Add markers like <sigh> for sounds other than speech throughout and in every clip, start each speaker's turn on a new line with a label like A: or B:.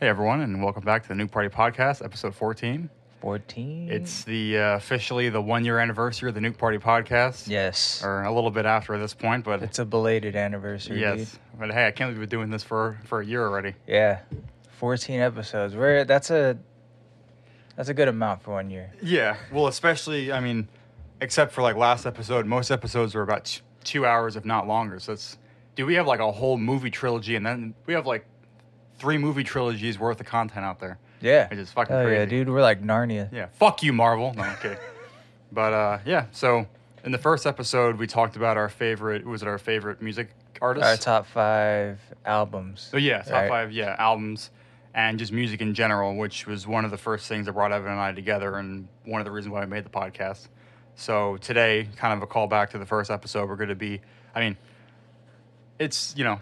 A: Hey, everyone, and welcome back to the New Party Podcast, episode 14.
B: 14.
A: It's the uh, officially the one year anniversary of the Nuke Party Podcast,
B: yes.
A: or a little bit after at this point, but
B: It's a belated anniversary.
A: yes.
B: Dude.
A: But hey, I can't believe we've been doing this for, for a year already.
B: Yeah. 14 episodes. Where that's a that's a good amount for one year.
A: Yeah, well, especially, I mean, except for like last episode, most episodes were about t- two hours, if not longer. So it's, dude, we have like a whole movie trilogy, and then we have like three movie trilogies worth of content out there,
B: Yeah.
A: which is fucking
B: Hell
A: crazy.
B: yeah, dude. We're like Narnia.
A: Yeah, fuck you, Marvel. No, I'm
B: <laughs>
A: kidding. but uh, yeah, so in the first episode, we talked about our favorite. Was it our favorite music artists?
B: Our Uh, top five albums.
A: so Oh, yeah, top
B: right?
A: five. Yeah, albums and just music in general, which was one of the first things that brought Evan and I together, and one of the reasons why I made the podcast. So today, kind of a callback to the first episode. We're going to be. I mean, it's you know,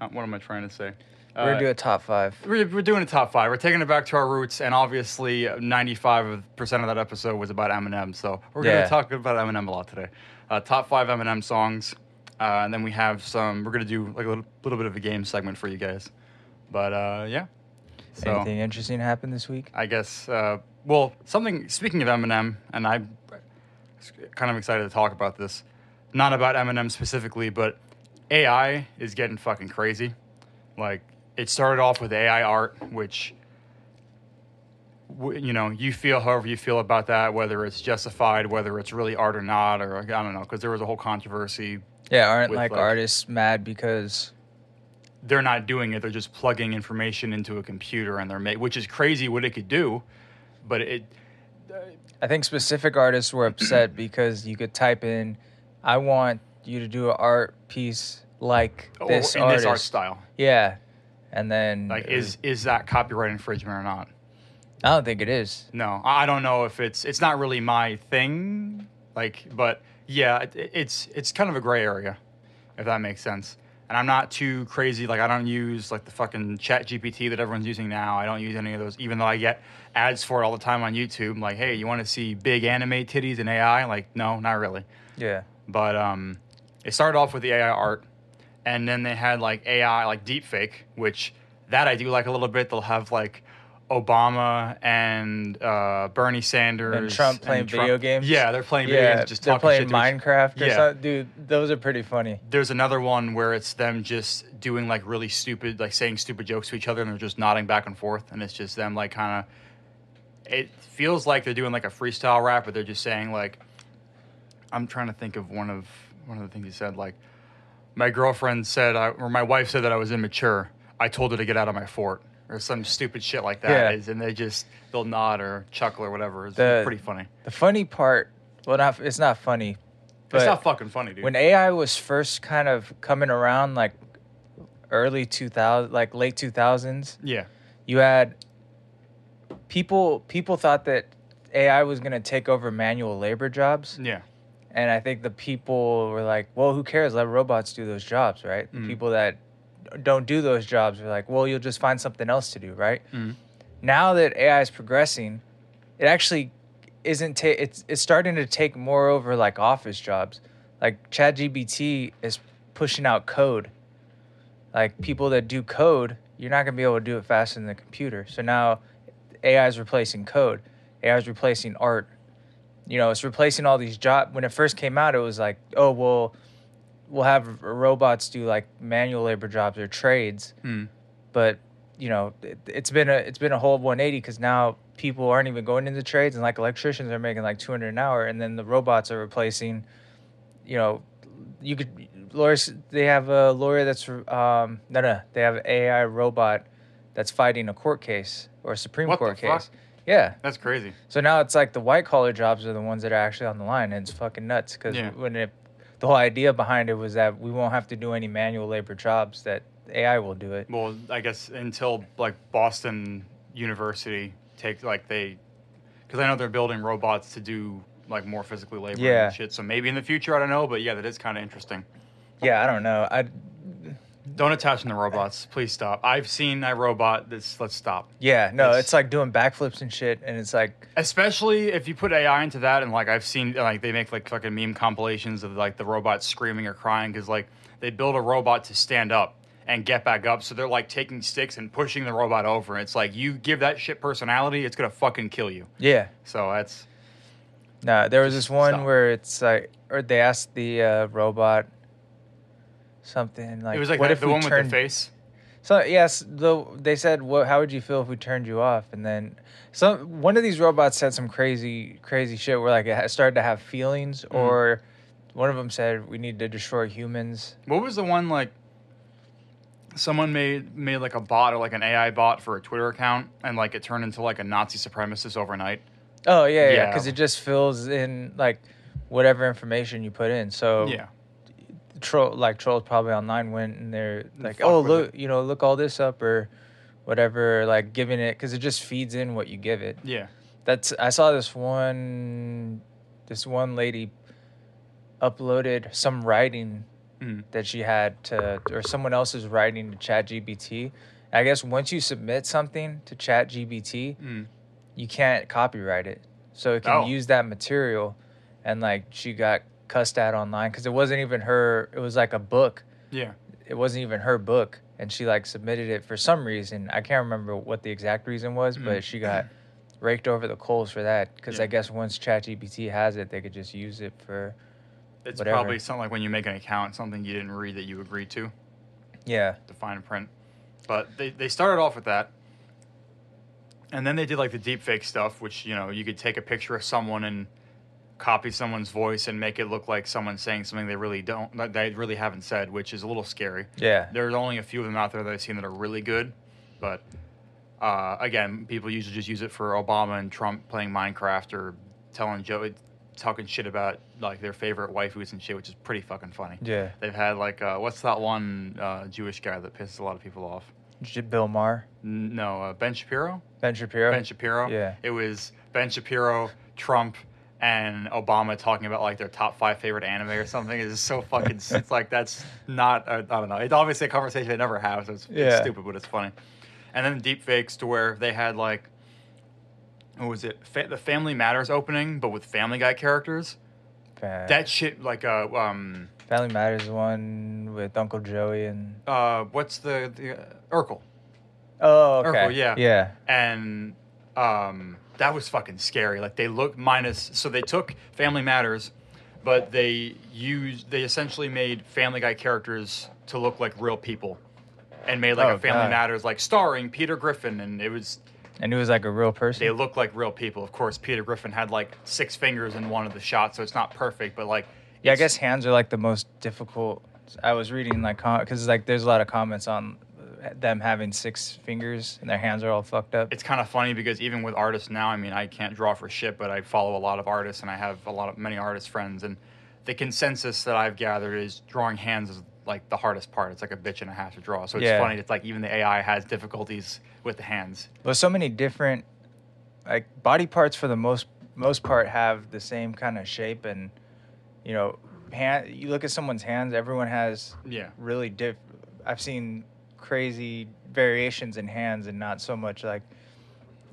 A: uh, what am I trying to say? Uh,
B: We're gonna do a top five.
A: We're, we're doing a top five. We're taking it back to our roots, and obviously, ninety-five percent of that episode was about Eminem. So we're
B: Yeah.
A: gonna talk about Eminem a lot today. Uh, top five Eminem songs, uh, and then we have some. We're gonna do like a little, little bit of a game segment for you guys. But uh, yeah, so
B: Anything interesting happen this week?
A: I guess. Uh, well, something. Speaking of Eminem, and I, am kind of excited to talk about this. Not about Eminem specifically, but AI is getting fucking crazy. Like it started off with AI art, which w- you know you feel however you feel about that, whether it's justified, whether it's really art or not, or I don't know, because there was a whole controversy.
B: Yeah, aren't
A: With,
B: like,
A: like-
B: artists mad because
A: They're not doing it; they're just plugging information into a computer, and they're ma- which is crazy what it could do, but it
B: I think specific artists
A: <clears throat>
B: were upset because you could type in, I want you to do an art piece like
A: or
B: this
A: in
B: artist.
A: this art style.
B: Yeah. And then
A: Like,
B: it was-
A: is is that copyright infringement or not?
B: I don't think it is.
A: No, I I don't know if it's it's not really my thing. Like, but yeah, it, it's it's kind of a gray area, if that makes sense. And I'm not too crazy. Like, I don't use like the fucking Chat GPT that everyone's using now. I don't use any of those, even though I get ads for it all the time on YouTube. like, hey, you want to see big anime titties in AI? Like, no, not really.
B: Yeah.
A: but um, it started off with the AI art, and then they had like AI like deepfake, which that I do like a little bit. They'll have like Obama and uh, Bernie Sanders
B: And Trump playing video games?
A: Yeah, they're playing video
B: yeah.
A: games, just
B: they're
A: talking
B: playing
A: shit to each-
B: Minecraft or
A: Yeah.
B: something. Dude, those are pretty funny.
A: There's another one where it's them just doing like really stupid, like saying stupid jokes to each other, and they're just nodding back and forth, and it's just them like kind of. It feels like they're doing like a freestyle rap, but they're just saying like, I'm trying to think of one of one of the things he said. Like, my girlfriend said, I, or my wife said that I was immature. I told her to get out of my fort, or some stupid shit like that.
B: Yeah.
A: Is, and they just they'll nod or chuckle or whatever. It's
B: The-
A: pretty funny.
B: The funny part, well, not it's not funny, but
A: it's not fucking funny, dude.
B: when AI was first kind of coming around, like early 2000, like late 2000s,
A: yeah,
B: you had people people thought that AI was going to take over manual labor jobs.
A: yeah,
B: And I think the people were like, well, who cares? Let robots do those jobs, right? The
A: Mm.
B: people that don't do those jobs were like, well, you'll just find something else to do, right?
A: Mm.
B: Now that AI is progressing, it actually isn't ta- it's it's starting to take more over like office jobs. Like ChatGPT is pushing out code. Like people that do code, you're not going to be able to do it faster than the computer. So now AI is replacing code. AI is replacing art you know, it's replacing all these job. When it first came out, it was like, oh, well, we'll have r- robots do like manual labor jobs or trades.
A: Hmm.
B: But you know, it, it's been a it's been a whole 180 because now people aren't even going into trades, and like electricians are making like 200 an hour, and then the robots are replacing. You know, you could lawyers. They have a lawyer that's um no no they have an AI robot that's fighting a court case or a Supreme
A: What the
B: Court
A: fuck?
B: case. Yeah.
A: that's crazy.
B: So now it's like the white collar jobs are the ones that are actually on the line, and it's fucking nuts because
A: Yeah.
B: when it, the whole idea behind it was that we won't have to do any manual labor jobs; that AI will do it.
A: Well, I guess until like Boston University take like they, because I know they're building robots to do like more physically labor
B: Yeah.
A: and shit. So maybe in the future, I don't know, but yeah, that is kind of interesting.
B: Yeah, I don't know. I
A: Don't attach them to robots, please stop. I've seen a robot. That's let's stop.
B: yeah, no,
A: It's-
B: it's like doing backflips and shit, and it's like
A: Especially if you put AI into that, and like I've seen, like they make like fucking meme compilations of like the robot screaming or crying because like they build a robot to stand up, and get back up. So they're like taking sticks and pushing the robot over. It's like you give that shit personality, it's gonna fucking kill you.
B: Yeah.
A: So that's
B: No, there was this one
A: stop.
B: where it's like, or they asked the uh, robot something like,
A: it was like
B: "What
A: that,
B: if
A: the
B: we
A: one
B: turned?"
A: with the face.
B: So yes, the, they said, "What? How would you feel if we turned you off?" And then some one of these robots said some crazy, crazy shit where like it ha- started to have feelings, or one of them said, "We need to destroy humans."
A: What was the one like? Someone made made like a bot or like an AI bot for a Twitter account, and like it turned into like a Nazi supremacist overnight.
B: Oh yeah, yeah,
A: Yeah.
B: because it just fills in like whatever information you put in. So
A: Yeah,
B: troll like trolls probably online went and they're like,
A: fuck
B: "Oh
A: with
B: look, you know, look all this up or whatever," like giving it because it just feeds in what you give it.
A: yeah.
B: That's I saw this one this one lady uploaded some writing
A: Mm.
B: that she had to or someone else's writing to ChatGPT. I guess once you submit something to ChatGPT,
A: Mm.
B: you can't copyright it. So it can
A: Oh.
B: use that material and like she got cussed at online cuz it wasn't even her it was like a book.
A: Yeah.
B: It wasn't even her book and she like submitted it for some reason. I can't remember what the exact reason was, but she got raked over the coals for that cuz I
A: Mm. Yeah.
B: guess once ChatGPT has it, they could just use it for
A: It's
B: Whatever.
A: probably something like when you make an account, something you didn't read that you agreed to,
B: yeah.
A: the fine print. But they, they started off with that. And then they did like the deep fake stuff, which, you know, you could take a picture of someone and copy someone's voice and make it look like someone saying something they really don't, that they really haven't said, which is a little scary.
B: Yeah.
A: There's only a few of them out there that I've seen that are really good. But uh, again, people usually just use it for Obama and Trump playing Minecraft or telling Joe, talking shit about like their favorite waifus and shit, which is pretty fucking funny.
B: Yeah.
A: They've had like uh, what's that one uh, Jewish guy that pisses a lot of people off?
B: J- Bill Maher,
A: N- No, uh, Ben Shapiro.
B: Ben Shapiro.
A: Ben Shapiro.
B: Yeah.
A: It was Ben Shapiro, Trump, and Obama talking about like their top five favorite anime or something. It's just so
B: <laughs>
A: fucking. it's like that's not. I I don't know. It's obviously a conversation they never have. So it's, it's
B: Yeah.
A: stupid, but it's funny. And then deep fakes to where they had like, what was it? Fa- the Family Matters opening, but with Family Guy characters.
B: Fa-
A: That shit like uh um
B: Family Matters one with Uncle Joey and
A: uh what's the the uh, Urkel.
B: oh okay
A: Urkel, yeah.
B: yeah
A: and um, that was fucking scary. Like they look minus, so they took Family Matters, but they used they essentially made Family Guy characters to look like real people, and made like
B: Oh,
A: a Family
B: God.
A: Matters like starring Peter Griffin, and it was
B: and it was like a real
A: they
B: person
A: look like real people. Of course, Peter Griffin had like six fingers in one of the shots, so it's not perfect, but like
B: yeah I
A: it's-
B: guess hands are like the most difficult I was reading like because like there's a lot of comments on uh, them having six fingers and their hands are all fucked up
A: it's kind of funny because even with artists now, I mean, I can't draw for shit, but I follow a lot of artists and I have a lot of many artist friends. And the consensus that I've gathered is drawing hands is like the hardest part. It's like a bitch and a half to draw. So it's
B: Yeah.
A: funny. It's like even the AI has difficulties with the hands.
B: but so many different like body parts for the most most part have the same kind of shape and you know hand you look at someone's hands everyone has
A: Yeah.
B: really diff. I've seen crazy variations in hands and not so much like,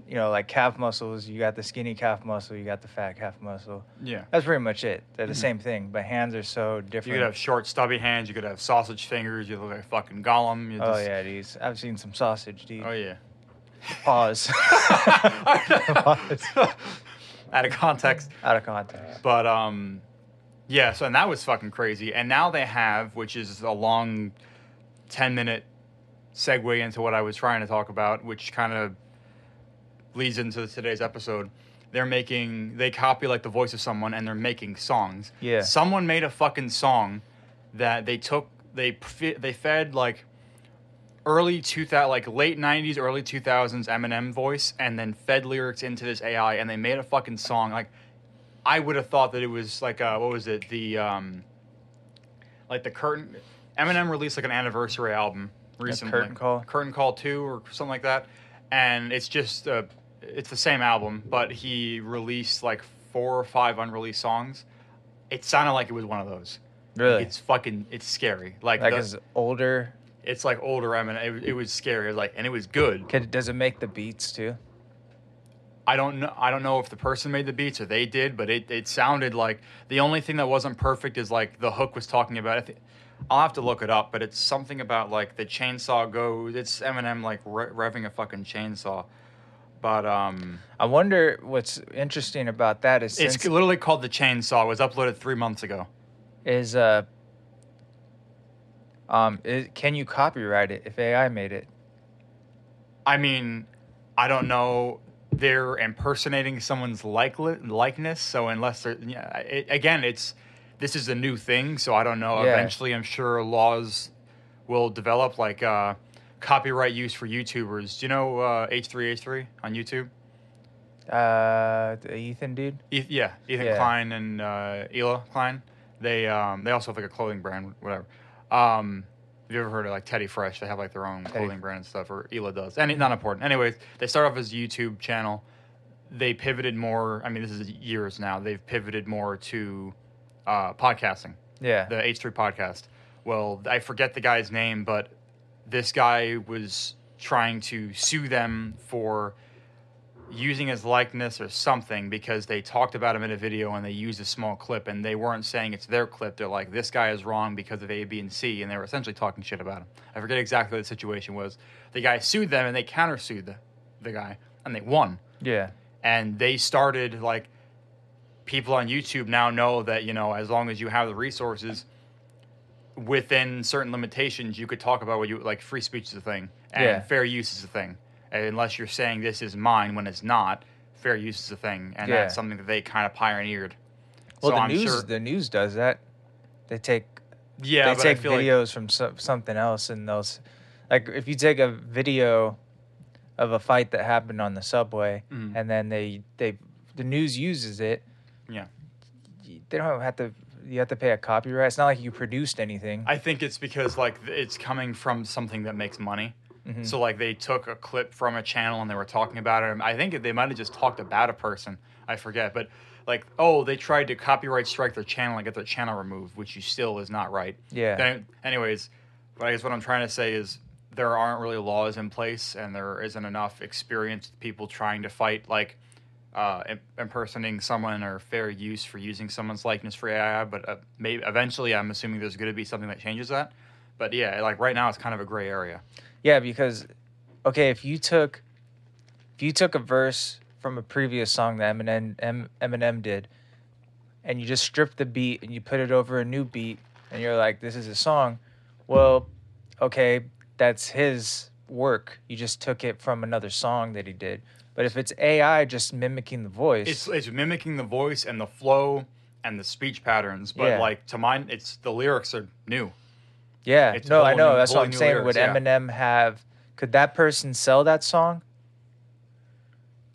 B: you know, like calf muscles. You got the skinny calf muscle, you got the fat calf muscle.
A: Yeah.
B: That's pretty much it. They're the same thing, but hands are so different.
A: Mm-hmm. You could have short, stubby hands. You could have sausage fingers. You look like a fucking golem. You
B: oh
A: just-
B: yeah, these. I've seen some sausage. Dude.
A: Oh, <laughs> yeah. <laughs>
B: Pause. <laughs>
A: Out of context.
B: Out of context.
A: But um, yeah. So and that was fucking crazy. And now they have, which is a long, ten minute segue into what I was trying to talk about, which kind of leads into today's episode. They're making they copy like the voice of someone and they're making songs.
B: Yeah.
A: Someone made a fucking song that they took they fe- they fed like early 2000 like late 90s early 2000s Eminem voice and then fed lyrics into this AI and they made a fucking song like I would have thought that it was like uh, what was it the um like the curtain Eminem released like an anniversary album recently
B: Curtain Call?
A: Curtain Call 2 or something like that and it's just uh it's the same album but he released like four or five unreleased songs it sounded like it was one of those
B: Really?
A: it's fucking it's scary like,
B: like
A: the-
B: is older.
A: it's like older Eminem. It, it was scary. It was like, and it was good.
B: Could, does it make the beats too?
A: I don't know. I don't know if the person made the beats or they did, but it, it sounded like the only thing that wasn't perfect is like the hook was talking about. I thi- I'll have to look it up, but it's something about like the chainsaw goes. It's Eminem like re- revving a fucking chainsaw, but um,
B: I wonder what's interesting about that is
A: it's
B: since
A: literally called the chainsaw. It was uploaded three months ago.
B: is uh um i can you copyright it if AI made it?
A: I mean, I don't know. They're impersonating someone's like likeness, so unless they're yeah, it, again, it's this is a new thing, so I don't know.
B: Yeah.
A: Eventually, I'm sure laws will develop like uh, copyright use for YouTubers. Do you know uh, H3H3 on YouTube?
B: Uh, the Ethan dude.
A: Eth- yeah, Ethan
B: Yeah.
A: Klein and uh, Ela Klein. They um, they also have like a clothing brand, whatever. Um, have you ever heard of like Teddy Fresh? They have like their own clothing brand and stuff, or Ela does. Any not important. Anyways, they start off as a YouTube channel. They pivoted more. I mean, this is years now. They've pivoted more to uh, podcasting
B: Yeah.
A: the H3 podcast. Well, I forget the guy's name, but this guy was trying to sue them for using his likeness or something because they talked about him in a video and they used a small clip and they weren't saying it's their clip. They're like, this guy is wrong because of A, B, and C. And they were essentially talking shit about him. I forget exactly what the situation was. The guy sued them and they countersued the, the guy and they won
B: yeah.
A: and they started like people on YouTube now know that you know as long as you have the resources within certain limitations you could talk about what you like free speech is a thing and
B: Yeah.
A: fair use is a thing and unless you're saying this is mine when it's not fair use is a thing and
B: Yeah.
A: that's something that they kind of pioneered
B: Well,
A: so
B: the
A: I'm
B: news
A: sure
B: the news does that. They take
A: yeah
B: they
A: but
B: take
A: I feel like
B: videos from so, something else and those like if you take a video of a fight that happened on the subway
A: Mhm.
B: and then they they the news uses it.
A: Yeah.
B: y- They don't have to. You have to pay a copyright. It's not like you produced anything.
A: I think it's because like th- it's coming from something that makes money.
B: Mhm.
A: So like they took a clip from a channel and they were talking about it. I think they might have just talked about a person. I forget, but like oh they tried to copyright strike their channel and get their channel removed, which you still is not right.
B: Yeah.
A: Then, anyways, but I guess what I'm trying to say is there aren't really laws in place and there isn't enough experienced people trying to fight like uh, im- impersonating someone or fair use for using someone's likeness for AI. But uh, maybe eventually, I'm assuming there's going to be something that changes that. But yeah, like right now, it's kind of a gray area.
B: Yeah, because okay, if you took if you took a verse from a previous song that Eminem M, Eminem did, and you just stripped the beat and you put it over a new beat, and you're like, "This is a song." Well, okay, that's his work. You just took it from another song that he did. But if it's AI just mimicking the voice,
A: It's it's mimicking the voice and the flow and the speech patterns. But
B: Yeah.
A: like to mine, it's the lyrics are new.
B: yeah,
A: it's
B: no, I
A: whole new-
B: know. That's what
A: whole
B: I'm
A: new
B: saying. Would
A: lyrics, yeah.
B: Eminem have? Could that person sell that song?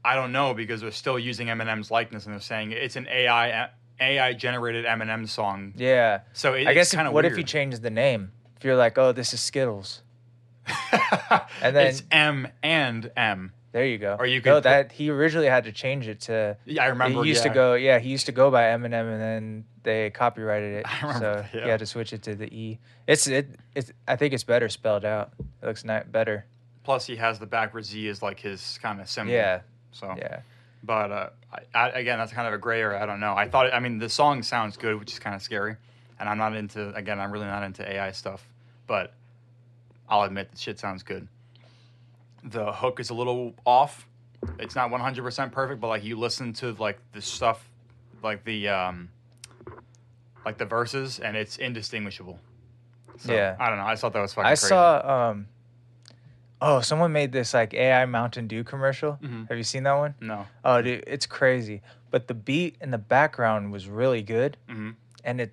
A: I don't know because they're still using Eminem's likeness and they're saying it's an AI AI generated Eminem song.
B: Yeah.
A: So it,
B: I guess
A: it's
B: if-
A: kind of
B: what
A: weird. <laughs>
B: if you change the name? If you're like, oh, this is Skittles. And then-
A: it's M and M.
B: There you go.
A: Or you
B: no,
A: could put-
B: that he originally had to change it to.
A: Yeah, I remember.
B: he used
A: yeah.
B: to go, yeah, he used to go by Eminem, and then they copyrighted it.
A: <laughs> I remember
B: so
A: that,
B: he
A: yeah.
B: had to switch it to the E. It's it. It's. I think it's better spelled out. It looks not better.
A: Plus, he has the backwards Z as like his kind of symbol.
B: Yeah,
A: So,
B: yeah.
A: but uh, I, I, again, that's kind of a gray area. I don't know. I thought. I mean, the song sounds good, which is kind of scary. And I'm not into. Again, I'm really not into AI stuff. But I'll admit, the shit sounds good. The hook is a little off. It's not 100% perfect, but like you listen to like the stuff, like the um, like the verses, and it's indistinguishable. So,
B: Yeah.
A: I don't know. I thought that was fucking.
B: I
A: crazy.
B: saw. Um. Oh, someone made this like AI Mountain Dew commercial.
A: Mhm.
B: Have you seen that one?
A: No.
B: Oh, dude, it's crazy. But the beat in the background was really good.
A: hmm
B: and it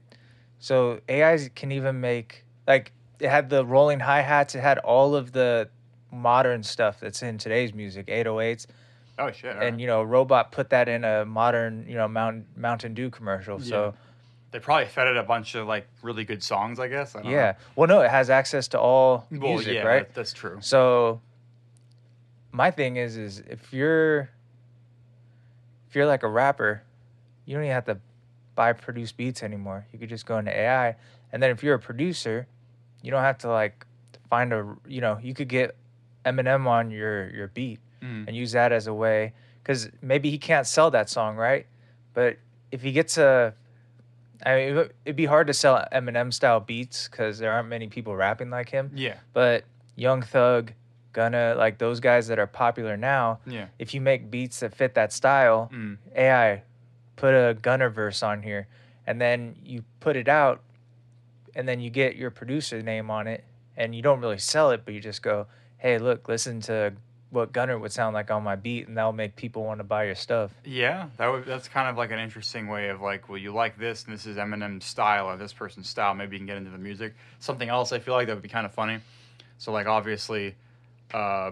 B: so AIs can even make like it had the rolling hi hats, it had all of the modern stuff that's in today's music, 808s,
A: Oh shit. alright.
B: and you know, robot put that in a modern, you know, Mount, Mountain Dew commercial. So
A: They probably fed it a bunch of like really good songs, I guess. I don't
B: yeah, well, no, it has access to all
A: know. Uh-huh. Well,
B: music,
A: yeah,
B: right?
A: that- that's true.
B: So my thing is is if you're if you're like a rapper, you don't even have to buy produced beats anymore. You could just go into AI and then if you're a producer, you don't have to like find a you know, you could get Eminem on your your beat
A: Mm.
B: and use that as a way because maybe he can't sell that song, right? But if he gets a, I mean, it would- it'd be hard to sell Eminem style beats because there aren't many people rapping like him.
A: Yeah.
B: But Young Thug, Gunna, like those guys that are popular now,
A: Yeah.
B: if you make beats that fit that style,
A: Mm.
B: AI, put a Gunner verse on here, and then you put it out, and then you get your producer name on it, and you don't really sell it, but you just go, hey, look, listen to what Gunner would sound like on my beat, and that'll make people want to buy your stuff.
A: Yeah, that would, that's kind of like an interesting way of like, well, you like this, and this is Eminem's style or this person's style. Maybe you can get into the music. Something else I feel like that would be kind of funny. So like, obviously, uh,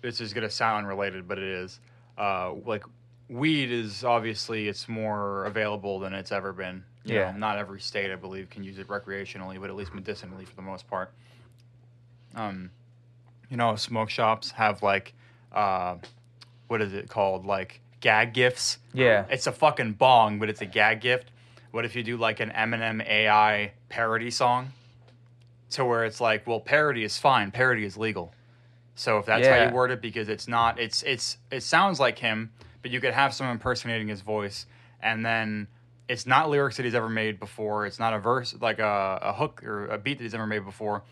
A: this is gonna sound unrelated, but it is. Uh, like, weed is obviously it's more available than it's ever been. You know,
B: Yeah.
A: not every state, I believe, can use it recreationally, but at least medicinally for the most part. Um, you know, smoke shops have like. Uh, what is it called? Like gag gifts.
B: Yeah.
A: It's a fucking bong, but it's a gag gift. What if you do like an Eminem AI parody song? To where it's like, well, parody is fine, parody is legal. So if that's how
B: Yeah.
A: you word it, because it's not, it's it's it sounds like him, but you could have someone impersonating his voice, and then it's not lyrics that he's ever made before. It's not a verse like a, a hook or a beat that he's ever made before,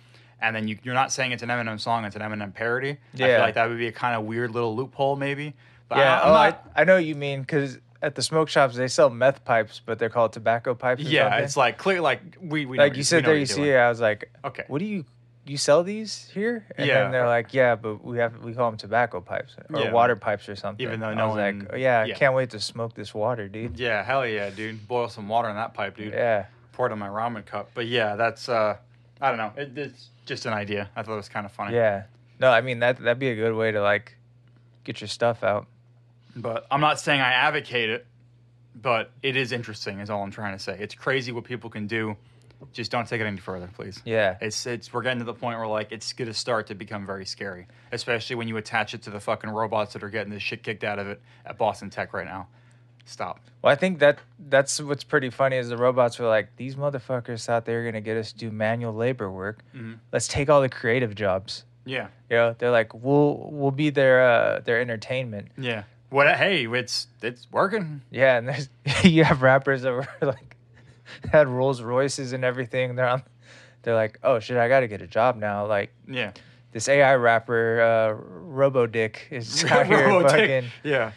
A: and then you, you're not saying it's an Eminem song; it's an Eminem parody. I feel
B: Yeah.
A: like that would be a kind of weird little loophole, maybe. But
B: yeah,
A: I,
B: oh,
A: I'm not,
B: I, I know what you mean, because at the smoke shops, they sell meth pipes, but they're called tobacco pipes.
A: <laughs>
B: Or
A: yeah,
B: something.
A: it's like clear, like we, we know
B: like
A: what
B: you
A: we
B: sit
A: know what
B: there, you
A: you're
B: see
A: doing.
B: it. I was like,
A: Okay.
B: what do you you sell these here? And
A: Yeah.
B: then they're like, yeah, but we have we call them tobacco pipes or
A: Yeah.
B: water pipes or something.
A: Even though
B: I
A: no
B: was
A: one-
B: like, oh, yeah,
A: yeah.
B: I can't wait to smoke this water, dude.
A: Yeah, hell yeah, dude! Boil some water in that pipe, dude.
B: Yeah,
A: Pour it in my ramen cup. But yeah, that's uh, I don't know. It, it's just an idea. I thought it was kind of funny.
B: yeah. No, I mean that that'd be a good way to like get your stuff out.
A: But I'm not saying I advocate it, but it is interesting. Is all I'm trying to say. It's crazy what people can do. Just don't take it any further, please.
B: Yeah,
A: It's it's we're getting to the point where like it's gonna start to become very scary, especially when you attach it to the fucking robots that are getting this shit kicked out of it at Boston Tech right now. Stop.
B: Well, I think that that's what's pretty funny is the robots were like, these motherfuckers thought they were gonna get us to do manual labor work.
A: Mhm.
B: Let's take all the creative jobs.
A: Yeah,
B: You know, they're like, we'll we'll be their uh, their entertainment.
A: yeah. What? Hey, it's it's working.
B: Yeah, and there's <laughs> you have rappers that were <laughs> like had Rolls Royces and everything. They're on, they're like, oh shit, I gotta get a job now. Like
A: <laughs> Yeah.
B: this AI rapper, uh, RoboDick,
A: <laughs>
B: is out here
A: Robotic.
B: fucking.
A: Yeah,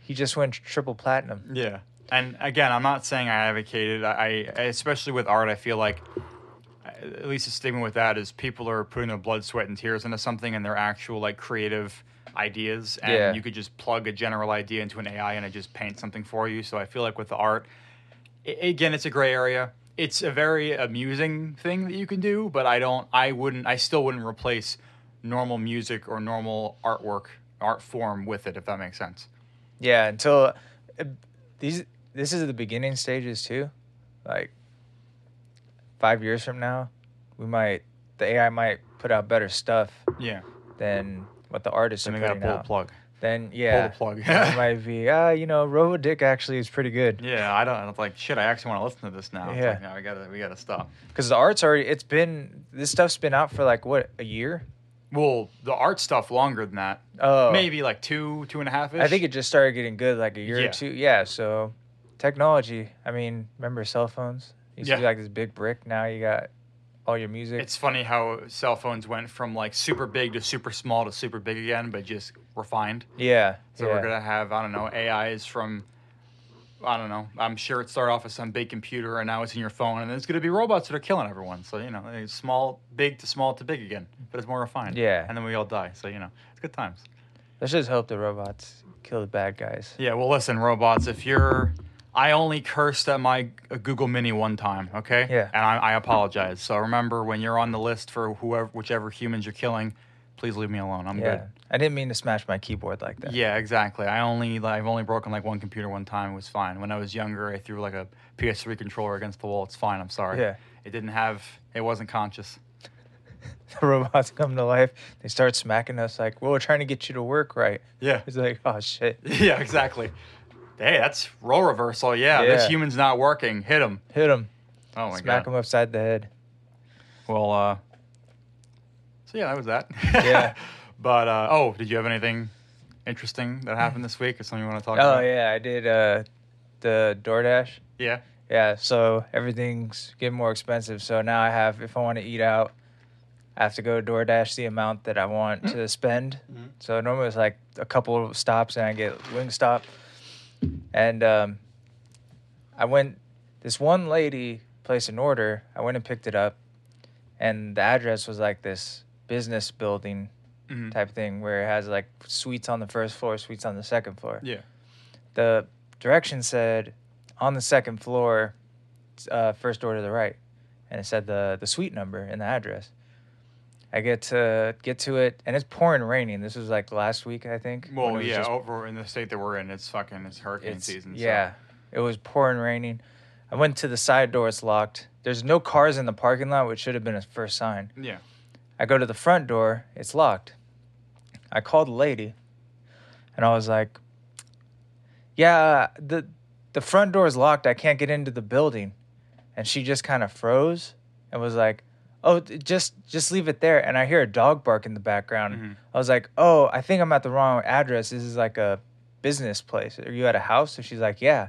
B: He just went triple platinum.
A: yeah. And again, I'm not saying I advocate it. I, I especially with art, I feel like at least the stigma with that is people are putting their blood, sweat, and tears into something, and their actual like creative ideas. And
B: Yeah.
A: you could just plug a general idea into an AI, and it just paints something for you. So I feel like with the art, i again, it's a gray area. It's a very amusing thing that you can do, but I don't. I wouldn't. I still wouldn't replace normal music or normal artwork, art form with it, if that makes sense.
B: Yeah, until uh, these. This is the beginning stages too. Like five years from now, we might the AI might put out better stuff
A: Yeah.
B: than what the artists
A: So
B: are
A: we gotta
B: putting
A: pull the
B: out.
A: plug.
B: Then yeah,
A: <laughs> Pull the
B: it
A: plug.
B: might be ah, you know, RoboDick actually is pretty good. <laughs>
A: yeah, I don't. I'm like shit. I actually want to listen to this now. It's
B: Yeah.
A: like, no, we gotta. We gotta stop.
B: Because the art's already, it's been, this stuff's been out for like, what, a year?
A: Well, the art stuff longer than that.
B: Oh.
A: Maybe like two, two and a half ish.
B: I think it just started getting good like a year
A: Yeah.
B: or two. Yeah. So technology, I mean, remember cell phones? Used to be
A: Yeah.
B: like this big brick. Now you got all your music.
A: it's funny how cell phones went from like super big to super small to super big again, but just refined.
B: yeah.
A: So
B: yeah.
A: we're gonna have I don't know AIs from. I don't know. I'm sure it started off as some big computer, and now it's in your phone, and it's going to be robots that are killing everyone. So you know, it's small, big to small to big again, but it's more refined.
B: Yeah.
A: And then we all die. So you know, it's good times.
B: Let's just hope the robots kill the bad guys.
A: Yeah, well, listen, robots, if you're. I only cursed at my uh, Google Mini one time, okay?
B: Yeah.
A: And I, I apologize. So remember, when you're on the list for whoever, whichever humans you're killing, please leave me alone. I'm
B: Yeah. I didn't mean to smash my keyboard like that.
A: good. Yeah, exactly. I only, like, I've only broken like one computer one time. It was fine. When I was younger, I threw like a PS3 controller against the wall. It's fine. I'm sorry.
B: Yeah. <laughs>
A: It didn't have. It wasn't conscious.
B: The robots come to life. They start smacking us like, well, we're trying to get you to work right.
A: Yeah. <laughs>
B: It's like, oh, shit.
A: yeah. Exactly. Hey, that's role reversal. Yeah, This
B: Yeah.
A: human's not working. Hit him.
B: Hit them.
A: Oh my god.
B: Smack them upside the head.
A: Well, uh, so yeah, that was that.
B: Yeah.
A: <laughs> but uh, oh, did you have anything interesting that happened this week or something you want to talk
B: Oh
A: about?
B: yeah, I did uh, the DoorDash.
A: Yeah.
B: Yeah, so everything's getting more expensive. So now I have, if I want to eat out, I have to go to DoorDash the amount that I want to spend.
A: Mhm.
B: So normally it's like a couple of stops and I get Wingstop. And um, I went, this one lady placed an order. I went and picked it up. And the address was like this business building
A: Mhm.
B: type thing where it has like suites on the first floor, suites on the second floor
A: Yeah.
B: the direction said on the second floor, uh, first door to the right, and it said the the suite number and the address. I get to get to it, and it's pouring raining. This was like last week, I think. when it
A: Well,
B: was
A: yeah,
B: just-
A: over in the state that we're in, it's fucking it's hurricane
B: it's-
A: season. so-
B: Yeah, it was pouring raining. I went to the side door; it's locked. There's no cars in the parking lot, which should have been a first sign.
A: Yeah.
B: I go to the front door, it's locked. I called the lady and I was like, Yeah, the the front door is locked. I can't get into the building. And she just kind of froze and was like, Oh, th- just just leave it there. And I hear a dog bark in the background.
A: Mhm.
B: I was like, Oh, I think I'm at the wrong address. This is like a business place. Are you at a house? And she's like, Yeah.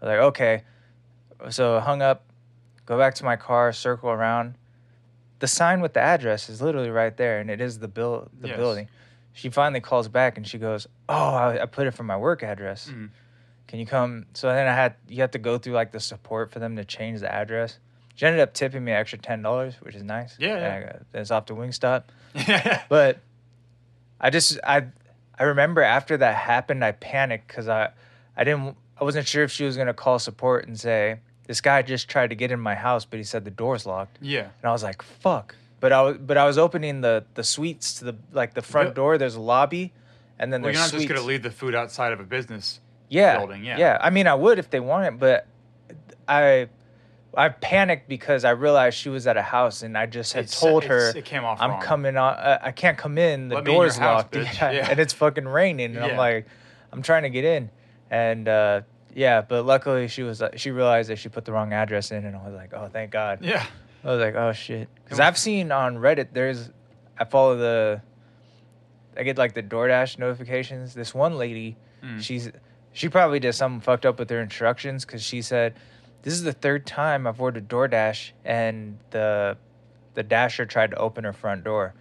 B: I was like, Okay. So I hung up, go back to my car, circle around. The sign with the address is literally right there, and it is the bill the
A: Yes.
B: building. She finally calls back and she goes, "Oh, I, I put it for my work address.
A: Mhm.
B: Can you come?" So then I had you have to go through like the support for them to change the address. She ended up tipping me an extra ten dollars, which is nice.
A: Yeah,
B: And
A: yeah.
B: I got- It's off to Wingstop,
A: yeah.
B: but I just I I remember after that happened, I panicked because I I didn't I wasn't sure if she was gonna call support and say this guy just tried to get in my house, but he said the door's locked,
A: <laughs> Yeah.
B: and I was like, "Fuck!" But I was but I was opening the the suites to the like the front
A: Yeah.
B: door. There's a lobby, and then
A: Well,
B: there's
A: you're not
B: suites.
A: just gonna leave the food outside of a business.
B: yeah,
A: building, yeah.
B: yeah. I mean, I would if they want it, but I I panicked because I realized she was at a house, and I just had
A: It's-
B: told her
A: it's- it came off
B: I'm
A: wrong.
B: coming on. Uh, I can't come in. The
A: Let me in your
B: door's
A: house,
B: locked,
A: bitch.
B: yeah,
A: Yeah.
B: and it's fucking raining. And
A: Yeah.
B: I'm like, I'm trying to get in, and uh, yeah. But luckily, she was like, she realized that she put the wrong address in, and I was like, oh, thank
A: <laughs>
B: God.
A: Yeah.
B: I was like, oh shit, because I've seen on Reddit. There's, I follow the, I get like the DoorDash notifications. This one lady,
A: Hmm.
B: she's, she probably did something fucked up with her instructions because she said, this is the third time I've ordered DoorDash and the, the dasher tried to open her front door,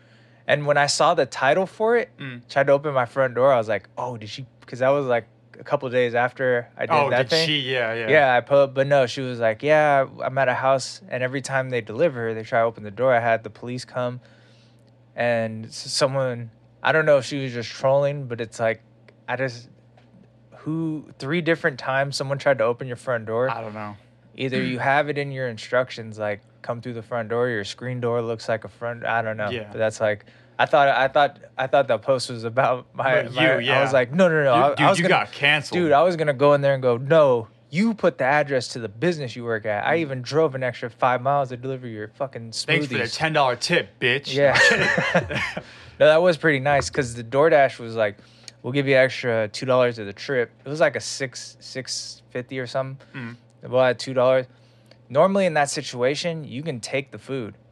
B: and when I saw the title for it,
A: Mm.
B: tried to open my front door, I was like, oh, did she? Because that was like a couple days after I did
A: Oh,
B: that
A: did
B: thing.
A: she? Yeah. Yeah.
B: Yeah, I put up, but no, she was like, Yeah, I'm at a house, and every time they deliver, they try to open the door. I had the police come, and s- someone, I don't know if she was just trolling, but it's like, I just, who, three different times someone tried to open your front door.
A: I <clears throat> don't know.
B: Either you have it in your instructions, like, come through the front door, your screen door looks like a front, I don't know.
A: Yeah.
B: But that's like, I thought, I thought, I thought that post was about my,
A: But
B: my-
A: you, yeah.
B: I was like, no, no, no. I,
A: dude,
B: I was
A: you
B: gonna-
A: got canceled.
B: Dude, I was gonna go in there and go, no, you put the address to the business you work at. I even drove an extra five miles to deliver your fucking smoothies.
A: Mm. Thanks for the ten dollar tip, bitch.
B: Yeah. <laughs> no, that was pretty nice because the DoorDash was like, we'll give you extra two dollars of the trip. It was like a six six fifty or something.
A: Mm.
B: Well, at two dollars. Normally in that situation, you can take the food.
A: <laughs>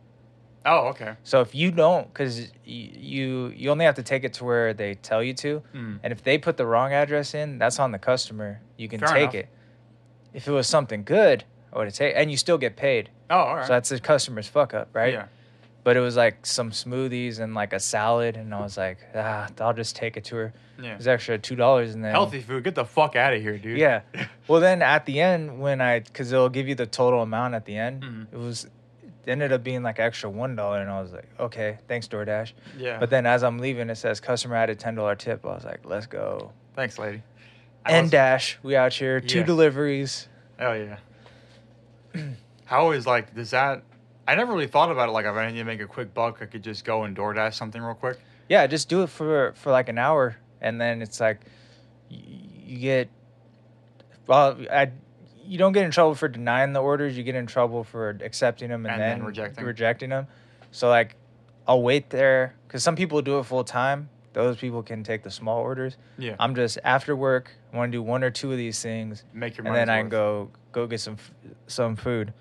A: Oh, okay.
B: So if you don't, because you you only have to take it to where they tell you to,
A: Mm.
B: and if they put the wrong address in, that's on the customer. You can
A: Fair
B: take
A: enough.
B: it. If it was something good, I would have taken, and you still get paid.
A: Oh, all right.
B: So that's the customer's fuck up, right?
A: Yeah.
B: But it was like some smoothies and like a salad, and I was like, ah, I'll just take it to her.
A: Yeah.
B: It was extra two dollars, and then
A: Healthy food. Get the fuck out of here, dude.
B: yeah. Well, then at the end, when I, because it'll give you the total amount at the end,
A: Mhm.
B: it was, it ended up being like extra $1. And I was like, okay, thanks, DoorDash.
A: <laughs> Yeah.
B: But then as I'm leaving, it says customer added $10 tip. I was like, let's go.
A: Thanks, lady. I
B: And uh,
A: was-
B: Dash, we out here, two
A: Yeah.
B: deliveries.
A: Oh yeah. <clears throat> How is like does that? I never really thought about it. Like if I need to make a quick buck, I could just go and DoorDash something real quick.
B: Yeah, just do it for, for like an hour. And then it's like, y- you get, well, I, you don't get in trouble for denying the orders. You get in trouble for accepting them and,
A: And
B: then,
A: then rejecting.
B: rejecting them. So like, I'll wait there because some people do it full time. Those people can take the small orders.
A: Yeah.
B: I'm just after work. I want to do one or two of these things,
A: Make your
B: and
A: money's
B: then I can
A: worth.
B: go go get some f- some food.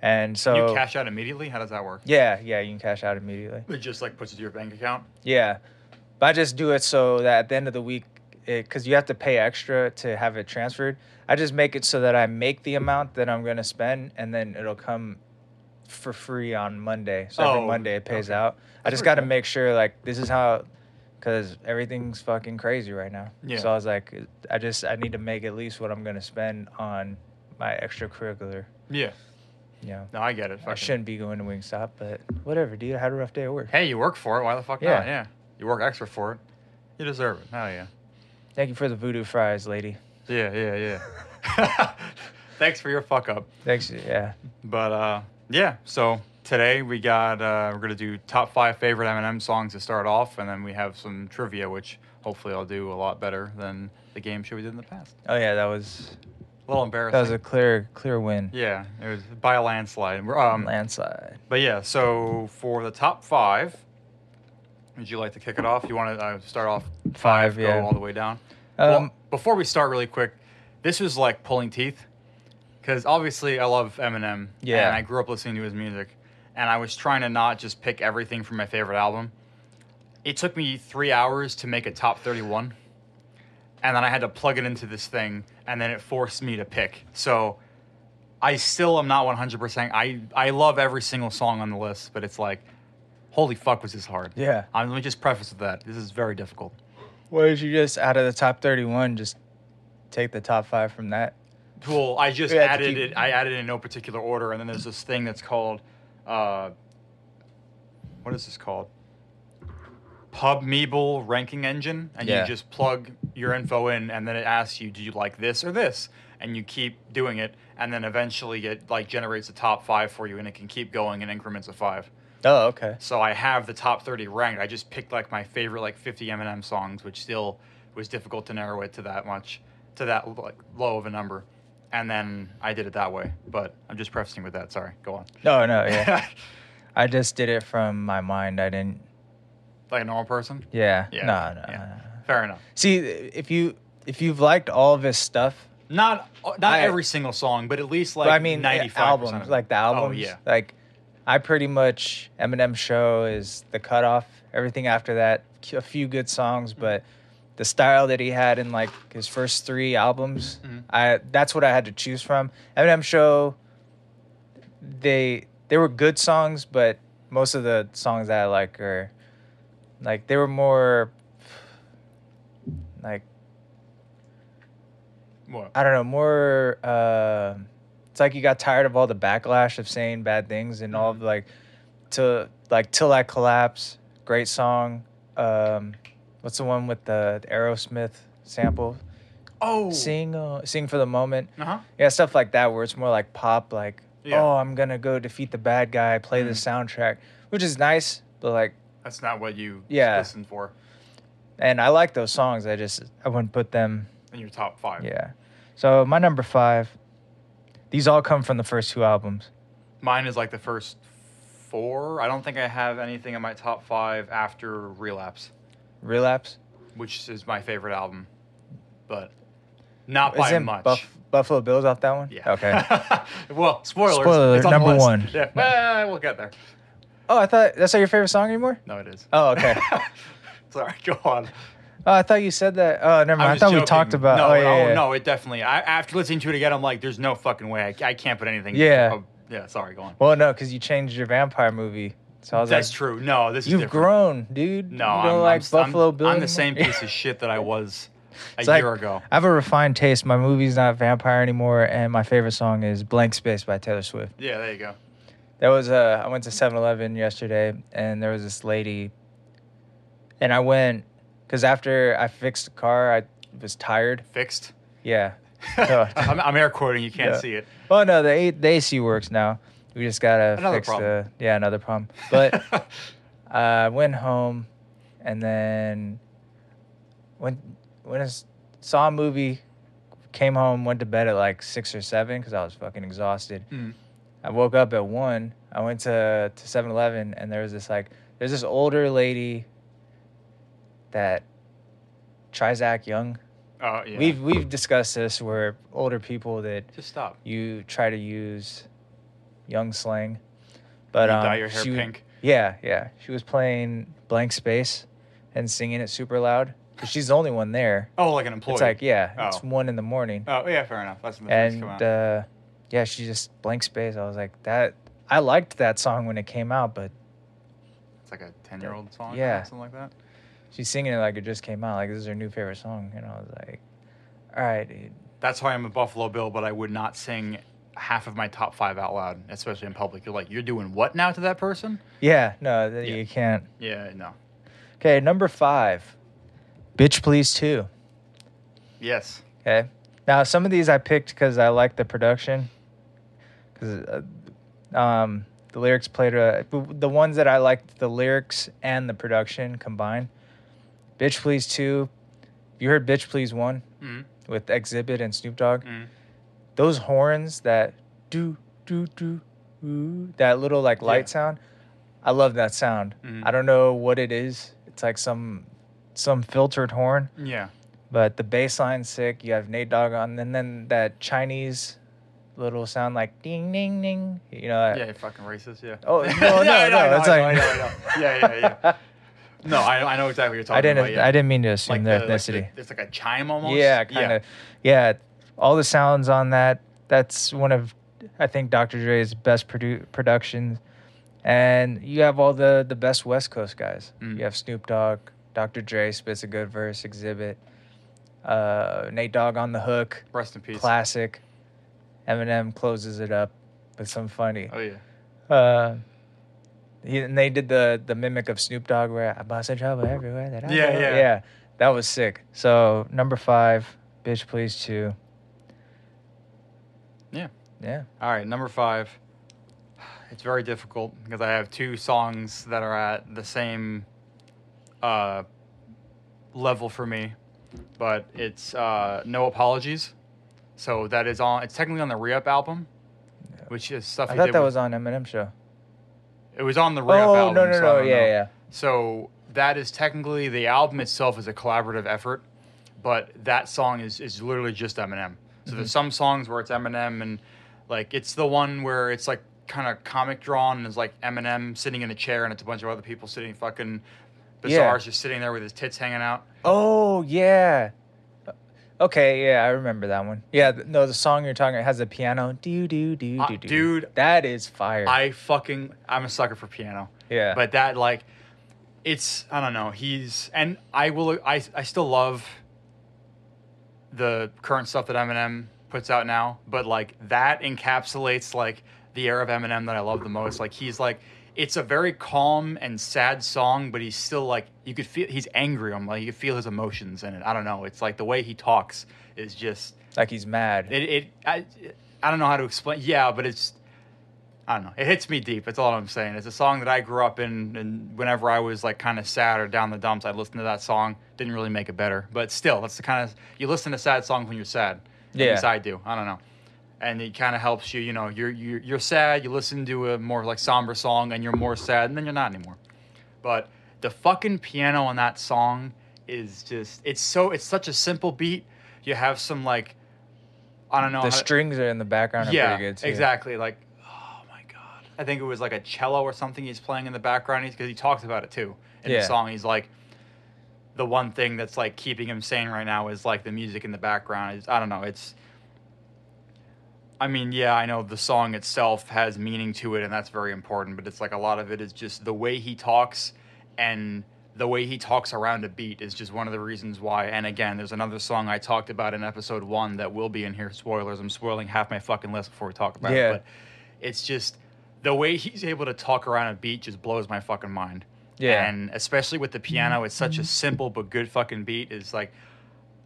B: And
A: Can
B: so
A: you cash out immediately. How does that work?
B: yeah, yeah, you can cash out immediately.
A: It just like puts it to your bank account.
B: Yeah, but I just do it so that at the end of the week, because you have to pay extra to have it transferred. I just make it so that I make the amount that I'm gonna spend, and then it'll come for free on Monday. So every
A: Oh,
B: Monday it pays
A: okay.
B: out. I
A: That's pretty
B: just got to
A: cool.
B: make sure like this is how, because everything's fucking crazy right now.
A: Yeah.
B: So I was like, I just I need to make at least what I'm gonna spend on my extracurricular.
A: Yeah.
B: You know,
A: No, I get it.
B: I
A: Fucking-
B: shouldn't be going to Wingstop, but whatever, dude. I had a rough day at work.
A: Hey, you work for it. Why the fuck
B: Yeah.
A: not? Yeah. You work extra for it. You deserve it. Hell yeah.
B: Thank you for the voodoo fries, lady.
A: Yeah, yeah,
B: <laughs>
A: yeah. <laughs> Thanks for your fuck up.
B: Thanks. Yeah.
A: But uh, yeah, so today we got uh, we're gonna do top five favorite Eminem songs to start off, and then we have some trivia, which hopefully I'll do a lot better than the game show we did in the past.
B: Oh yeah, that was
A: A little
B: that
A: embarrassing.
B: was a clear clear win.
A: yeah, it was by a landslide. We're, Um,
B: Landslide.
A: but yeah, so for the top five, would you like to kick it off? You want to uh, start off
B: Five.
A: go
B: yeah.
A: all the way down?
B: Um,
A: well, before we start, really quick, this was like pulling teeth because obviously I love Eminem.
B: Yeah.
A: And I grew up listening to his music, and I was trying to not just pick everything from my favorite album. It took me three hours to make a top 31, and then I had to plug it into this thing, and then it forced me to pick. So I still am not 100%. I, I love every single song on the list, but it's like, holy fuck, was this hard.
B: yeah.
A: Um, let me just preface with that. This is very difficult.
B: Why did you just out of the top thirty-one just take the top five from that?
A: Well, I just
B: We had to
A: added
B: keep-
A: it. I added it in no particular order, and then there's this thing that's called, uh, what is this called? PubMeble ranking engine, and
B: Yeah.
A: you just plug your info in, and then it asks you, do you like this or this, and you keep doing it, and then eventually it like generates the top five for you, and it can keep going in increments of five.
B: Oh, okay.
A: So I have the top 30 ranked. I just picked like my favorite like 50 Eminem songs, which still was difficult to narrow it to that much, to that like low of a number. And then I did it that way. But I'm just prefacing with that. Sorry. Go on.
B: No, no, yeah. <laughs> I just did it from my mind. I didn't.
A: <laughs> like a normal person.
B: Yeah.
A: Yeah,
B: No, no.
A: yeah.
B: no, no.
A: Fair enough.
B: See, if you if you've liked all of his stuff,
A: Not not
B: I-
A: every single song, but at least like
B: but I mean,
A: 95
B: 95 albums like the albums.
A: Oh yeah.
B: Like, I pretty much Eminem show is the cutoff. Everything after that, c- a few good songs,
A: Mm-hmm.
B: but the style that he had in like his first three albums,
A: Mhm.
B: I that's what I had to choose from. Eminem show, they they were good songs, but most of the songs that I like are like they were more like
A: What?
B: I don't know, more. Uh, it's like you got tired of all the backlash of saying bad things and all of like, to like till I collapse. Great song. Um, what's the one with the, the Aerosmith sample?
A: Oh.
B: Sing, uh, sing for the moment.
A: Uh huh.
B: Yeah, stuff like that where it's more like pop, like
A: Yeah.
B: oh, I'm gonna go defeat the bad guy, play the soundtrack, which is nice, but like,
A: That's not what you
B: Yeah.
A: listen for
B: and I like those songs. I just I wouldn't put them
A: in your top five.
B: Yeah. So my number five, these all come from the first two albums.
A: Mine is like the first four. I don't think I have anything in my top five after Relapse,
B: Relapse.
A: which is my favorite album, but not by
B: Isn't
A: much.
B: Buff- Buffalo Bills off that one?
A: yeah.
B: Okay.
A: <laughs> well, spoilers.
B: Spoiler
A: it's on the
B: alert, number
A: list.
B: one.
A: Yeah. Well, we'll get there.
B: oh, I thought that's not your favorite song anymore.
A: No, it is.
B: Oh, okay.
A: <laughs> Sorry. Go on.
B: Oh, I thought you said that. Oh, never mind.
A: I'm
B: I
A: just
B: thought we
A: joking.
B: talked about.
A: No,
B: oh, yeah,
A: no,
B: yeah.
A: no. It definitely. I, after listening to it again, I'm like, there's no fucking way. I, I can't put anything.
B: Yeah.
A: oh, yeah. Sorry. Go on.
B: Well, no, because you changed your vampire movie. So I was
A: That's
B: like,
A: true. No, this
B: you've
A: is different.
B: grown, dude.
A: No,
B: you
A: I'm,
B: don't
A: I'm
B: like
A: s- I'm-
B: Buffalo Bills.
A: I'm the
B: <laughs>
A: same
B: anymore?
A: piece of shit that I was a
B: It's like-
A: year ago.
B: I have a refined taste. My movie's not vampire anymore, and my favorite song is "Blank Space" by Taylor Swift.
A: Yeah, there you go.
B: There was a. I went to 7-Eleven yesterday, and there was this lady. And I went, cause after I fixed the car, I was tired.
A: Fixed. <laughs>
B: Yeah. No.
A: I'm, I'm air quoting. You can't
B: Oh. Yeah.
A: see it.
B: Oh no, the A- the AC works now. We just gotta
A: Another
B: fix
A: problem.
B: the. Yeah, another problem.
A: <laughs>
B: But <laughs> I went home, and then went went and s- saw a movie. Came home, went to bed at like six or seven because I was fucking exhausted.
A: Mm.
B: I woke up at one. I went to to Seven Eleven, and there was this like there's this older lady that tries to act young.
A: Oh, yeah.
B: We've we've discussed this where older people that
A: just stop.
B: you try to use young slang, but
A: You
B: um,
A: dye your hair
B: she-
A: pink.
B: Yeah, yeah. She was playing Blank Space and singing it super loud. 'cause she's the only one there.
A: Oh, like an employee.
B: It's like yeah, it's
A: Oh.
B: one in the morning,
A: Oh yeah, fair enough. That's when the things
B: and
A: come out.
B: uh, yeah, she just blank space. I was like that. I liked that song when it came out, but
A: it's like a ten-year-old song.
B: yeah.
A: or something like that.
B: she's singing it like it just came out. Like this is her new favorite song, and I was like, all right, dude.
A: That's why I'm a Buffalo Bill, but I would not sing half of my top five out loud, especially in public. You're like, you're doing what now to that person?
B: yeah, no, th-
A: Yeah.
B: you can't.
A: Yeah, no.
B: Okay, number five, bitch, please too.
A: Yes.
B: Okay. Now some of these I picked because I like the production, because uh, um, the lyrics played a the ones that I liked the lyrics and the production combined. Bitch Please Two, you heard Bitch Please One
A: Mm.
B: with Exhibit and Snoop Dogg.
A: Mm.
B: Those horns that do do do ooh, that little like light
A: Yeah.
B: sound, I love that sound.
A: Mhm.
B: I don't know what it is. It's like some some filtered horn
A: Yeah.
B: but the bass line's sick. You have Nate Dogg on, and then that Chinese little sound like ding ding ding. You know,
A: Yeah, you fucking racist. Yeah. <laughs>
B: Uh, Oh, no,
A: Yeah, I know,
B: no, no,
A: I know,
B: it's
A: I know,
B: like-
A: I know, I know. Yeah, yeah,
B: <laughs>
A: yeah. No, I, I know exactly what you're talking
B: I didn't.
A: about. Yeah.
B: I didn't mean to assume their
A: the-
B: ethnicity.
A: the- there's like a chime almost.
B: yeah, kind of. Yeah. all the sounds on that. That's one of, I think, Dr. Dre's best produ- productions. And you have all the the best West Coast guys.
A: Mm.
B: You have Snoop Dogg, Dr. Dre spits a good verse, Exhibit, uh, Nate Dogg on the hook.
A: Rest in peace.
B: classic. Eminem closes it up with some funny.
A: Oh yeah.
B: Uh, he, and they did the the mimic of Snoop Dogg where I bust a trouble everywhere that I
A: Yeah,
B: go."
A: yeah.
B: yeah. That was sick. So number five, bitch, please two.
A: Yeah.
B: Yeah.
A: All right, number five. <sighs> It's very difficult because I have two songs that are at the same uh, level for me, but it's uh, "No Apologies," so that is on. It's technically on the Re-Up album, which is stuff
B: I
A: he
B: thought
A: did
B: that
A: with-
B: was on Eminem show.
A: It was on the
B: Oh
A: Re-Up album.
B: no no
A: so I
B: no
A: don't
B: yeah
A: know.
B: yeah.
A: So that is technically the album itself is a collaborative effort, but that song is is literally just Eminem. So there's some songs where it's Eminem and like it's the one where it's like kind of comic drawn and it's like Eminem sitting in a chair and it's a bunch of other people sitting fucking
B: Yeah.
A: bizarre's just sitting there with his tits hanging out.
B: Oh yeah. Okay, yeah, I remember that one. Yeah, th- no, the song you're talking about has a piano. Do do do
A: Uh,
B: do do.
A: dude,
B: that is fire.
A: I fucking I'm a sucker for piano.
B: yeah.
A: But that like it's I don't know. He's and I will I I still love the current stuff that Eminem puts out now, but like that encapsulates like the era of Eminem that I love the most. Like he's like it's a very calm and sad song, but he's still like you could feel he's angry. I'm like you could feel his emotions in it. I don't know. It's like the way he talks is just
B: like he's mad.
A: it. it I I don't know how to explain. Yeah, but it's I don't know. It hits me deep. That's all I'm saying. It's a song that I grew up in, and whenever I was like kind of sad or down the dumps, I'd listen to that song. Didn't really make it better, but still, that's the kind of you listen to sad songs when you're sad. At
B: Yeah.
A: least I do. I don't know. And it kind of helps you. You know, you're, you're you're sad. You listen to a more like somber song, and you're more sad, and then you're not anymore. But the fucking piano on that song is just—it's so—it's such a simple beat. You have some like, I don't know, how
B: the
A: to-
B: strings are in the background are
A: uh, yeah,
B: pretty good too.
A: exactly. Like, oh my god, I think it was like a cello or something he's playing in the background. Because he talks about it too in
B: Yeah.
A: the song. He's like, the one thing that's like keeping him sane right now is like the music in the background. It's, I don't know. It's, I mean, yeah, I know the song itself has meaning to it, and that's very important. But it's like a lot of it is just the way he talks and. The way he talks around a beat is just one of the reasons why. And again, there's another song I talked about in episode one that will be in here. Spoilers. I'm spoiling half my fucking list before we talk about
B: Yeah.
A: it. But it's just the way he's able to talk around a beat just blows my fucking mind.
B: Yeah.
A: And especially with the piano, it's such a simple but good fucking beat. It's like,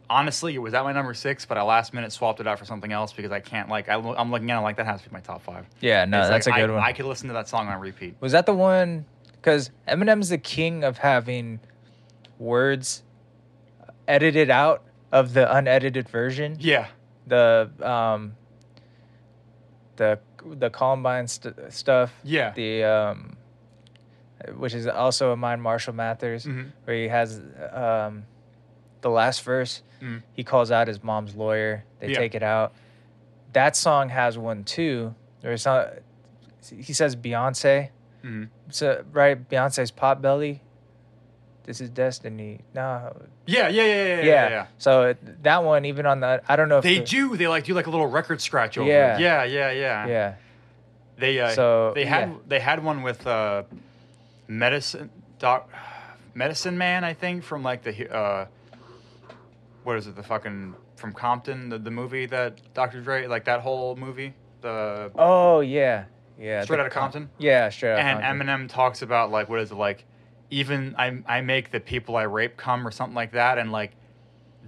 A: honestly, it was at my number six, but I last minute swapped it out for something else because I can't, like, I, lo- I'm looking at it like that has to be my top five.
B: Yeah, no,
A: It's
B: that's
A: like,
B: a good
A: I,
B: one.
A: I could listen to that song on repeat.
B: Was that the one? Because Eminem's the king of having words edited out of the unedited version.
A: Yeah.
B: The um, the the Columbine st- stuff.
A: Yeah.
B: The um, which is also a mine Marshall Mathers,
A: Mhm.
B: where he has um, the last verse.
A: Mm.
B: He calls out his mom's lawyer. They
A: Yeah.
B: take it out. That song has one too. Or it's not. He says Beyonce.
A: Mhm.
B: So right, Beyonce's pot belly. This is Destiny. No,
A: Yeah, yeah, yeah, yeah, yeah.
B: yeah.
A: yeah, yeah.
B: So it- that one, even on the, I don't know if
A: They
B: the-
A: do. They like do like a little record scratch over.
B: Yeah.
A: it. Yeah, yeah, yeah.
B: Yeah,
A: They uh,
B: So,
A: they had
B: yeah.
A: they had one with uh, medicine doc, medicine man I think from like the uh, what is it the fucking from Compton the, the movie that Dr Dre like that whole movie the
B: Oh yeah, yeah.
A: Straight
B: the-
A: Outta Compton?
B: Yeah, straight out.
A: and
B: Compton.
A: Eminem talks about like what is it like even I I make the people I rape come or something like that and like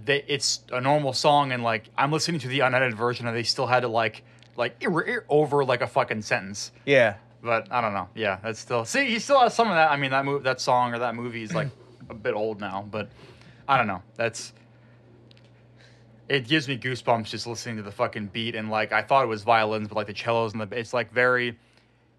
A: they it's a normal song and like I'm listening to the unedited version and they still had to like like ir- ir- over like a fucking sentence
B: Yeah,
A: but I don't know yeah that's still see he still has some of that I mean that move that song or that movie is like a bit old now but I don't know that's it gives me goosebumps just listening to the fucking beat and like I thought it was violins, but like the cellos and the it's like very.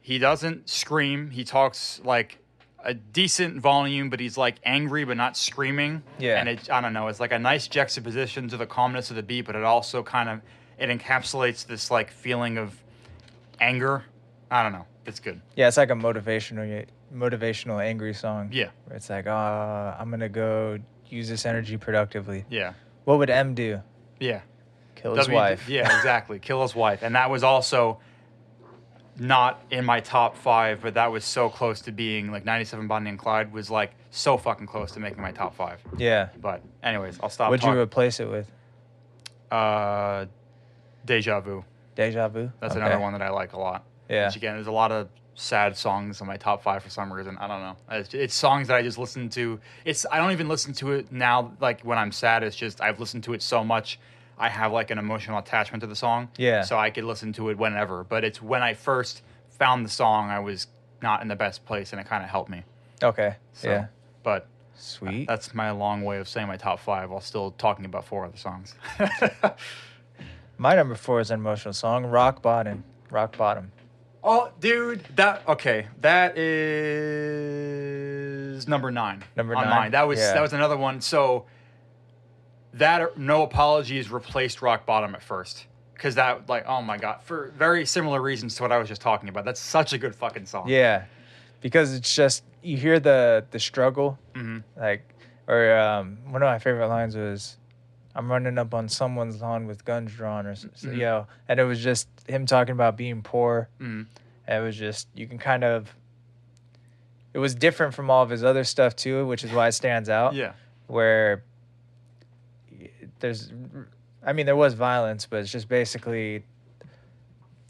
A: He doesn't scream. He talks like a decent volume, but he's like angry but not screaming.
B: Yeah.
A: and it I don't know. It's like a nice juxtaposition to the calmness of the beat, but it also kind of it encapsulates this like feeling of anger. I don't know. It's good.
B: yeah. It's like a motivational, motivational, angry song.
A: Yeah,
B: Where It's like, uh, I'm gonna go use this energy productively.
A: yeah,
B: What would M do?
A: yeah.
B: Kill his
A: W- <laughs>
B: wife.
A: Yeah, exactly. Kill his wife. And that was also not in my top five, but that was so close to being like 97 Bonnie and Clyde was like so fucking close to making my top five.
B: Yeah.
A: But, anyways, I'll stop.
B: What'd you
A: talk-
B: replace it with?
A: uh, Deja Vu.
B: Deja vu.
A: That's
B: Okay.
A: another one that I like a lot.
B: Yeah.
A: Which again, there's a lot of sad songs in my top five for some reason. I don't know. It's, it's songs that I just listen to. It's I don't even listen to it now. Like when I'm sad, it's just I've listened to it so much. I have like an emotional attachment to the song.
B: Yeah.
A: So I could listen to it whenever. But it's when I first found the song, I was not in the best place, and it kind of helped me.
B: Okay.
A: So,
B: Yeah.
A: But
B: Sweet.
A: that's my long way of saying my top five while still talking about four other songs. <laughs>
B: My number four is an emotional song, Rock Bottom. Rock Bottom.
A: Oh, dude, that okay. That is number nine.
B: Number
A: on
B: nine?
A: mine. That was
B: Yeah.
A: that was another one. So that or- no apologies replaced rock bottom at first because that like oh my god for very similar reasons to what I was just talking about. That's such a good fucking song.
B: Yeah. Because it's just you hear the the struggle,
A: Mhm.
B: like, or um, one of my favorite lines was, "I'm running up on someone's lawn with guns drawn," or so, so, yo, and it was just him talking about being poor.
A: Mhm.
B: And it was just you can kind of. It was different from all of his other stuff too, which is why it stands out.
A: Yeah.
B: Where there's, I mean, there was violence, but it's just basically.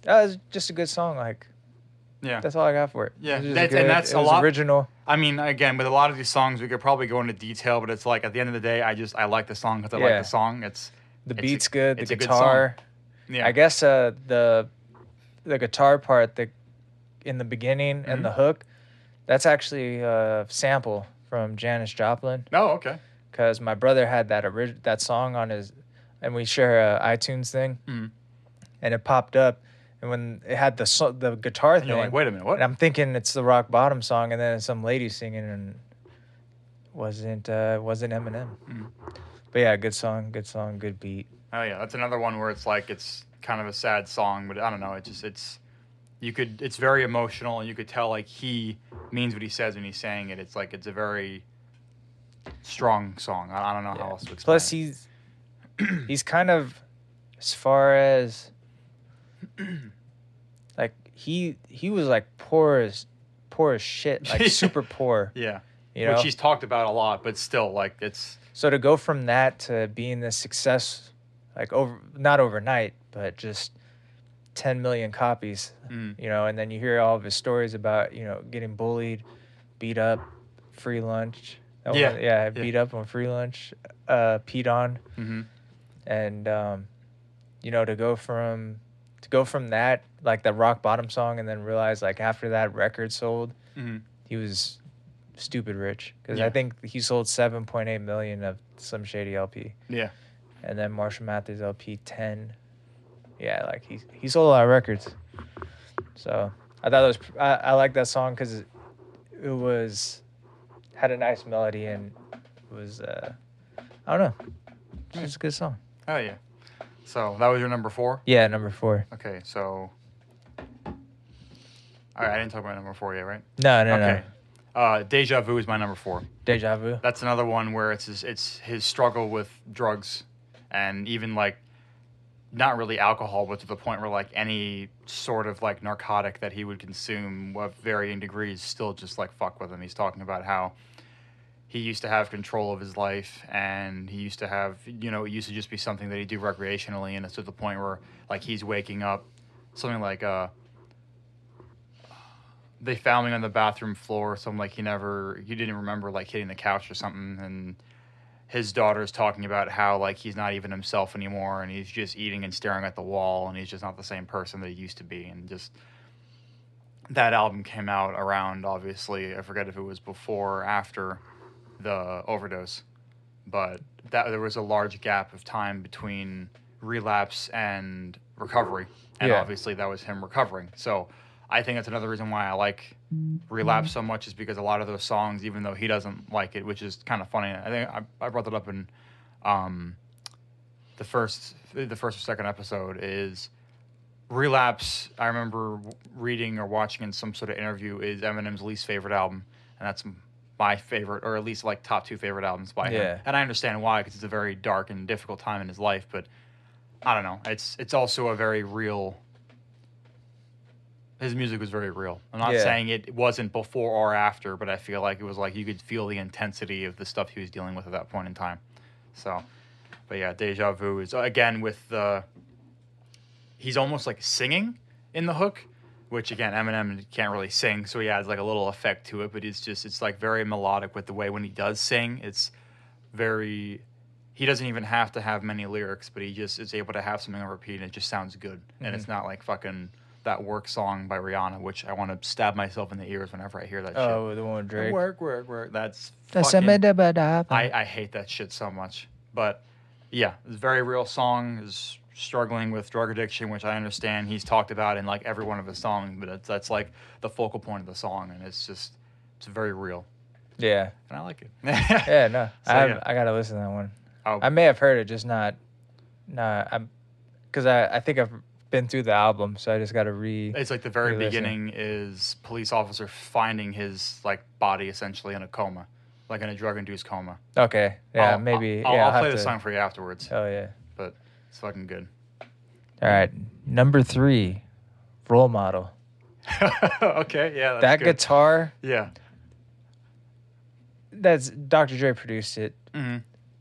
B: That was just a good song. Like
A: Yeah.
B: that's all I got for it.
A: Yeah,
B: It was just
A: that's- and
B: good.
A: that's
B: It
A: a
B: was
A: lot-
B: Original.
A: I mean, again, with a lot of these songs, we could probably go into detail, but it's like at the end of the day, I just I like the song because I like
B: Yeah.
A: the song. It's
B: The
A: It's a-
B: beat's good. The
A: it's a good
B: guitar.
A: yeah,
B: I guess uh, the the guitar part, the in the beginning and
A: Mm-hmm.
B: the hook, that's actually a sample from Janis Joplin
A: Oh, okay.
B: because my brother had that orig- that song on his, and we share a iTunes thing,
A: Mhm.
B: and it popped up, and when it had the so- the guitar
A: And
B: thing,
A: you're like, wait a minute, what?
B: and I'm thinking it's the Rock Bottom song, and then it's some lady singing, and wasn't uh, wasn't Eminem.
A: Mm.
B: But yeah, good song, good song, good beat.
A: Oh yeah, that's another one where it's like it's kind of a sad song, but I don't know. It just it's you could it's very emotional, and you could tell like he means what he says when he's saying it. It's like it's a very strong song. I, I don't know how else to explain.
B: Plus,
A: it.
B: he's he's <clears throat> kind of as far as like he he was like poor as poor as shit,
A: <laughs>
B: like super poor.
A: yeah,
B: You know,
A: which he's talked about a lot, but still like it's
B: so to go from that to being this success, like over not overnight, but just ten million copies.
A: Mm.
B: You know, and then you hear all of his stories about you know getting bullied, beat up, free lunch. That one-
A: Yeah,
B: yeah, beat up on free lunch, uh, peed on.
A: hmm
B: and um, you know to go from to go from that like that rock bottom song and then realize like after that record sold
A: Mhm.
B: he was stupid rich because
A: Yeah.
B: i think he sold 7.8 million of some shady lp
A: yeah.
B: and then marshall mathers lp 10 yeah like he, he sold a lot of records so i thought it was i, I like that song because it, it was had a nice melody and was uh i don't know it's just a good song
A: Oh yeah. So that was your number four.
B: yeah number four
A: Okay, so all right, I didn't talk about number four yet, right?
B: No, no,
A: okay. Uh, Deja Vu is my number four.
B: Deja vu.
A: That's another one where it's his, it's his struggle with drugs and even like not really alcohol, but to the point where like any sort of like narcotic that he would consume of varying degrees still just like fuck with him. He's talking about how he used to have control of his life and he used to have you know it used to just be something that he'd do recreationally and it's to the point where like he's waking up something like uh they found me on the bathroom floor something like he never he didn't remember like hitting the couch or something and his daughter's talking about how like he's not even himself anymore and he's just eating and staring at the wall and he's just not the same person that he used to be and just that album came out around obviously i forget if it was before or after the overdose but that there was a large gap of time between relapse and recovery and
B: Yeah.
A: obviously that was him recovering so i think that's another reason why i like relapse so much is because a lot of those songs even though he doesn't like it which is kind of funny i think i, I brought that up in um, the first the first or second episode is relapse i remember reading or watching in some sort of interview is eminem's least favorite album and that's my favorite or at least like top two favorite albums by
B: Yeah.
A: him and i understand why because it's a very dark and difficult time in his life but i don't know it's it's also a very real his music was very real i'm not
B: Yeah.
A: saying it wasn't before or after but i feel like it was like you could feel the intensity of the stuff he was dealing with at that point in time so but yeah, Deja Vu is again with the. He's almost like singing in the hook, which again Eminem can't really sing, so he adds like a little effect to it. But it's just it's like very melodic with the way when he does sing, it's very. He doesn't even have to have many lyrics, but he just is able to have something on repeat, and it just sounds good. And it's not like fucking that work song by Rihanna, which I want to stab myself in the ears whenever I hear that
B: Oh, the one with
A: shit.
B: Drake.
A: Work, work, work. That's fucking
B: I,
A: I, I hate that shit so much. But yeah, it's a very real song. Is struggling with drug addiction, which I understand he's talked about in like every one of his songs, but it's, that's like the focal point of the song, and it's just it's very real,
B: yeah.
A: and I like it.
B: Yeah, no.
A: So,
B: I have,
A: yeah.
B: I gotta listen to that one.
A: Oh.
B: I may have heard it, just not. Nah, I'm, cause I I think I've been through the album, so I just gotta re.
A: <laughs> It's like the very
B: Really listening.
A: beginning is police officer finding his like body essentially in a coma, like in a drug induced coma.
B: Okay, yeah,
A: I'll-
B: maybe.
A: I'll,
B: yeah,
A: I'll,
B: have
A: play
B: to,
A: the song for you afterwards,
B: Oh yeah.
A: but it's fucking good. <laughs>
B: All right, number three, role model.
A: okay, yeah, that's
B: that
A: good.
B: guitar,
A: yeah.
B: that's Dr. Dre produced it.
A: Mm-hmm.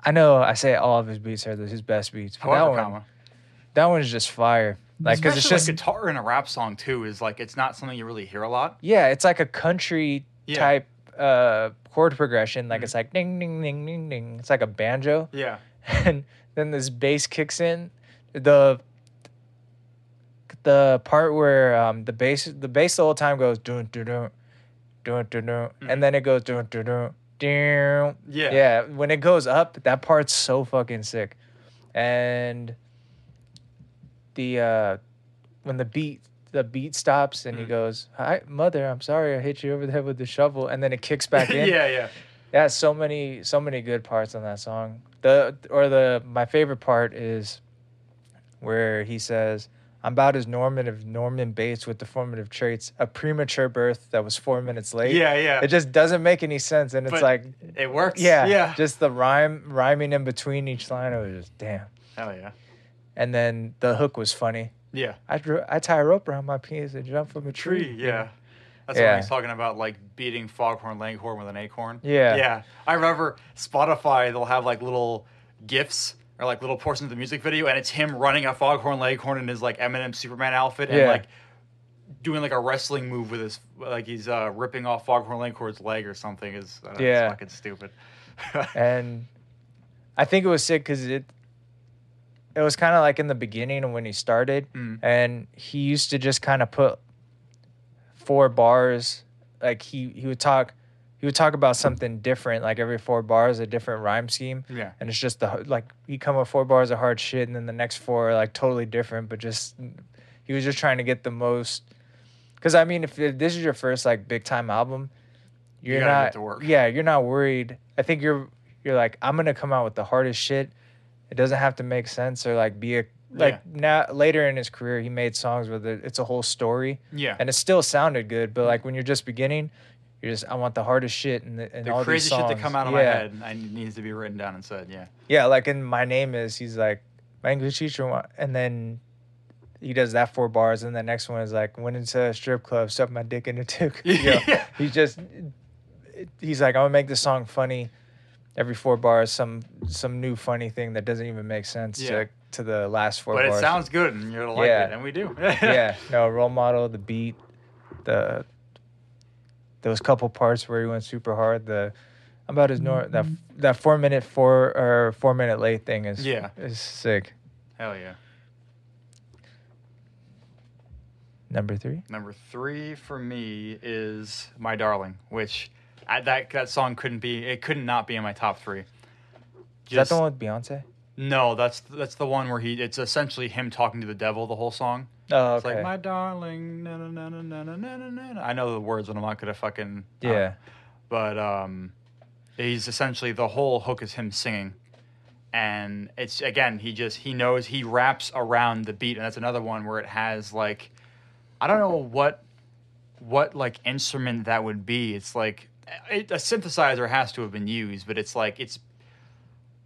B: I know I say all of his beats are his best beats, but
A: However,
B: that one,
A: comma.
B: that one is just fire. Like, cause it's
A: Especially,
B: just
A: like guitar in a rap song too is like it's not something you really hear a lot.
B: Yeah, it's like a country
A: Yeah. Mm-hmm.
B: type uh, chord progression. Like it's like ding ding ding ding ding. It's like a banjo,
A: Yeah.
B: and then this bass kicks in. the The part where um, the bass the bass the whole time goes dun dun dun dun dun, dun and then it goes dun dun dun dun.
A: Hmm. Yeah.
B: yeah. When it goes up, that part's so fucking sick, and the uh, when the beat the beat stops
A: Hmm.
B: and he goes, "Hi, mother, I'm sorry I hit you over the head with the shovel," and then it
A: <laughs>
B: kicks back in.
A: yeah, yeah.
B: yeah. So many, so many good parts on that song. The or the my favorite part is where he says, "I'm about as normative Norman Bates with deformative traits, a premature birth that was four minutes late."
A: Yeah, yeah.
B: It just doesn't make any sense, and it's
A: But-
B: like,
A: It works.
B: yeah,
A: Yeah.
B: just the rhyme rhyming in between each line. It was just damn.
A: Hell yeah.
B: And then the hook was funny.
A: Yeah.
B: I drew, I tie a rope around my penis and jump from a
A: Tree. Yeah. That's
B: Yeah.
A: when he's talking about like beating foghorn leghorn with an acorn.
B: Yeah.
A: Yeah. I remember Spotify. They'll have like little gifs or like little portions of the music video, and it's him running a foghorn leghorn in his like Eminem Superman outfit, and
B: Yeah.
A: like doing like a wrestling move with his like he's uh, ripping off foghorn leghorn's leg or something. Is uh,
B: Yeah.
A: It's fucking stupid. <laughs>
B: <laughs> and I think it was sick because it it was kind of like in the beginning of when he started,
A: Mm.
B: and he used to just kind of put four bars. Like he he would talk he would talk about something different. Like every four bars, a different rhyme scheme,
A: yeah.
B: and it's just the h- like he come up four bars of hard shit, and then the next four are like totally different. But just he was just trying to get the most. Because I mean, if this is your first like big time album,
A: You
B: you're
A: gotta
B: not
A: get to work.
B: yeah you're not worried i think you're you're like i'm gonna come out with the hardest shit it doesn't have to make sense or like be a like now later in his career he made songs where the, it's a whole story
A: Yeah.
B: and it still sounded good but like when you're just beginning You're just I want the hardest shit and, the, and
A: The
B: all
A: crazy
B: these songs.
A: shit that come out of
B: yeah.
A: my head I, needs to be written down and said. Yeah.
B: Yeah, like in my name is he's like my English teacher, wa- and then he does that four bars, and the next one is like went into a strip club, stuck my dick in a <laughs> tick. yeah.
A: Yeah.
B: He's just he's like I'm gonna make this song funny. Every four bars, some some new funny thing that doesn't even make sense
A: Yeah.
B: to to the last four
A: But it
B: bars.
A: sounds good, and you're gonna like
B: Yeah.
A: it, and we do.
B: <laughs> yeah, no role model, the beat, the those couple parts where he went super hard. The I'm about his nor that
A: Mm-hmm.
B: that four minute four or four minute late thing is
A: Yeah.
B: is sick.
A: <laughs> Hell yeah.
B: Number three.
A: Number three for me is "My Darling," which I, that that song couldn't be. It could not be in my top three.
B: Is that the one with Beyonce?
A: No, that's that's the one where he. It's essentially him talking to the devil the whole song.
B: Oh,
A: It's
B: okay.
A: like my darling, na na na na na na na na. na." I know the words, but I'm not gonna fucking. uh, I don't-
B: yeah,
A: but um, he's essentially the whole hook is him singing, and it's again he just he knows he wraps around the beat, and that's another one where it has like, I don't know what, what like instrument that would be. It's like it, a synthesizer has to have been used, but it's like it's,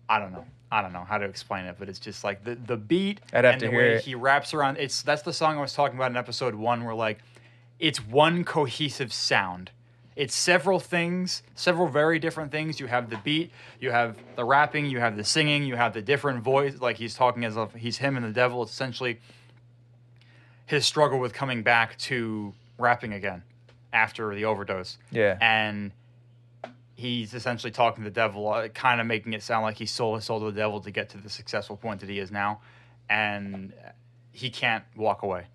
A: I don't know. I don't know how to explain it, but it's just like the, the beat
B: I'd have
A: and
B: to
A: the
B: hear
A: way
B: it.
A: he wraps around. It's that's the song I was talking about in episode one, where like it's one cohesive sound. It's several things, several very different things. You have the beat, you have the rapping, you have the singing, you have the different voice. Like he's talking as if he's him and the devil. It's essentially his struggle with coming back to rapping again after the overdose
B: yeah.
A: and he's essentially talking to the devil, uh, kind of making it sound like he sold his soul to the devil to get to the successful point that he is now, and he can't walk away.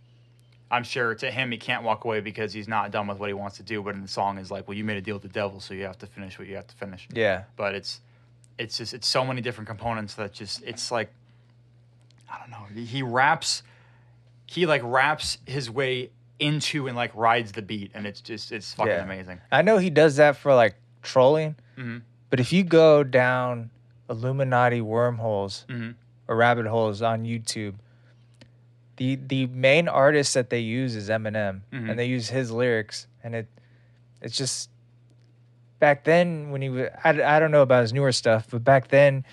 A: I'm sure to him he can't walk away because he's not done with what he wants to do. But in the song is like, well, you made a deal with the devil, so you have to finish what you have to finish.
B: Yeah.
A: But it's it's just it's so many different components that just it's like I don't know. He raps, he like raps his way into and like rides the beat, and it's just it's fucking
B: Yeah.
A: amazing.
B: I know he does that for like trolling,
A: Mhm.
B: but if you go down Illuminati wormholes
A: Mhm.
B: or rabbit holes on YouTube, the the main artist that they use is Eminem,
A: Mhm.
B: and they use his lyrics, and it it's just back then when he was I, I don't know about his newer stuff, but back then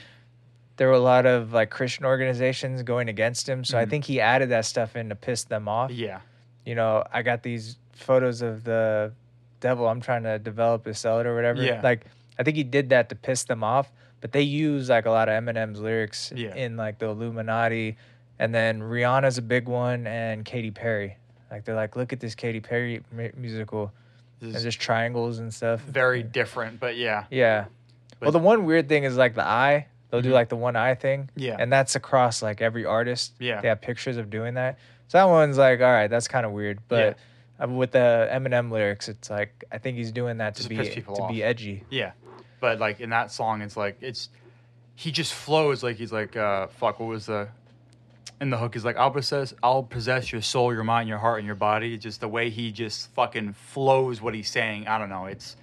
B: there were a lot of like Christian organizations going against him, so I
A: Mhm.
B: think he added that stuff in to piss them off
A: Yeah.
B: you know, I got these photos of the devil I'm trying to develop is sell it or whatever.
A: Yeah.
B: Like I think he did that to piss them off, but they use like a lot of Eminem's lyrics
A: Yeah.
B: in like the Illuminati and then Rihanna's a big one and Katy Perry. Like they're like, look at this Katy Perry mu- musical and
A: This is
B: just triangles and stuff.
A: very different, but yeah.
B: Yeah.
A: But-
B: well, the one weird thing is like the eye. They'll do
A: Mhm.
B: like the one eye thing.
A: Yeah.
B: And that's across like every artist.
A: Yeah.
B: They have pictures of doing that. So that one's like, all right, that's kind of weird. But uh, with the Eminem lyrics, it's like I think he's doing that to
A: Just
B: be
A: piss people
B: to be edgy.
A: Yeah. But like in that song it's like it's he just flows like he's like uh fuck what was the and the hook is like I'll possess I'll possess your soul, your mind, your heart and your body. Just the way he just fucking flows what he's saying. I don't know. It's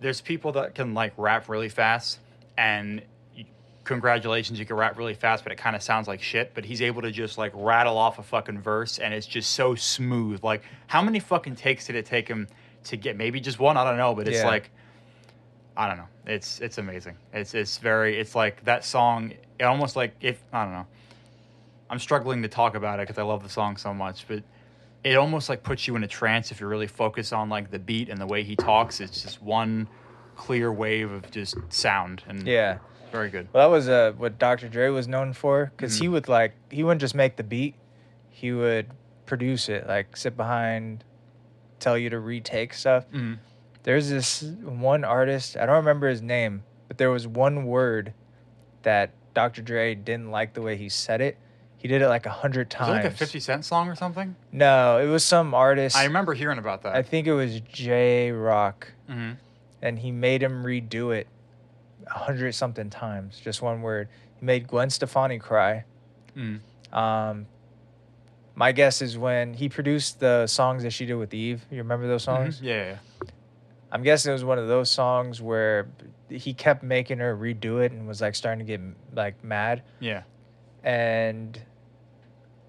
A: there's people that can like rap really fast and y- congratulations you can rap really fast but it kind of sounds like shit but he's able to just like rattle off a fucking verse and it's just so smooth like how many fucking takes did it take him to get maybe just one i don't know but it's
B: Yeah.
A: like i don't know it's it's amazing it's it's very it's like that song it almost like if i don't know i'm struggling to talk about it because i love the song so much but it almost like puts you in a trance if you really focus on like the beat and the way he talks. It's just one clear wave of just sound and
B: Yeah.
A: very good.
B: Well, that was uh, what Dr. Dre was known for because
A: Mm-hmm.
B: he would like he wouldn't just make the beat, he would produce it, like sit behind, tell you to retake stuff.
A: Mhm.
B: There's this one artist I don't remember his name, but there was one word that Dr. Dre didn't like the way he said it. He did it like a hundred
A: Was it like
B: times.
A: a Fifty Cent song or something?
B: No, it was some artist.
A: I remember hearing about
B: I
A: that.
B: think it was J Rock
A: hmm
B: and he made him redo it a hundred something times, just one word. He made Gwen Stefani cry. Mm-hmm.
A: Mm.
B: Um, my guess is when he produced the songs that she did with Eve. You remember those
A: Mhm.
B: songs?
A: Yeah, yeah, yeah.
B: I'm guessing it was one of those songs where he kept making her redo it and was like starting to get like mad.
A: yeah.
B: And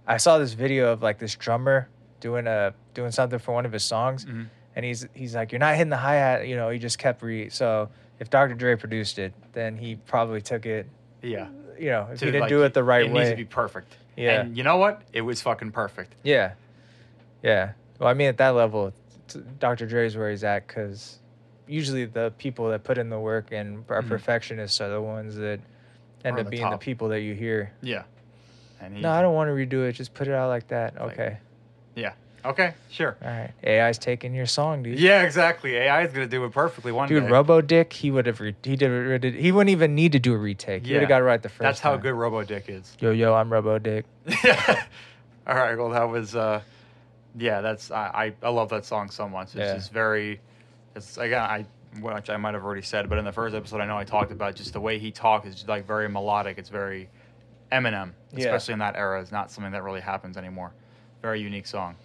B: I saw this video of like this drummer doing a doing something for one of his songs,
A: Mhm.
B: and he's he's like, "You're not hitting the hi hat." You know, he just kept re. So if Dr. Dre produced it, then he probably took it.
A: Yeah.
B: You know, if
A: To,
B: he didn't
A: like,
B: do it the right
A: it
B: way.
A: needs to be perfect.
B: Yeah.
A: And you know what? It was fucking perfect.
B: yeah, yeah. Well, I mean, at that level, t- Dr. Dre's where he's at because usually the people that put in the work and are
A: Mhm.
B: perfectionists are the ones that end
A: Are
B: up
A: the
B: being the
A: top.
B: people that you hear.
A: Yeah. And he,
B: No, I don't want to redo it. Just put it out like that.
A: Like-
B: Okay.
A: Yeah. Okay. Sure.
B: All right. AI's taking your song, dude.
A: Yeah. Exactly. AI is gonna do it perfectly one
B: Dude,
A: day.
B: Robo Dick, he would have re- he did re- did- he wouldn't even need to do a retake. He would
A: Yeah.
B: have got it right the first
A: That's how
B: time.
A: good Robo Dick
B: <laughs>
A: is. <laughs>
B: Yo yo, I'm Robo Dick.
A: All right. Well, that was. uh Yeah. That's. I. I, I love that song so much. It's
B: Yeah.
A: just very. It's again. I. Which I might have already said, but in the first episode, I know I talked about just the way he talks is just like very melodic. It's very Eminem,
B: Yeah.
A: especially in that era. It's not something that really happens anymore. Very unique song,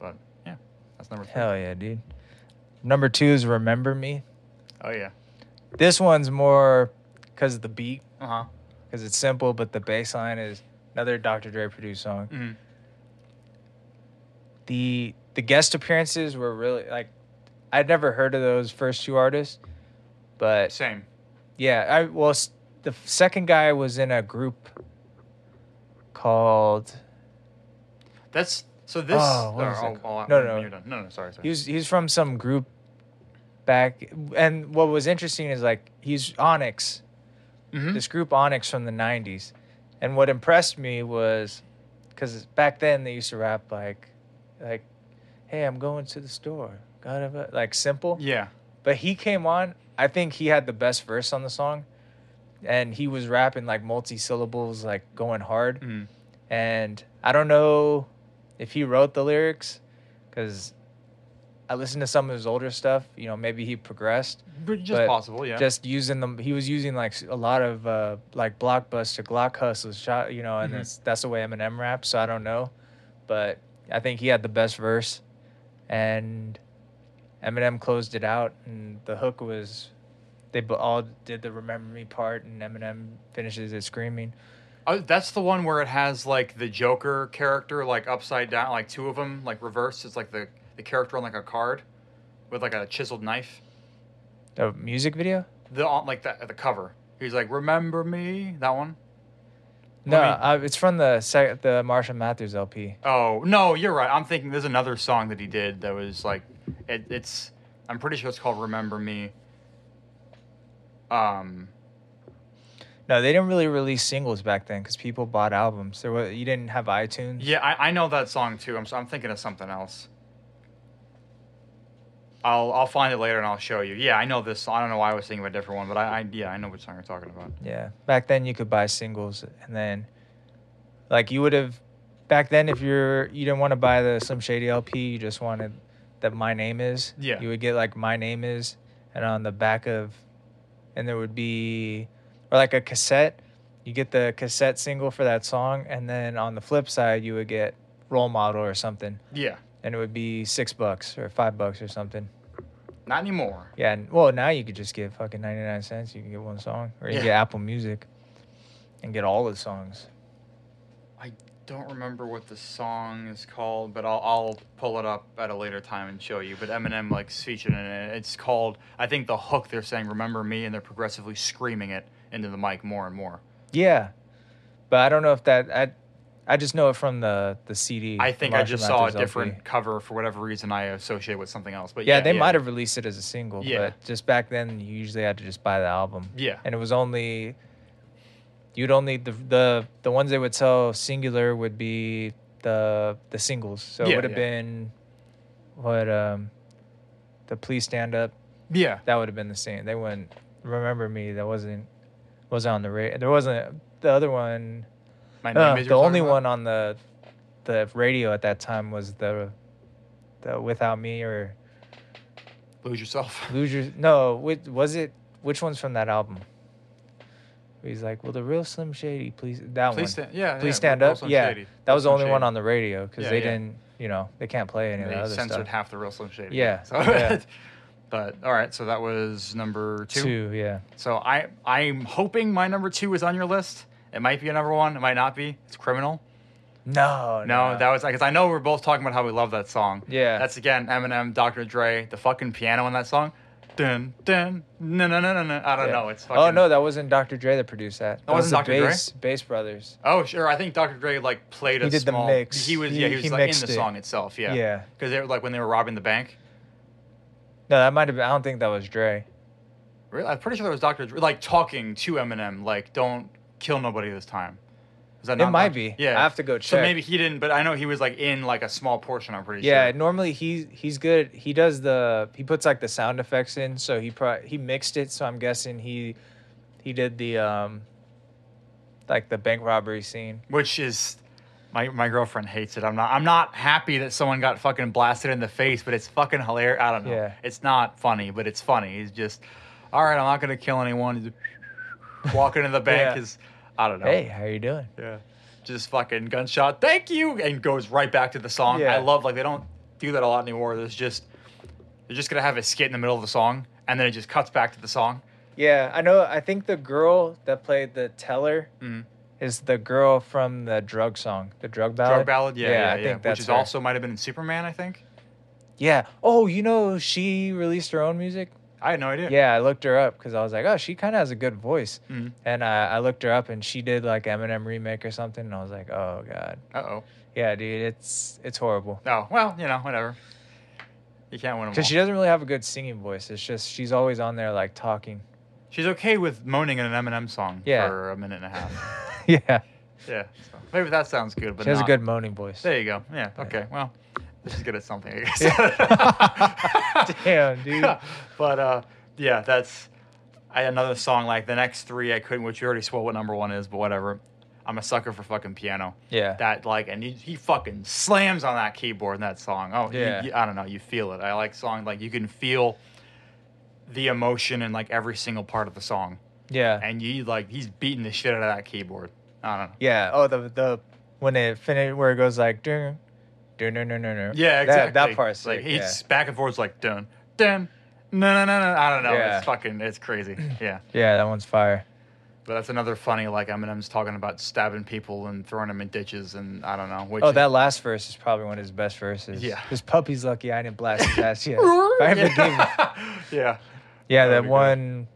A: but yeah, that's number three.
B: Hell yeah, dude. Number 2 is Remember Me.
A: Oh yeah.
B: This one's more cuz of the beat,
A: Uh huh.
B: cuz it's simple, but the bass line is another Dr. Dre produced song.
A: Mm.
B: The the guest appearances were really like I'd never heard of those first two artists, but
A: Same.
B: Yeah, I well, s- the f- second guy was in a group called.
A: That's so. This.
B: Oh, what is it
A: oh,
B: called?
A: oh,
B: No,
A: no,
B: no.
A: You're done. No, no. Sorry. sorry.
B: He was he's from some group back, and what was interesting is like he's Onyx,
A: Mhm.
B: this group Onyx from the '90s, and what impressed me was because back then they used to rap like, like, hey, I'm going to the store, got to like simple.
A: Yeah.
B: But he came on. I think he had the best verse on the song, and he was rapping like multi syllables, like going hard.
A: Mm.
B: and I don't know if he wrote the lyrics because I listened to some of his older stuff. You know, maybe he progressed.
A: But just
B: But
A: possible. Yeah.
B: Just using them, he was using like s- a lot of uh, like blockbuster, Glock hustles, shot. You know, and
A: Mhm.
B: that's that's the way Eminem raps. So I don't know, but I think he had the best verse, and Eminem closed it out, and the hook was. They b- all did the "Remember Me" part, and Eminem finishes it screaming.
A: Oh, that's the one where it has like the Joker character, like upside down, like two of them, like reversed. It's like the the character on like a card with like a chiseled knife.
B: The music video?
A: The on like the the cover. He's like, "Remember me?" That one.
B: No,
A: Let me-
B: uh, it's from the sec- the Marshall Mathers LP.
A: Oh no, you're right. I'm thinking there's another song that he did that was like, it, it's. I'm pretty sure it's called "Remember Me." Um.
B: No, they didn't really release singles back then because people bought albums. There was you didn't have iTunes.
A: Yeah, I, I know that song too. I'm, s- I'm thinking of something else. I'll I'll find it later and I'll show you. Yeah, I know this. song. I don't know why I was thinking of a different one, but I, I yeah I know which song you're talking about.
B: Yeah, back then you could buy singles, and then like you would have back then if you're you didn't want to buy the Slim Shady LP, you just wanted that My Name Is.
A: Yeah.
B: you would get like My Name Is, and on the back of, and there would be or like a cassette. You get the cassette single for that song, and then on the flip side, you would get Role Model or something.
A: Yeah,
B: and it would be six bucks or five bucks or something.
A: not anymore.
B: Yeah, and well, now you could just get fucking ninety nine cents. You can get one song, or you
A: Yeah.
B: get Apple Music, and get all the songs.
A: I don't remember what the song is called, but I'll I'll pull it up at a later time and show you. But Eminem like featured in it. It's called I think the hook they're saying "Remember Me" and they're progressively screaming it into the mic more and more.
B: Yeah, but I don't know if that I, I just know it from the the CD.
A: I
B: the
A: think I
B: Marshall
A: just saw a
B: Mathers LP.
A: different cover for whatever reason I associate with something else. But
B: Yeah,
A: yeah,
B: they might have released it as a single,
A: Yeah.
B: but just back then you usually had to just buy the album.
A: Yeah.
B: and it was only you'd only the the the ones they would sell singular would be the the singles. So it
A: Yeah,
B: would have
A: yeah.
B: been what um the please stand up.
A: Yeah.
B: That would have been the same. They wouldn't remember me. That wasn't was on the radio. There wasn't the other one.
A: My
B: uh,
A: Is,
B: the
A: you're
B: only
A: talking about?
B: one on the the radio at that time was the the without me or
A: Lose yourself.
B: Lose your no. Which, was it? Which one's from that album? Where He's like, "Will the real Slim Shady please that one?
A: Please stand. Yeah.
B: please
A: yeah,
B: stand
A: Real
B: up."
A: Slim
B: yeah,
A: Shady.
B: that was the
A: Real
B: only
A: Slim
B: one
A: Shady.
B: on the radio because
A: Yeah,
B: they
A: yeah.
B: didn't, you know, they can't
A: <laughs>
B: play any of the
A: They
B: other
A: censored
B: stuff.
A: half the real Slim Shady. <laughs>
B: Yeah,
A: So-
B: yeah.
A: but all right, so that was number two.
B: Two, yeah,
A: So I I'm hoping my number two is on your list. It might be a number one. It might not be. It's criminal.
B: No,
A: No, that was because I know we're both talking about how we love that song.
B: Yeah.
A: that's again Eminem, Dr. Dre, the fucking piano in that song. Dun dun no no no no no. I don't
B: Yeah.
A: know. It's fucking.
B: oh no, that wasn't Dr. Dre that produced that. That,
A: wasn't
B: was the
A: Dr. Dre?
B: Bass, Bass Brothers.
A: Oh sure, I think Dr. Dre like played
B: He
A: a
B: did the
A: small.
B: mix.
A: He was
B: He-
A: yeah he was
B: he
A: like, in
B: mixed
A: the
B: it.
A: song itself yeah
B: Yeah.
A: because they were like when they were robbing the bank.
B: No, that might have. been I don't think that was Dre.
A: Really, I'm pretty sure that was Dr. Dre like talking to Eminem like don't kill nobody this time. Is that
B: It
A: not
B: might
A: Dr.
B: be.
A: Yeah,
B: I have to go
A: So
B: check.
A: maybe he didn't, but I know he was like in like a small portion. I'm pretty
B: Yeah,
A: sure.
B: normally he's he's good. He does the he puts like the sound effects in, so he pro he mixed it. So I'm guessing he he did the um like the bank robbery scene.
A: which is my, my girlfriend hates it. I'm not I'm not happy that someone got fucking blasted in the face, but it's fucking hilarious. I don't know.
B: Yeah.
A: It's not funny, but it's funny. He's just all right. I'm not gonna kill anyone. He's just <laughs> Walking into the bank
B: Yeah.
A: is I don't know.
B: Hey, how you doing?
A: Yeah. Just fucking gunshot. Thank you, and goes right back to the song.
B: Yeah.
A: I love like they don't do that a lot anymore. There's just they're just gonna have a skit in the middle of the song, and then it just cuts back to the song.
B: Yeah, I know. I think the girl that played the teller
A: Mhm.
B: is the girl from the drug song, the drug ballad.
A: Drug ballad. Yeah, yeah, yeah.
B: I think that's
A: which is
B: her.
A: also might have been in Superman. I think.
B: Yeah. Oh, you know, she released her own music.
A: I had no idea.
B: <laughs> Yeah, I looked her up because I was like, oh, she kind of has a good voice.
A: Mhm.
B: And I, I looked her up, and she did like Eminem remake or something, and I was like, oh god,
A: Uh oh.
B: yeah, dude, it's it's horrible.
A: Oh well, you know, whatever. You can't win them all.
B: Because she doesn't really have a good singing voice. It's just she's always on there like talking. <laughs>
A: She's okay with moaning in an Eminem song
B: Yeah.
A: for a minute and a half.
B: <laughs> yeah,
A: yeah, so maybe that sounds good, but
B: she has a
A: not-
B: good moaning voice.
A: There you go. Yeah. Okay. Well, she's good at something, I
B: Yeah. <laughs>
A: guess.
B: Damn, dude.
A: <laughs> but uh, yeah, that's I had another song like the next three I couldn't, which you already swore what number one is, but whatever. I'm a sucker for fucking piano.
B: Yeah.
A: That like, and he, he fucking slams on that keyboard in that song. Oh, you-
B: Yeah.
A: you- I don't know. You feel it. I like song like you can feel the emotion in like every single part of the song,
B: yeah,
A: and you like he's beating the shit out of that keyboard. I don't know.
B: yeah. Oh, the the when it finished where it goes like dun dun dun dun dun. dun.
A: Yeah, exactly.
B: That, that part's
A: like
B: like
A: he's
B: yeah.
A: back and forth like dun dun. No, no, no, no. I don't know.
B: Yeah.
A: It's fucking, it's crazy. Yeah.
B: yeah, that one's fire.
A: But that's another funny, like Eminem's talking about stabbing people and throwing them in ditches, and I don't know. Which
B: Oh, that last verse is probably one of his best verses.
A: Yeah.
B: His puppy's lucky I didn't blast his
A: <laughs>
B: ass yet. If <laughs> I ever gave him-
A: yeah. <laughs> yeah,
B: yeah,
A: That would
B: that
A: be good.
B: one,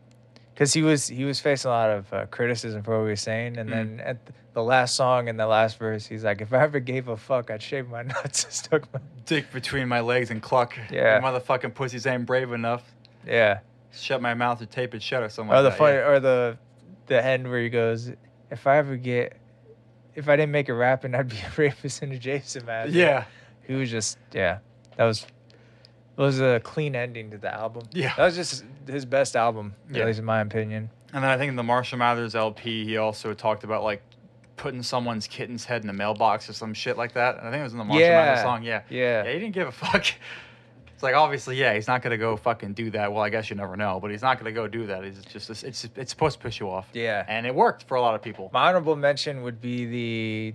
B: because he was he was facing a lot of uh, criticism for what he was saying,
A: Mm.
B: and then at th- the last song and the last verse, he's like, "If I ever gave a fuck, I'd shave my <laughs> nuts and stuck my."
A: dick between my legs and cluck.
B: Yeah.
A: The motherfucking pussies ain't brave enough.
B: Yeah.
A: Shut my mouth or tape it shut or something.
B: or
A: like
B: Oh, the
A: that,
B: funny,
A: yeah.
B: or the the end where he goes, "If I ever get, if I didn't make it rapping, I'd be <laughs> a rapist and a Jason man."
A: Yeah.
B: He was just yeah. That was it was a clean ending to the album.
A: Yeah.
B: That was just his best album,
A: Yeah.
B: at least in my opinion.
A: And then I think in the Marshall Mathers LP, he also talked about like putting someone's kitten's head in the mailbox or some shit like that. And I think it was in the Marshall Mathers
B: Yeah.
A: song. Yeah.
B: Yeah.
A: Yeah. He didn't give a fuck. <laughs> It's like obviously, yeah, he's not gonna go fucking do that. Well, I guess you never know, but he's not gonna go do that. It's just it's it's, it's supposed to piss you off.
B: Yeah.
A: And it worked for a lot of people.
B: My honorable mention would be the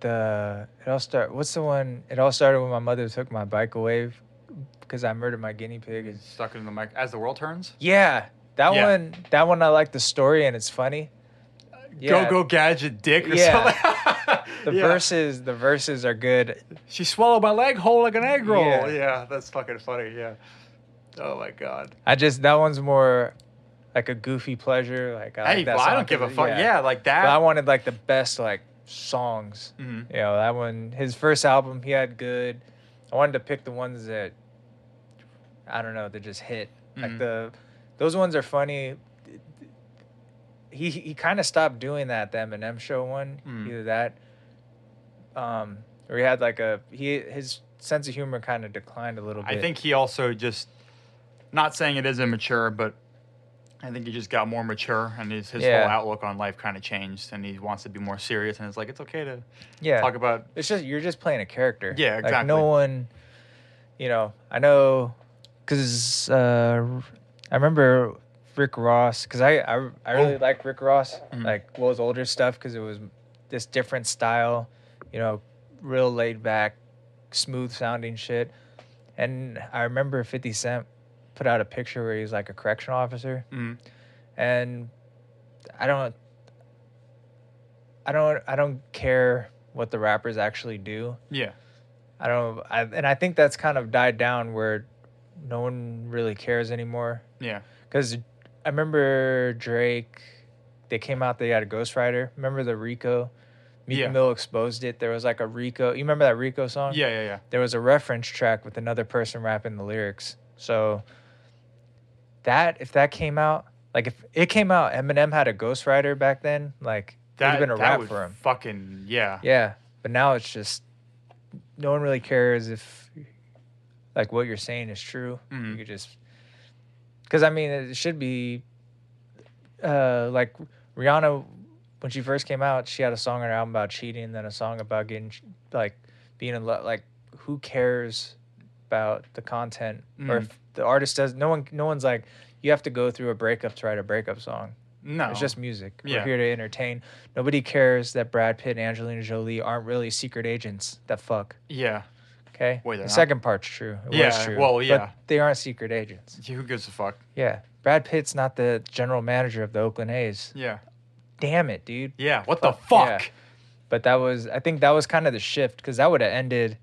B: the it all start what's the one it all started when my mother took my bike away because I murdered my guinea pig.
A: He's stuck in the mic as the world turns.
B: Yeah. That
A: Yeah.
B: one that one I like the story and it's funny. Yeah.
A: Go go gadget dick or
B: Yeah.
A: something.
B: <laughs> The
A: Yeah.
B: verses the verses are good.
A: She swallowed my leg whole like an egg roll.
B: Yeah.
A: yeah, that's fucking funny. Yeah. Oh my god.
B: I just that one's more like a goofy pleasure. Like I, like
A: hey,
B: that
A: well, I
B: song
A: don't give a
B: 'cause it-
A: fuck. Yeah, like that.
B: But I wanted like the best like songs.
A: Mhm.
B: You know that one. His first album, he had good. I wanted to pick the ones that I don't know that just hit.
A: Mhm.
B: Like the those ones are funny. He he kind of stopped doing that the Eminem show one.
A: Mm.
B: Either that, um, or he had like a he his sense of humor kind of declined a little bit.
A: I think he also just, not saying it is immature, but I think he just got more mature and his, his
B: Yeah.
A: whole outlook on life kind of changed and he wants to be more serious and it's like, it's okay to
B: yeah.
A: talk about.
B: It's just you're just playing a character.
A: Yeah,
B: Like
A: exactly.
B: no one, you know. I know, cause uh, I remember Rick Ross. Cause I I, I really
A: Oh.
B: like Rick Ross.
A: Mhm.
B: Like well, his older stuff, cause it was this different style. You know, real laid back, smooth sounding shit. And I remember Fifty Cent put out a picture where he's like a correctional officer
A: Mm.
B: and I don't I don't I don't care what the rappers actually do.
A: Yeah.
B: I don't, I, and I think that's kind of died down where no one really cares anymore.
A: Yeah.
B: Because I remember Drake, they came out, they had a ghostwriter. Remember the Rico? Meek
A: Yeah.
B: Mill exposed it. There was like a Rico. You remember that Rico song?
A: Yeah. Yeah. Yeah.
B: There was a reference track with another person rapping the lyrics. So that, if that came out, like if it came out, Eminem had a ghostwriter back then, like that
A: That,
B: would have been a
A: that
B: rap
A: would
B: for him.
A: fucking yeah.
B: Yeah. But now it's just no one really cares if like what you're saying is true.
A: Mhm.
B: You could just cuz I mean it should be uh like Rihanna when she first came out, she had a song on her album about cheating, then a song about getting ch- like being in love like who cares about the content or
A: Mm.
B: if the artist does no one no one's like you have to go through a breakup to write a breakup song.
A: No.
B: It's just music.
A: Oh.
B: We're
A: Yeah.
B: here to entertain. Nobody cares that Brad Pitt and Angelina Jolie aren't really secret agents that fuck.
A: yeah.
B: Okay.
A: Wait,
B: the
A: they're not?
B: second part's true. It was
A: Yeah,
B: true,
A: well,
B: but
A: yeah.
B: they aren't secret agents.
A: Who gives a fuck?
B: Yeah. Brad Pitt's not the general manager of the Oakland A's.
A: Yeah.
B: Damn it, dude.
A: Yeah. What the
B: Fuck, yeah.
A: fuck?
B: But that was, I think that was kind of the shift because that would have ended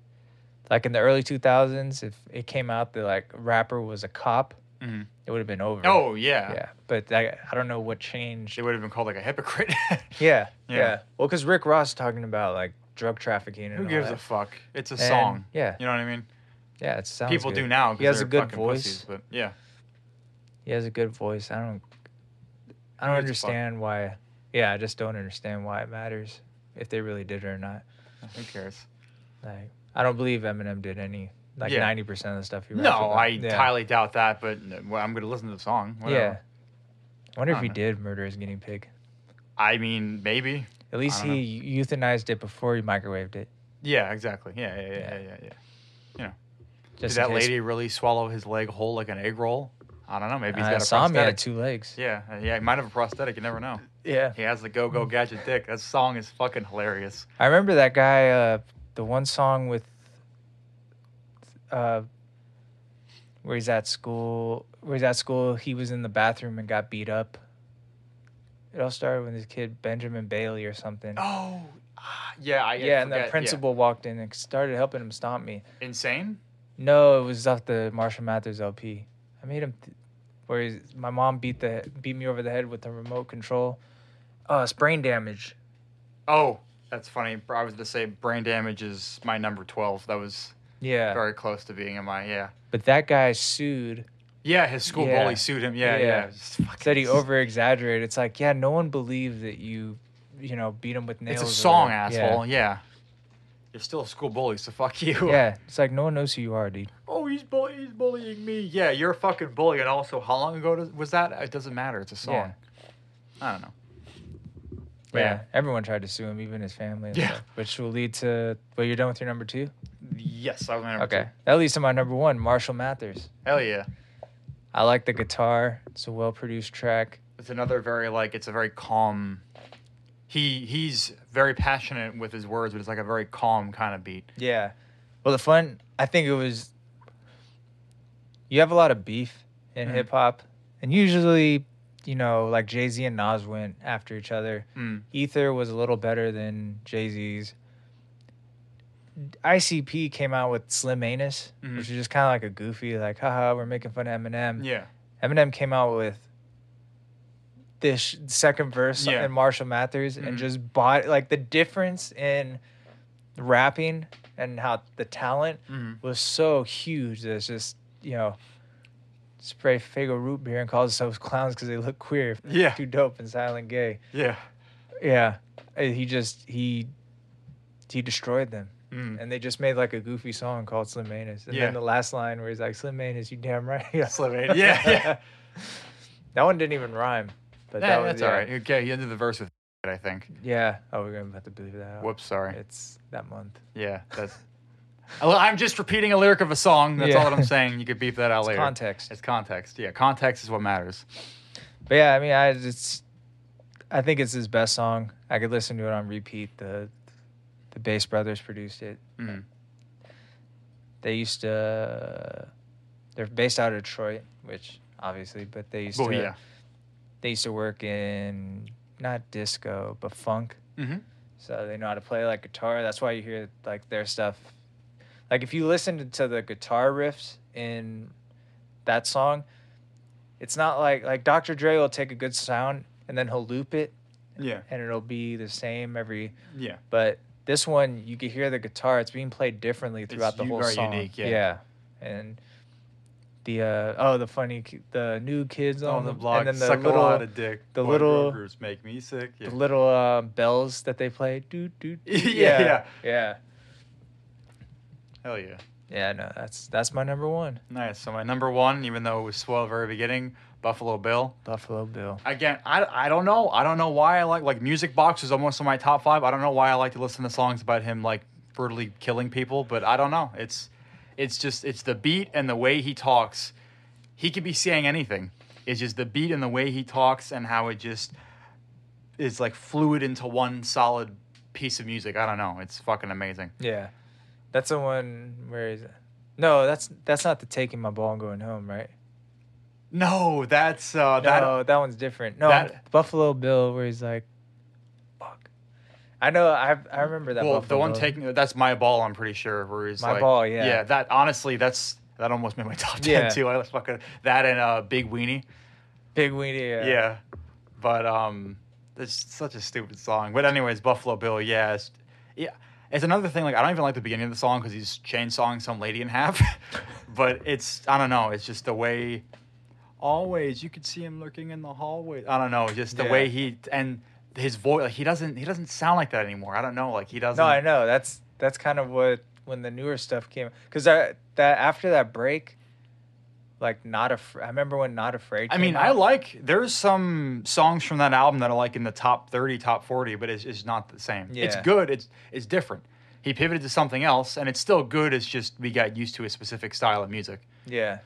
B: like in the early 2000s. If it came out that like rapper was a cop,
A: Mhm.
B: it would have been over.
A: Oh yeah.
B: Yeah. But I, I don't know what changed.
A: They would have been called like a hypocrite. <laughs>
B: Yeah,
A: Yeah.
B: yeah. Well, because Rick Ross talking about like drug trafficking. And
A: Who
B: all
A: gives
B: that.
A: a fuck? It's a
B: And,
A: song.
B: yeah.
A: You know what I mean?
B: yeah, it sounds.
A: People do
B: good.
A: now. 'cause
B: He has a
A: they're
B: good
A: fucking
B: voice.
A: pussies, but yeah.
B: He has a good voice. I don't. I
A: Who
B: don't
A: gives a fuck?
B: understand why. Yeah, I just don't understand why it matters if they really did it or not.
A: Who cares?
B: Like, I don't believe Eminem did any. Like
A: Yeah.
B: ninety percent of the stuff he. raps
A: No,
B: about.
A: I
B: yeah.
A: highly doubt that. But n- well, I'm gonna listen to the song.
B: Yeah.
A: Whatever.
B: I wonder
A: I
B: if he
A: dunno.
B: did murder his guinea pig.
A: I mean, maybe.
B: At least
A: dunno.
B: he euthanized it before he microwaved it.
A: Yeah. Exactly. Yeah. Yeah. Yeah. Yeah.
B: Yeah.
A: Yeah. yeah. Did
B: Just in
A: that
B: case.
A: lady really swallow his leg whole like an egg roll? I don't know. Maybe he's
B: I
A: got a
B: saw him. He Uh, had
A: prosthetic.
B: two legs.
A: Yeah. uh, Yeah. He might have a prosthetic. You never know.
B: yeah.
A: He has the go
B: Mm.
A: go gadget dick. That song is fucking hilarious.
B: I remember that guy, uh, the one song with uh, where he's at school. Where he's at school, he was in the bathroom and got beat up. It all started with this kid Benjamin Bailey or something.
A: Oh. ah, Yeah. I, I
B: yeah, and
A: forget.
B: the principal walked in and started helping him stomp me.
A: Insane.
B: No, it was off the Marshall Mathers LP. I made him. Th- where he's, my mom beat the beat me over the head with the remote control. Oh, it's brain damage.
A: Oh, that's funny. I was gonna say brain damage is my number twelve. That was
B: Yeah,
A: very close to being in my yeah.
B: but that guy sued
A: Yeah, his school
B: Yeah.
A: bully sued him. Yeah, yeah.
B: Yeah.
A: It's fucking-
B: <laughs> said he over exaggerated. It's like, yeah, no one believed that you, you know, beat him with
A: It's
B: nails.
A: a
B: or
A: song,
B: whatever.
A: asshole. Yeah. You're still a school bully, so fuck you.
B: Yeah. yeah, it's like no one knows who you are, dude.
A: <laughs> Oh, he's, bull- he's bullying me. Yeah, you're a fucking bully. And also, how long ago does- was that? It doesn't matter. It's a song.
B: Yeah.
A: I don't know.
B: Yeah.
A: Yeah.
B: everyone tried to sue him, even his family. and
A: Yeah.
B: stuff, <laughs> which will lead to. Well, you're done with your number two.
A: Yes, I was number
B: Okay,
A: two.
B: that leads to my number one, Marshall Mathers.
A: Hell yeah.
B: I like the guitar. It's a well-produced track.
A: It's another very like it's a very calm. He he's very passionate with his words, but it's like a very calm kind of beat.
B: Yeah. Well, the fun. I think it was. You have a lot of beef in
A: Mhm.
B: hip hop, and usually, you know, like Jay Z and Nas went after each other.
A: Mm.
B: Ether was a little better than Jay Z's. ICP came out with Slim Anus,
A: Mhm.
B: which is just kind of like a goofy, like, haha, we're making fun of Eminem.
A: Yeah.
B: Eminem came out with this sh- second verse
A: Yeah.
B: and Marshall Mathers
A: Mhm.
B: and just bought, like, the difference in rapping and how the talent
A: Mm.
B: was so huge that it's just, you know, spray Fago root beer and call themselves clowns because they look queer,
A: Yeah.
B: too dope, and silent gay.
A: Yeah.
B: Yeah, Uh, he just he he destroyed them,
A: Mm.
B: and they just made like a goofy song called Slim Manus. And
A: Yeah.
B: then the last line where he's like, "Slim Manus, you damn right." <laughs> yeah.
A: Slim Manus. Yeah, yeah.
B: <laughs> that one didn't even rhyme, but
A: Yeah,
B: that was
A: that's all right. Okay, he ended the verse with I think.
B: Yeah. Oh, we're gonna have to believe that. out.
A: Whoops, sorry.
B: It's that month.
A: Yeah, that's. <laughs> Well, I'm just repeating a lyric of a song. That's
B: Yeah.
A: all that I'm saying. You could beef that out later.
B: Context.
A: It's context. Yeah, context is what matters.
B: But yeah, I mean, I it's I think it's his best song. I could listen to it on repeat. The the Bass Brothers produced it.
A: Mm.
B: They used to. They're based out of Detroit, which obviously, but they used
A: Well,
B: to.
A: yeah.
B: They used to work in not disco but funk.
A: Mm-hmm.
B: so they know how to play like guitar. That's why you hear like their stuff. Like if you listen to the guitar riffs in that song, it's not like like Dr. Dre will take a good sound and then he'll loop it
A: Yeah.
B: and it'll be the same every.
A: Yeah.
B: But this one, you can hear the guitar. It's being played differently throughout the
A: u-
B: whole
A: very
B: song.
A: unique, yeah.
B: and the uh, oh the funny ki- the new kids on,
A: On the block,
B: and then the
A: suck
B: little
A: a lot of dick.
B: the
A: boy
B: little-
A: gropers make me sick. Yeah.
B: the little uh, bells that they play. Do do.
A: <laughs> Yeah,
B: yeah
A: yeah.
B: yeah
A: Hell yeah.
B: yeah. No, that's that's my number one.
A: Nice. So my number one, even though it was swell at the very beginning, Buffalo Bill.
B: Buffalo Bill.
A: Again, I, I don't know. I don't know why I like like Music Box is almost in my top five. I don't know why I like to listen to songs about him like brutally killing people, but I don't know. It's it's just it's the beat and the way he talks. He could be saying anything. It's just the beat and the way he talks and how it just is like fluid into one solid piece of music. I don't know. It's fucking amazing.
B: Yeah, that's the one. Where is it? No, that's that's not the taking my ball and going home, right?
A: No, that's uh that
B: no, that one's different. No,
A: that-
B: Buffalo Bill, where he's like, "Fuck." I know. I I remember that.
A: Well, the
B: Buffalo
A: one
B: Bill.
A: taking that's my ball. I'm pretty sure. Where he's
B: My
A: like,
B: ball, yeah.
A: yeah. That honestly, that's that almost made my <laughs> top ten
B: Yeah.
A: too. I was fucking that and uh, Big Weenie.
B: Big Weenie. Yeah.
A: Yeah. but um, it's such a stupid song. But anyways, Buffalo Bill. Yeah, it's, yeah. It's another thing. Like I don't even like the beginning of the song because he's chainsawing some lady in half. <laughs> but it's I don't know. It's just the way. Always, you could see him lurking in the hallway. I don't know, just the
B: Yeah.
A: way he and his voice. Like he doesn't. He doesn't sound like that anymore. I don't know. Like he doesn't.
B: No, I know. That's that's kind of what when the newer stuff came because that that after that break, like not afraid. I remember when Not Afraid.
A: I
B: came
A: mean, I
B: out.
A: like there's some songs from that album that are like in the top 30, top 40, but it's, it's not the same. It's
B: Yeah.
A: good. It's it's different. He pivoted to something else, and it's still good. It's just we got used to a specific style of music.
B: Yeah.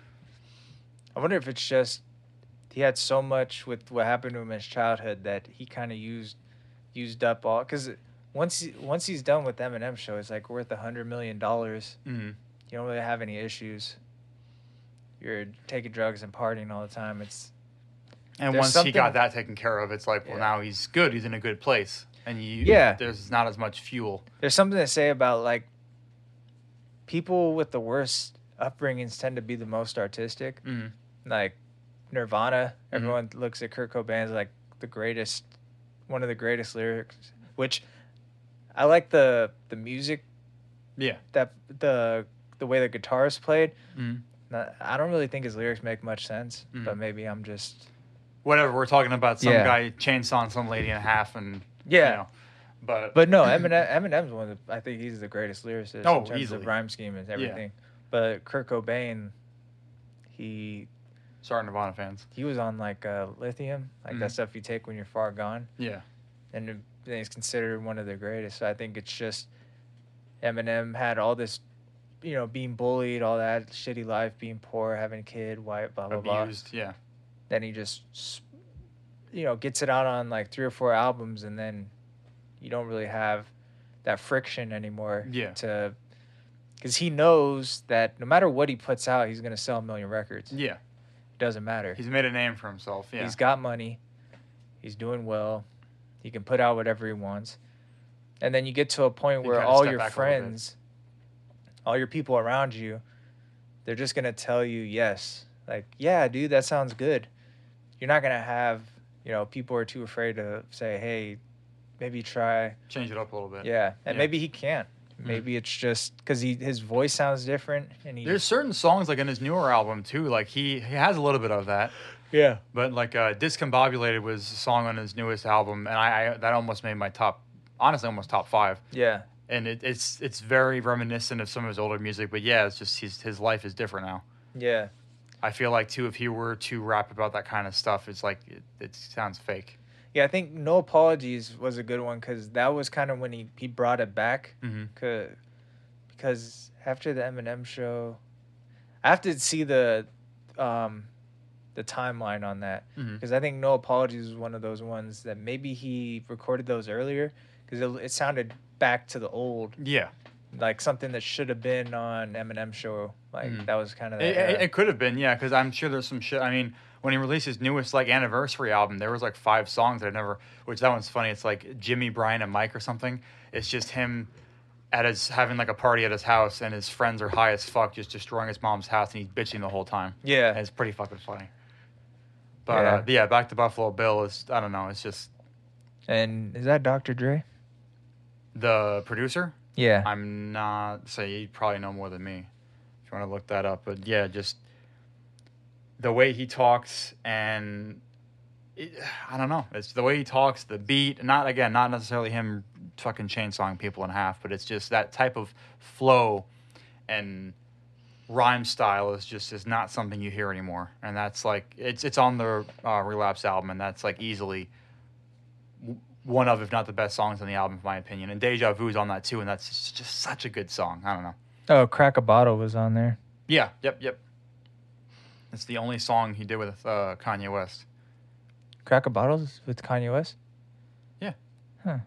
B: I wonder if it's just he had so much with what happened to him in his childhood that he kind of used used up all because once he, once he's done with Eminem show, it's like worth a hundred million dollars.
A: Mm.
B: You don't really have any issues. You're taking drugs and partying all the time. It's
A: And
B: There's
A: once he got
B: something-
A: that taken care of, it's like, well,
B: Yeah.
A: now he's good. He's in a good place, and you,
B: Yeah.
A: there's not as much fuel.
B: there's something to say about like people with the worst upbringings tend to be the most artistic.
A: Mm.
B: like Nirvana. Everyone looks at Kurt Cobain as like the greatest, one of the greatest lyrics. Which I like the the music
A: Yeah.
B: that the the way the guitar is played.
A: Mm.
B: Not- I don't really think his lyrics make much sense,
A: Mm.
B: but maybe I'm just
A: Whatever we're talking about, some
B: Yeah.
A: guy chainsawing some lady in half, and
B: yeah.
A: you know, but <clears throat>
B: But no, Eminem Eminem's one of the, I think he's the greatest lyricist
A: Oh,
B: in terms
A: easily.
B: of rhyme scheme and everything. But Kurt Cobain, he
A: sorry, Nirvana fans.
B: he was on like uh, lithium, like that
A: Mhm.
B: stuff you take when you're far gone.
A: Yeah.
B: and it- and he's considered one of the greatest. So I think it's just Eminem had all this, you know, being bullied, all that shitty life, being poor, having a kid, white, blah blah blah.
A: Abused. Yeah.
B: Then he just, s- you know, gets it out on like three or four albums, and then you don't really have that friction anymore.
A: Yeah.
B: To because he knows that no matter what he puts out, he's gonna sell a million records.
A: Yeah.
B: Doesn't matter.
A: He's made a name for himself. Yeah.
B: He's got money. He's doing well. He can put out whatever he wants. And then you get to a point
A: You
B: where
A: gotta
B: all
A: step
B: your
A: back a little bit.
B: friends, all your people around you, they're just going to tell you yes. Like, yeah, dude, that sounds good. You're not going to have, you know, people are too afraid to say, hey, maybe try.
A: Change it up a little bit.
B: Yeah. And
A: Yeah.
B: maybe he can't. Maybe it's just because he his voice sounds different and he
A: There's certain songs like in his newer album too. Like he he has a little bit of that,
B: yeah
A: but like uh, "Discombobulated" was a song on his newest album, and I, I that almost made my top, honestly, almost top five.
B: yeah
A: And it, it's it's very reminiscent of some of his older music, but yeah, it's just his his life is different now.
B: yeah
A: I feel like too if he were to rap about that kind of stuff, it's like it, it sounds fake.
B: Yeah, I think No Apologies was a good one because that was kind of when he, he brought it back.
A: Mhm.
B: 'Cause- Because after the Eminem show, I have to see the um, the timeline on that
A: Mhm.
B: because I think No Apologies was one of those ones that maybe he recorded those earlier because it, it sounded back to the old,
A: Yeah,
B: like something that should have been on Eminem show. Like
A: Mhm.
B: that was kind of that
A: it,
B: era.
A: it, it could have been yeah, because I'm sure there's some shit. I mean, when he released his newest like anniversary album, there was like five songs that I never. Which that one's funny. It's like Jimmy, Brian, and Mike or something. It's just him at his having like a party at his house, and his friends are high as fuck, just destroying his mom's house, and he's bitching the whole time. And
B: Yeah.
A: it's pretty fucking funny. But
B: Yeah.
A: yeah, uh, yeah back to Buffalo Bill is I don't know. It's just
B: And is that Dr. Dre?
A: the producer.
B: Yeah.
A: I'm not. So you probably know more than me. If you want to look that up, but yeah, just the way he talks and it, I don't know. It's the way he talks, the beat. Not again, not necessarily him fucking chainsawing people in half, but it's just that type of flow and rhyme style is just is not something you hear anymore. And that's like it's it's on the uh, Relapse album, and that's like easily w- one of, if not the best songs on the album, in my opinion. And Deja Vu is on that too, and that's just, just such a good song. I don't know.
B: oh, Crack a Bottle was on there.
A: Yeah. Yep. Yep. It's the only song he did with uh, Kanye West.
B: Crack a Bottle's with Kanye West?
A: Yeah.
B: Huh.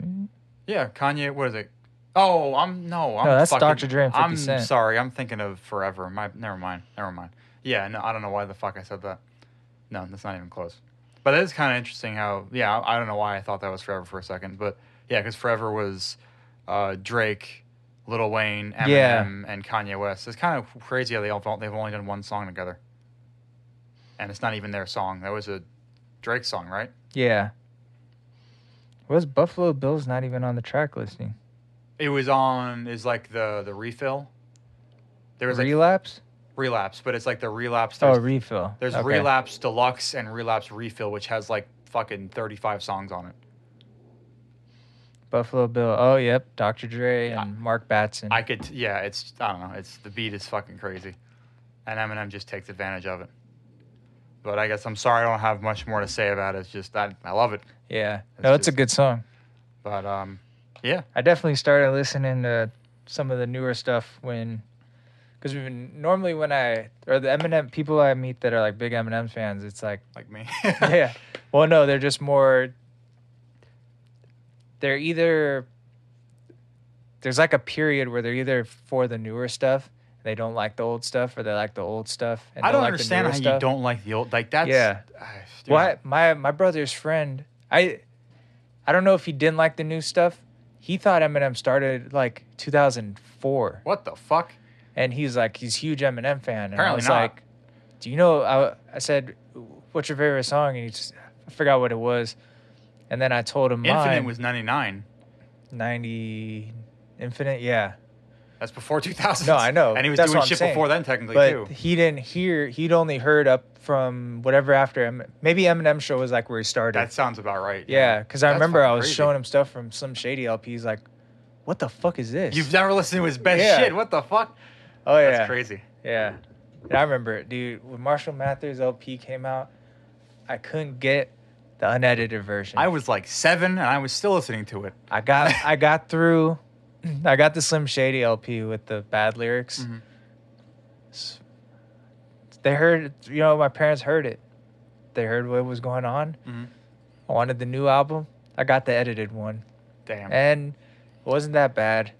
B: Mm.
A: Yeah, Kanye. What is it? Oh, I'm no. I'm
B: No, that's
A: fucking-
B: Dr. Dre and 50
A: I'm
B: Cent.
A: sorry. I'm thinking of Forever. My never mind. Never mind. Yeah, no, I don't know why the fuck I said that. No, that's not even close. But that is kind of interesting. How yeah, I I don't know why I thought that was Forever for a second, but yeah, because Forever was uh, Drake, Lil Wayne, Eminem,
B: Yeah.
A: and Kanye West. It's kind of crazy how they all they've only done one song together, and it's not even their song. That was a Drake song, right?
B: Yeah. Was Buffalo Bills not even on the track listing?
A: It was on is like the the refill. There was like
B: relapse?
A: relapse, but it's like the relapse. There's,
B: Oh, refill.
A: there's
B: Okay.
A: relapse deluxe and relapse refill, which has like fucking 35 songs on it.
B: Buffalo Bill. Oh, yep. Dr. Dre
A: Yeah.
B: and Mark Batson.
A: I could, yeah, it's I don't know, it's the beat is fucking crazy, and Eminem just takes advantage of it. But I guess I'm sorry I don't have much more to say about it. It's just I, I love it,
B: yeah.
A: That's
B: No, it's a
A: just-
B: good song.
A: but um,
B: I definitely started listening to some of the newer stuff when, because normally when I or the Eminem people I meet that are like big Eminem fans, it's like <laughs>
A: like me,
B: yeah, well no, they're just more. They're either there's like a period where they're either for the newer stuff, they don't like the old stuff, or they like the old stuff. And
A: I don't
B: like the
A: understand
B: newer
A: how you
B: stuff.
A: don't like the old like that's
B: Yeah.
A: I- <sighs> dude,
B: Well, I, my my brother's friend, I I don't know if he didn't like the new stuff. He thought Eminem started like 2004,
A: What the fuck?
B: and he's like he's a huge Eminem fan. And I
A: Apparently
B: was
A: not.
B: like, do you know? I I said, what's your favorite song? And he just I forgot what it was, and then I told him mine
A: Infinite was 99.
B: 90 Infinite, yeah.
A: That's before <laughs> 2000.
B: No, I know.
A: And he was
B: That's
A: doing
B: what I'm
A: shit
B: saying.
A: before then, technically
B: but
A: too.
B: he didn't hear. He'd only heard up from whatever after. Em- Maybe Eminem show was like where he started.
A: That sounds about right.
B: Yeah, because I
A: That's
B: remember I
A: fucking
B: was
A: crazy.
B: showing him stuff from Slim Shady LPs. Like, what the fuck is this?
A: You've never listened to his best
B: Yeah.
A: shit. What the fuck?
B: oh yeah,
A: That's crazy.
B: yeah. And I remember, it, dude, when Marshall Mathers LP came out, I couldn't get the unedited version.
A: I was like seven and I was still listening to it.
B: I got
A: <laughs>
B: I got through. I got the Slim Shady LP with the bad lyrics.
A: Mhm.
B: S-
A: Mm-hmm.
B: They heard, you know, my parents heard it. They heard what was going on.
A: Mhm.
B: I wanted the new album. I got the edited one.
A: Damn.
B: and it wasn't that bad.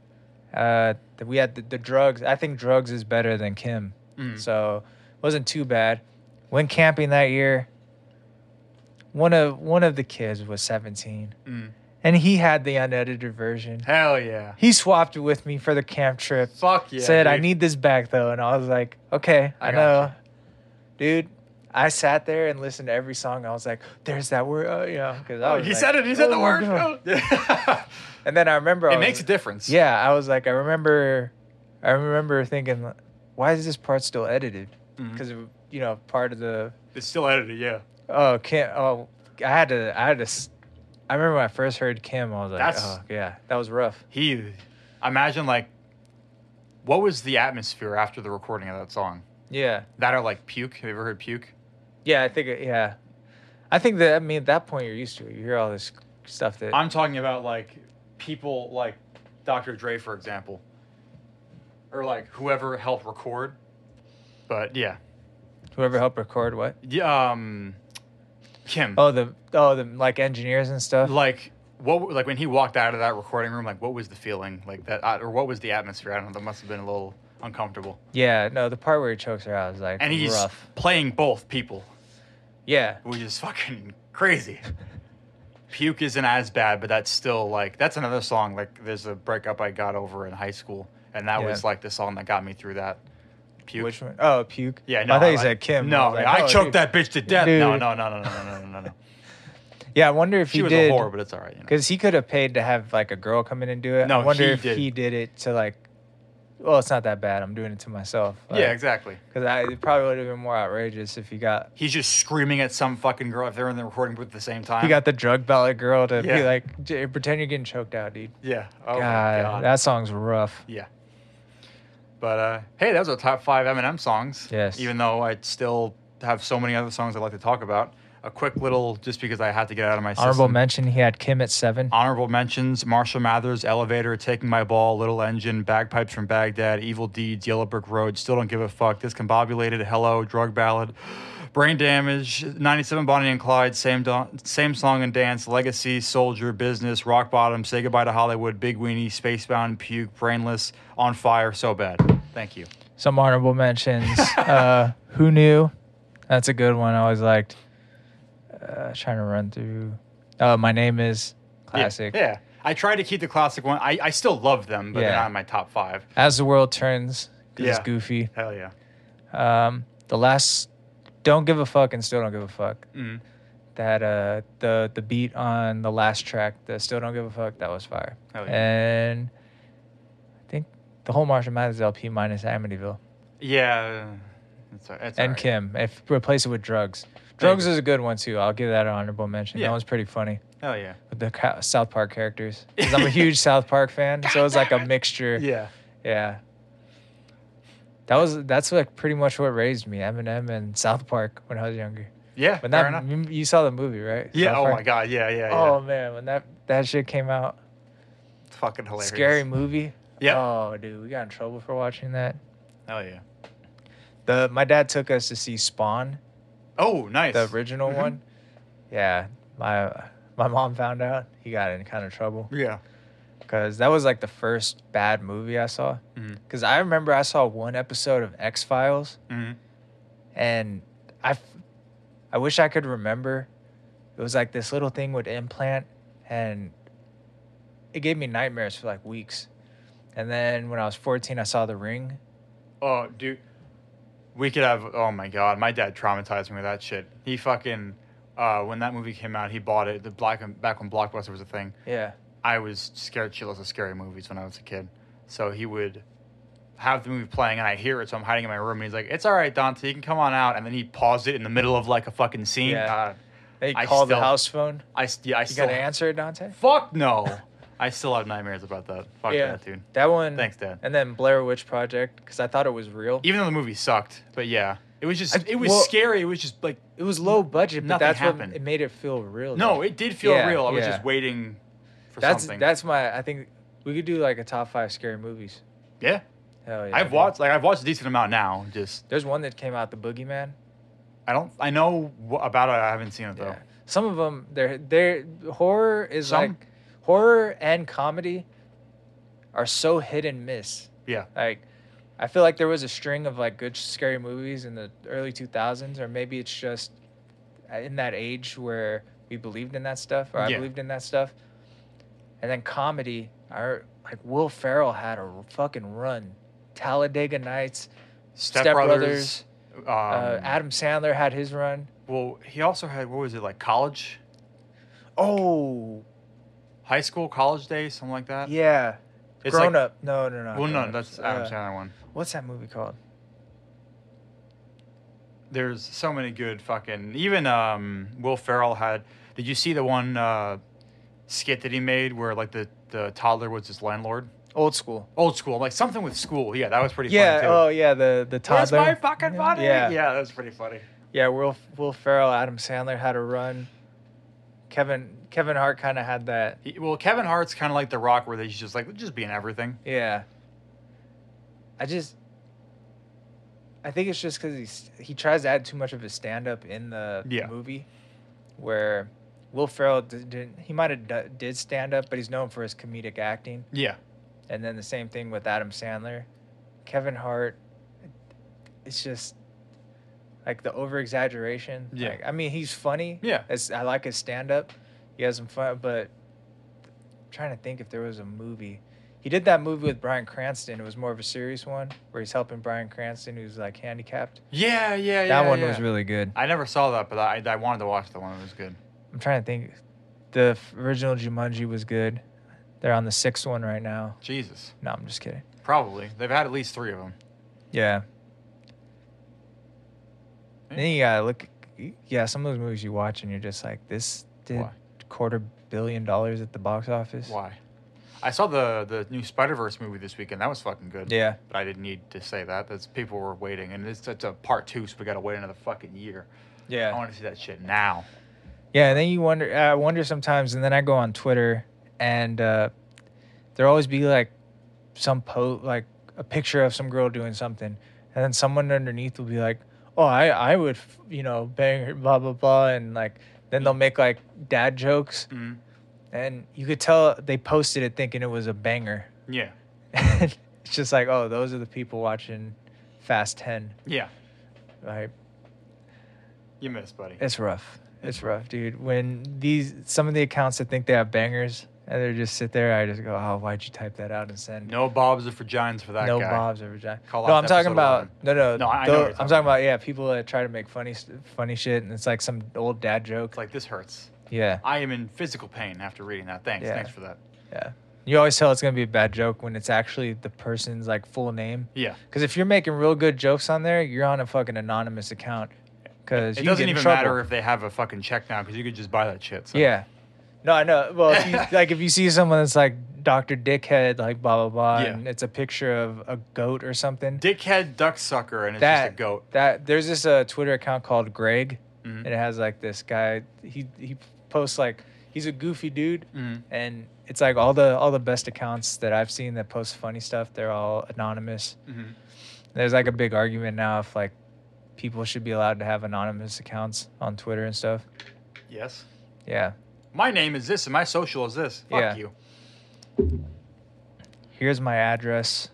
B: Uh, th- we had the, the drugs. I think drugs is better than Kim,
A: Mm.
B: so it wasn't too bad. Went camping that year. One of one of the kids was 17,
A: Mm.
B: and he had the unedited version.
A: Hell yeah.
B: He swapped it with me for the camp trip.
A: Fuck yeah.
B: said I
A: dude.
B: need this back though, and I was like, okay,
A: I
B: I, know,
A: gotcha.
B: dude. I sat there and listened to every song. I was like, "There's that word," oh, you know, because I
A: Oh,
B: was
A: he
B: like,
A: said it. He said
B: "Oh
A: the
B: my
A: word.
B: God."
A: Oh. <laughs> Yeah.
B: And then I remember I
A: it
B: was-
A: makes a difference.
B: yeah, I was like, I remember, I remember thinking, why is this part still edited?
A: Mhm.
B: Because you know, part of the
A: It's still edited. Yeah.
B: oh Kim, oh I had to, I had to. s- I remember when I first heard Kim, I was like,
A: That's-
B: oh yeah, that was rough.
A: He. Imagine like, what was the atmosphere after the recording of that song?
B: Yeah,
A: That or like puke. Have you ever heard puke?
B: yeah, I think, it- yeah, I think that I mean at that point you're used to it. You hear all this stuff that
A: I'm talking about like people like Dr. Dre, for example, or like whoever helped record. But yeah,
B: whoever helped record what.
A: yeah, um, Kim,
B: Oh the oh the like engineers and stuff.
A: like what, like when he walked out of that recording room, like what was the feeling, like that, uh, or what was the atmosphere? I don't know. That must have been a little uncomfortable.
B: Yeah, no, the part where he chokes her out is like
A: And he's
B: rough.
A: playing both people.
B: Yeah.
A: which is fucking crazy. Puke isn't as bad, but that's still like that's another song. Like there's a breakup I got over in high school, and that
B: Yeah.
A: was like the song that got me through that. Puke.
B: Which one? Oh, puke.
A: Yeah, no,
B: I thought you said Kim.
A: No, I,
B: was like, oh,
A: choked
B: dude.
A: that bitch to death. No,
B: Dude.
A: no, no, no, no, no, no, no, no.
B: Yeah, I wonder if
A: She
B: <laughs> he
A: was
B: did.
A: a whore, but it's all right. You know.
B: Because he could have paid to have like a girl come in and do it.
A: No,
B: I wonder
A: he
B: if
A: did.
B: he did it to like, well, it's not that bad. I'm doing it to myself.
A: yeah, exactly.
B: Because I it probably would have been more outrageous if he got
A: He's just screaming at some fucking girl if they're in the recording booth at the same time.
B: he got the drug ballot girl to be
A: Yeah.
B: like, "J- pretend you're getting choked out, dude.
A: yeah. Oh my
B: God,
A: God.
B: that song's rough.
A: Yeah. But uh, hey, that was our top five Eminem songs.
B: Yes.
A: Even though I still have so many other songs I'd like to talk about. A quick little, just because I had to get it out of my system.
B: Honorable mention, he had Kim at seven.
A: Honorable mentions: Marshall Mathers, Elevator, Taking My Ball, Little Engine, Bagpipes from Baghdad, Evil Deeds, Yellow Brick Road, Still Don't Give a Fuck, Discombobulated, Hello, Drug Ballad, Brain Damage, 97 Bonnie and Clyde, Same, Don- same Song and Dance, Legacy, Soldier, Business, Rock Bottom, Say Goodbye to Hollywood, Big Weenie, Spacebound, Puke, Brainless, On Fire, So Bad. Thank you.
B: Some
A: <laughs>
B: honorable mentions. uh, Who knew? That's a good one. I always liked. Uh, trying to run through. Uh, my name is
A: Yeah,
B: classic.
A: Yeah. I tried to keep the classic one. I, I still love them, but they're
B: Yeah.
A: not in my top five.
B: As the world turns. 'cause It's
A: Yeah.
B: goofy.
A: Hell yeah.
B: Um, the last don't give a fuck and still don't give a fuck.
A: Mm.
B: That uh the the beat on the last track, the still don't give a fuck, that was fire.
A: Hell Oh, yeah.
B: And I think the whole Marshall Mathers LP minus Amityville
A: Yeah. It's, all- it's all
B: and
A: right.
B: Kim. If replace it with drugs, drugs
A: you.
B: is a good one too. I'll give that an honorable mention.
A: Yeah.
B: That was pretty funny
A: Hell yeah.
B: with the ca- South
A: <laughs>
B: Park characters. 'Cause I'm a huge South Park fan, so it was like a mixture.
A: Yeah.
B: Yeah. That was that's like pretty much what raised me, Eminem and South Park when I was younger.
A: Yeah,
B: When
A: fair
B: that
A: enough.
B: you- you saw the movie, right?
A: Yeah.
B: South
A: Oh
B: Park?
A: my God. Yeah. Yeah. Yeah.
B: Oh man, when that that shit came out,
A: It's fucking hilarious.
B: scary movie.
A: Yep.
B: Oh dude, we got in trouble for watching that.
A: Hell yeah.
B: The my dad took us to see Spawn,
A: Oh, nice.
B: the original
A: Mhm.
B: one. Yeah, my my mom found out. He got in kind of trouble
A: Yeah.
B: because that was like the first bad movie I saw.
A: Mhm.
B: Because I remember I saw one episode of X Files.
A: hmm
B: and I, f- I wish I could remember. It was like this little thing would implant, and it gave me nightmares for like weeks. And then when I was 14, I saw The Ring.
A: Oh, dude. We could have. Oh my God. My dad traumatized me with that shit. He fucking. Uh, when that movie came out, he bought it. The black back when Blockbuster was a thing.
B: Yeah.
A: I was scared shitless of scary movies when I was a kid. So he would have the movie playing and I hear it, so I'm hiding in my room and he's like, It's all right, Dante, you can come on out and then he paused it in the middle of like a fucking scene.
B: Yeah.
A: God,
B: They
A: I
B: called the
A: still-
B: house phone.
A: I s- yeah, I
B: You
A: still
B: got to answer, Dante.
A: Fuck no. I still have nightmares about that. Fuck
B: Yeah.
A: that, dude.
B: That one.
A: Thanks, Dad.
B: And then Blair Witch Project, because I thought it was real.
A: Even though the movie sucked, but yeah, it was just
B: I-
A: it was
B: well-
A: scary. It was just like
B: It was low budget, but
A: Nothing
B: that's
A: happened.
B: what it made it feel real. though.
A: no, it did feel
B: Yeah,
A: real. I was
B: yeah.
A: just waiting for
B: that's
A: something.
B: that's my. I think we could do like a top five scary movies.
A: yeah.
B: Hell yeah.
A: I've
B: dude.
A: watched like I've watched a decent amount now. Just
B: There's one that came out, The Boogeyman.
A: I don't I know wh- about it. I haven't seen it though.
B: Yeah. Some of them, they're they're horror is
A: Some-
B: like horror and comedy are so hit and miss.
A: Yeah.
B: Like, I feel like there was a string of like good scary movies in the early two thousands, or maybe it's just uh, in that age where we believed in that stuff, or I
A: Yeah.
B: believed in that stuff. And then comedy, our like Will Ferrell had a fucking run. Talladega Nights,
A: Step,
B: Step
A: Brothers. Um,
B: uh, Adam Sandler had his run.
A: well, he also had what was it like college,
B: Oh,
A: high school, college day, something like that.
B: yeah.
A: It's
B: grown
A: like-
B: up. No, no, no.
A: Well, no,
B: Grown
A: that's
B: Ups.
A: Adam
B: Uh,
A: Sandler one.
B: What's that movie called?
A: There's so many good fucking. Even um, Will Ferrell had. Did you see the one uh, skit that he made where like the, the toddler was his landlord?
B: Old School.
A: Old school, like something with school. Yeah, that was pretty
B: Yeah.
A: funny too.
B: Oh, yeah. The the
A: Where's
B: toddler.
A: my fucking body?
B: Yeah. Yeah.
A: yeah, that was pretty funny.
B: Will Will Ferrell, Adam Sandler had a run. Kevin Kevin Hart kind of had that.
A: He, well, Kevin Hart's kind of like The Rock, where he's just like just being everything.
B: Yeah. I just. I think it's just because he's he tries to add too much of his stand up in the
A: Yeah.
B: movie, where Will Ferrell did, didn't. He might have d- did stand up, but he's known for his comedic acting.
A: Yeah,
B: And then the same thing with Adam Sandler, Kevin Hart. It's just like the over exaggeration.
A: Yeah.
B: Like, I mean, he's funny.
A: Yeah.
B: It's, I like his stand up. He has some fun, but I'm trying to think if there was a movie. He did that movie with Brian Cranston. It was more of a serious one where he's helping Brian Cranston, who's like handicapped.
A: Yeah, yeah, yeah.
B: that one
A: yeah.
B: was really good.
A: I never saw that, but I, I wanted to watch the one. It was good.
B: I'm trying to think. The f- original Jumanji was good. They're on the sixth one right now.
A: Jesus,
B: No, I'm just kidding.
A: probably they've had at least three of them.
B: Yeah.
A: Yeah.
B: Then you gotta look. Yeah, some of those movies you watch and you're just like, this did
A: Why?
B: quarter billion dollars at the box office.
A: Why? I saw the the new Spider Verse movie this weekend. That was fucking good.
B: Yeah.
A: But I didn't need to say that. That's people were waiting, and it's, it's a part two, so we got to wait another fucking year. I
B: Yeah.
A: want to see that shit now.
B: Yeah. And then you wonder. I wonder sometimes, and then I go on Twitter, and uh, there always be like some po like a picture of some girl doing something, and then someone underneath will be like, "Oh, I I would f- you know bang her, blah blah blah," and like then they'll make like dad jokes,
A: Mhm.
B: and you could tell they posted it thinking it was a banger. <laughs>
A: Yeah.
B: it's just like, oh, those are the people watching Fast Ten.
A: Yeah.
B: Like,
A: You missed, buddy.
B: it's rough. It's rough, dude. When these some of the accounts that think they have bangers and they just sit there, I just go, oh, why'd you type that out and send?
A: No bobs or vaginas for that
B: no
A: guy.
B: bobs or vagina.
A: Call
B: no,
A: out
B: I'm
A: episode
B: talking about no, no,
A: No, I- I know
B: tho-
A: what you're
B: I'm
A: talking
B: talking about yeah, people that try to make funny, st- funny shit, and it's like some old dad joke.
A: It's like this hurts.
B: yeah,
A: I am in physical pain after reading that. Thanks.
B: Yeah.
A: Thanks for that.
B: yeah. You always tell it's gonna be a bad joke when it's actually the person's like full name.
A: Yeah.
B: Because if you're making real good jokes on there, you're on a fucking anonymous account. Because
A: It doesn't even matter if they have a fucking check now because you could just buy that shit. So.
B: Yeah. No, I know. Well, if
A: <laughs>
B: you, like if you see someone that's like Doctor Dickhead, like blah blah blah,
A: Yeah.
B: and it's a picture of a goat or something.
A: Dickhead duck sucker and it's
B: that
A: just a goat.
B: That there's this uh, Twitter account called Greg,
A: Mhm.
B: and it has like this guy. He he posts like he's a goofy dude,
A: Mhm.
B: and it's like all the all the best accounts that I've seen that post funny stuff. They're all anonymous.
A: Mhm.
B: There's like a big argument now if like people should be allowed to have anonymous accounts on Twitter and stuff.
A: Yes.
B: Yeah.
A: My name is this and my social is this. Fuck
B: Yeah.
A: you.
B: Here's my address.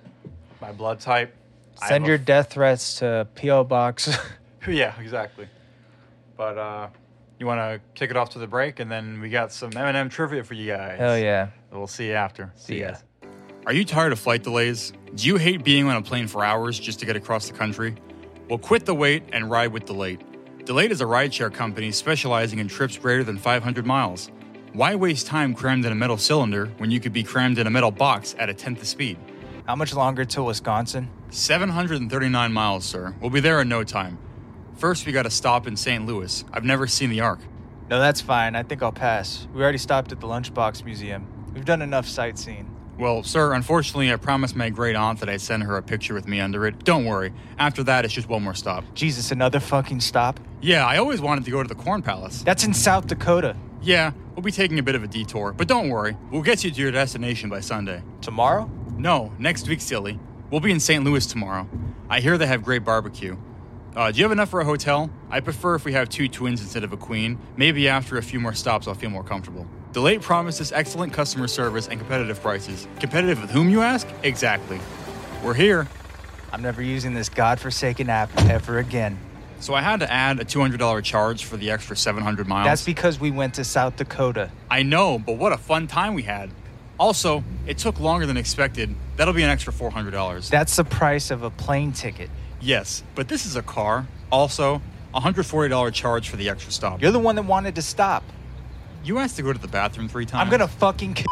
A: My blood type. I
B: Send
A: have a
B: your death threats to PO Box. <laughs>
A: f- <laughs> yeah, exactly. But uh, you want to kick it off to the break and then we got some M&M trivia for you guys.
B: Hell yeah.
A: We'll see you after.
B: See ya.
A: Are you tired of flight delays? Do you hate being on a plane for hours just to get across the country? Well, quit the wait and ride with Delayed. Delayed is a rideshare company specializing in trips greater than 500 miles. Why waste time crammed in a metal cylinder when you could be crammed in a metal box at a tenth the speed?
B: How much longer till Wisconsin?
A: 739 miles, sir. We'll be there in no time. First, we gotta stop in St. Louis. I've never seen the Ark.
B: No, that's fine. I think I'll pass. We already stopped at the Lunchbox Museum. We've done enough sightseeing.
A: Well, sir, unfortunately, I promised my great aunt that I'd send her a picture with me under it. Don't worry. After that, it's just one more stop.
B: Jesus, another fucking stop?
A: Yeah, I always wanted to go to the Corn Palace.
B: That's in South Dakota.
A: Yeah, we'll be taking a bit of a detour, but don't worry, we'll get you to your destination by Sunday.
B: Tomorrow?
A: No, next week, silly. We'll be in St. Louis tomorrow. I hear they have great barbecue. Uh, do you have enough for a hotel? I prefer if we have two twins instead of a queen. Maybe after a few more stops, I'll feel more comfortable. Delate promises excellent customer service and competitive prices. Competitive with whom, you ask? Exactly. We're here.
B: I'm never using this godforsaken app ever again.
A: So I had to add a $200 charge for the extra 700 miles.
B: That's because we went to South Dakota.
A: I know, but what a fun time we had. Also, it took longer than expected. That'll be an extra $400.
B: That's the price of a plane ticket.
A: yes, but this is a car. Also, $140 charge for the extra stop.
B: You're the one that wanted to stop.
A: You asked to go to the bathroom three times.
B: I'm gonna fucking. K-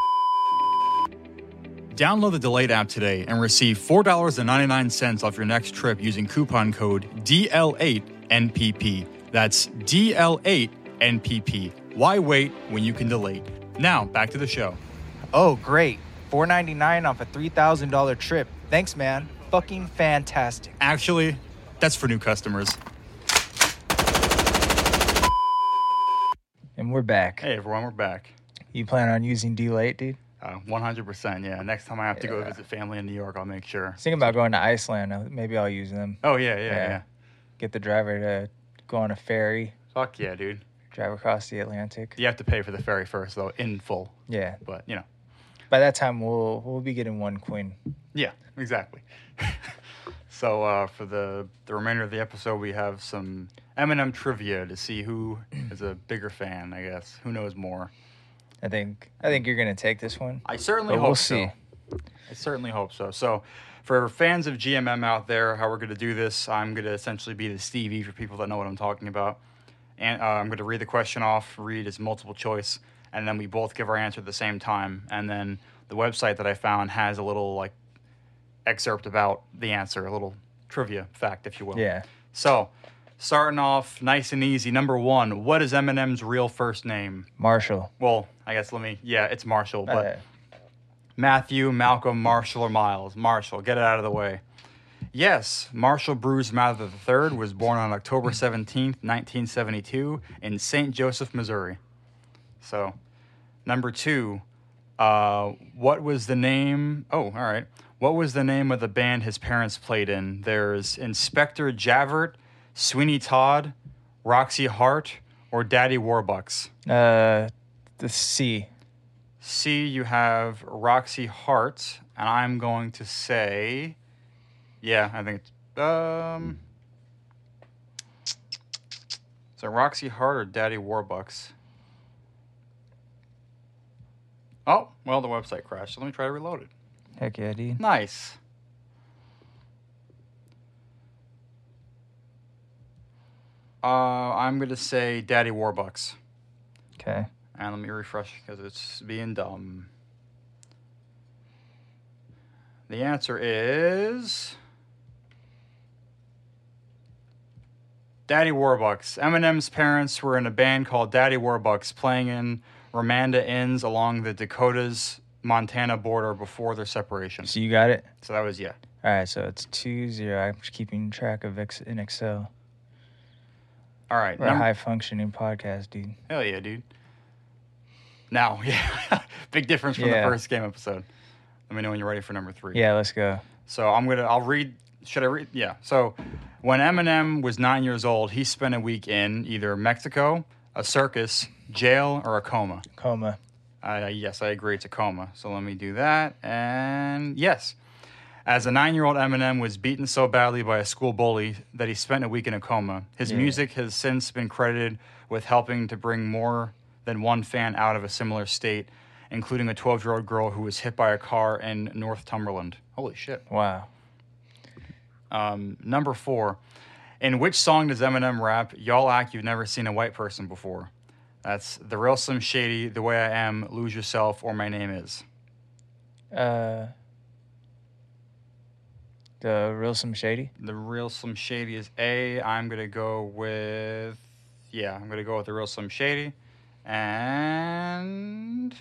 A: download the Delayed app today and receive $4.99 off your next trip using coupon code DL8NPP. That's DL8NPP. Why wait when you can delay? Now, back to the show.
B: oh, great. 4.99 off a $3,000 trip. Thanks, man. Fucking fantastic.
A: Actually, that's for new customers.
B: And we're back.
A: Hey everyone, we're back. Uh,
B: You plan on using D-Late, dude?
A: One hundred percent. Yeah. Next time I have to go
B: Yeah.
A: visit family in New York, I'll make sure.
B: Thinking about going to Iceland. Uh, Maybe I'll use them.
A: Oh yeah, yeah, yeah.
B: Yeah. Get the driver to go on a ferry,
A: Fuck yeah, dude.
B: drive across the Atlantic.
A: You have to pay for the ferry first though, in full.
B: Yeah.
A: But you know.
B: By that time, we'll we'll be getting one queen.
A: Yeah, exactly. <laughs> So uh, for the the remainder of the episode, we have some Eminem trivia to see who is a bigger fan. I guess who knows more.
B: I think I think you're gonna take this one.
A: I certainly
B: But
A: hope
B: we'll
A: so.
B: see.
A: I certainly hope so. So, for fans of GMM out there, how we're going to do this, I'm going to essentially be the Stevie for people that know what I'm talking about. And uh, I'm going to read the question off, read as multiple choice, and then we both give our answer at the same time. And then the website that I found has a little like excerpt about the answer, a little trivia fact, if you will.
B: Yeah.
A: So, starting off nice and easy. Number one, what is Eminem's real first name?
B: Marshall.
A: Well, I guess let me. Yeah, it's Marshall, but.
B: Uh,
A: Matthew, Malcolm, Marshall, or Miles? Marshall, get it out of the way. Yes, Marshall Bruce Mather III was born on October 17th, 1972, in St. Joseph, Missouri. So, number two, uh, what was the name? Oh, all right. What was the name of the band his parents played in? There's Inspector Javert, Sweeney Todd, Roxy Hart, or Daddy Warbucks.
B: uh the C.
A: C, you have Roxy Hart, and I'm going to say, yeah, I think it's um. So Roxy Hart or Daddy Warbucks? Oh, well, the website crashed. So let me try to reload it.
B: Heck yeah, dude.
A: Nice. Uh, I'm gonna say Daddy Warbucks.
B: Okay.
A: And let me refresh because it's being dumb. The answer is Daddy Warbucks. Eminem's parents were in a band called Daddy Warbucks, playing in Ramanda Inns along the Dakota's Montana border before their separation.
B: So you got it?
A: So that was yeah.
B: All right, so it's two zero. I'm just keeping track of X in Excel.
A: All right,
B: We're a
A: num-
B: high functioning podcast, dude.
A: hell yeah, dude. Now, <laughs> yeah, big difference from
B: Yeah.
A: the first game episode. Let me know when you're ready for number three.
B: Yeah, let's go.
A: So I'm gonna. I'll read. Should I read? Yeah. So when Eminem was nine years old, he spent a week in either Mexico, a circus, jail, or a coma.
B: Coma.
A: Uh, yes, I agree. It's a coma. So let me do that. And yes, as a nine-year-old, Eminem was beaten so badly by a school bully that he spent a week in a coma. His
B: Yeah.
A: music has since been credited with helping to bring more than one fan out of a similar state, including a 12-year-old girl who was hit by a car in Northumberland. Holy shit.
B: Wow.
A: Um, number four, in which song does Eminem rap, Y'all Act You've Never Seen a White Person Before? That's The Real Slim Shady, The Way I Am, Lose Yourself, or My Name Is.
B: Uh the real some shady?
A: The Real Slim Shady is A. I'm going to go with, yeah, I'm going to go with The Real Slim Shady. And.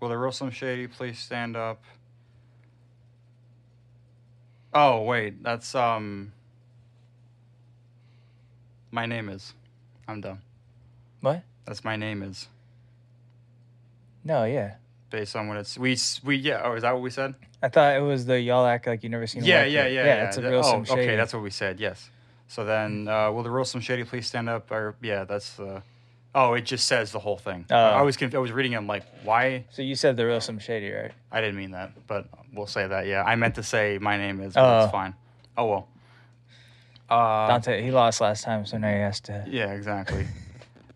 A: Will The Real Slim Shady please stand up? Oh, wait, that's, um. My name is. I'm dumb.
B: What?
A: That's my name is.
B: No, yeah.
A: Based on what it's. We, s- we, yeah, oh, is that what we said?
B: I thought it was the y'all act like you never seen. a
A: yeah,
B: white
A: yeah, yeah,
B: girl.
A: yeah,
B: It's a
A: Th-
B: real
A: oh,
B: some shady.
A: Okay, that's what we said. Yes. So then, uh, will the real Slim Shady please stand up? Or yeah, that's the. oh, it just says the whole thing.
B: Oh.
A: I was conf- I was reading it. I'm like, why?
B: so you said the real some shady, right?
A: I didn't mean that, but we'll say that. Yeah, I meant to say my name is. But
B: Oh.
A: It's fine. Oh well. Uh,
B: Dante, he lost last time, so now he has to.
A: yeah, exactly. <laughs>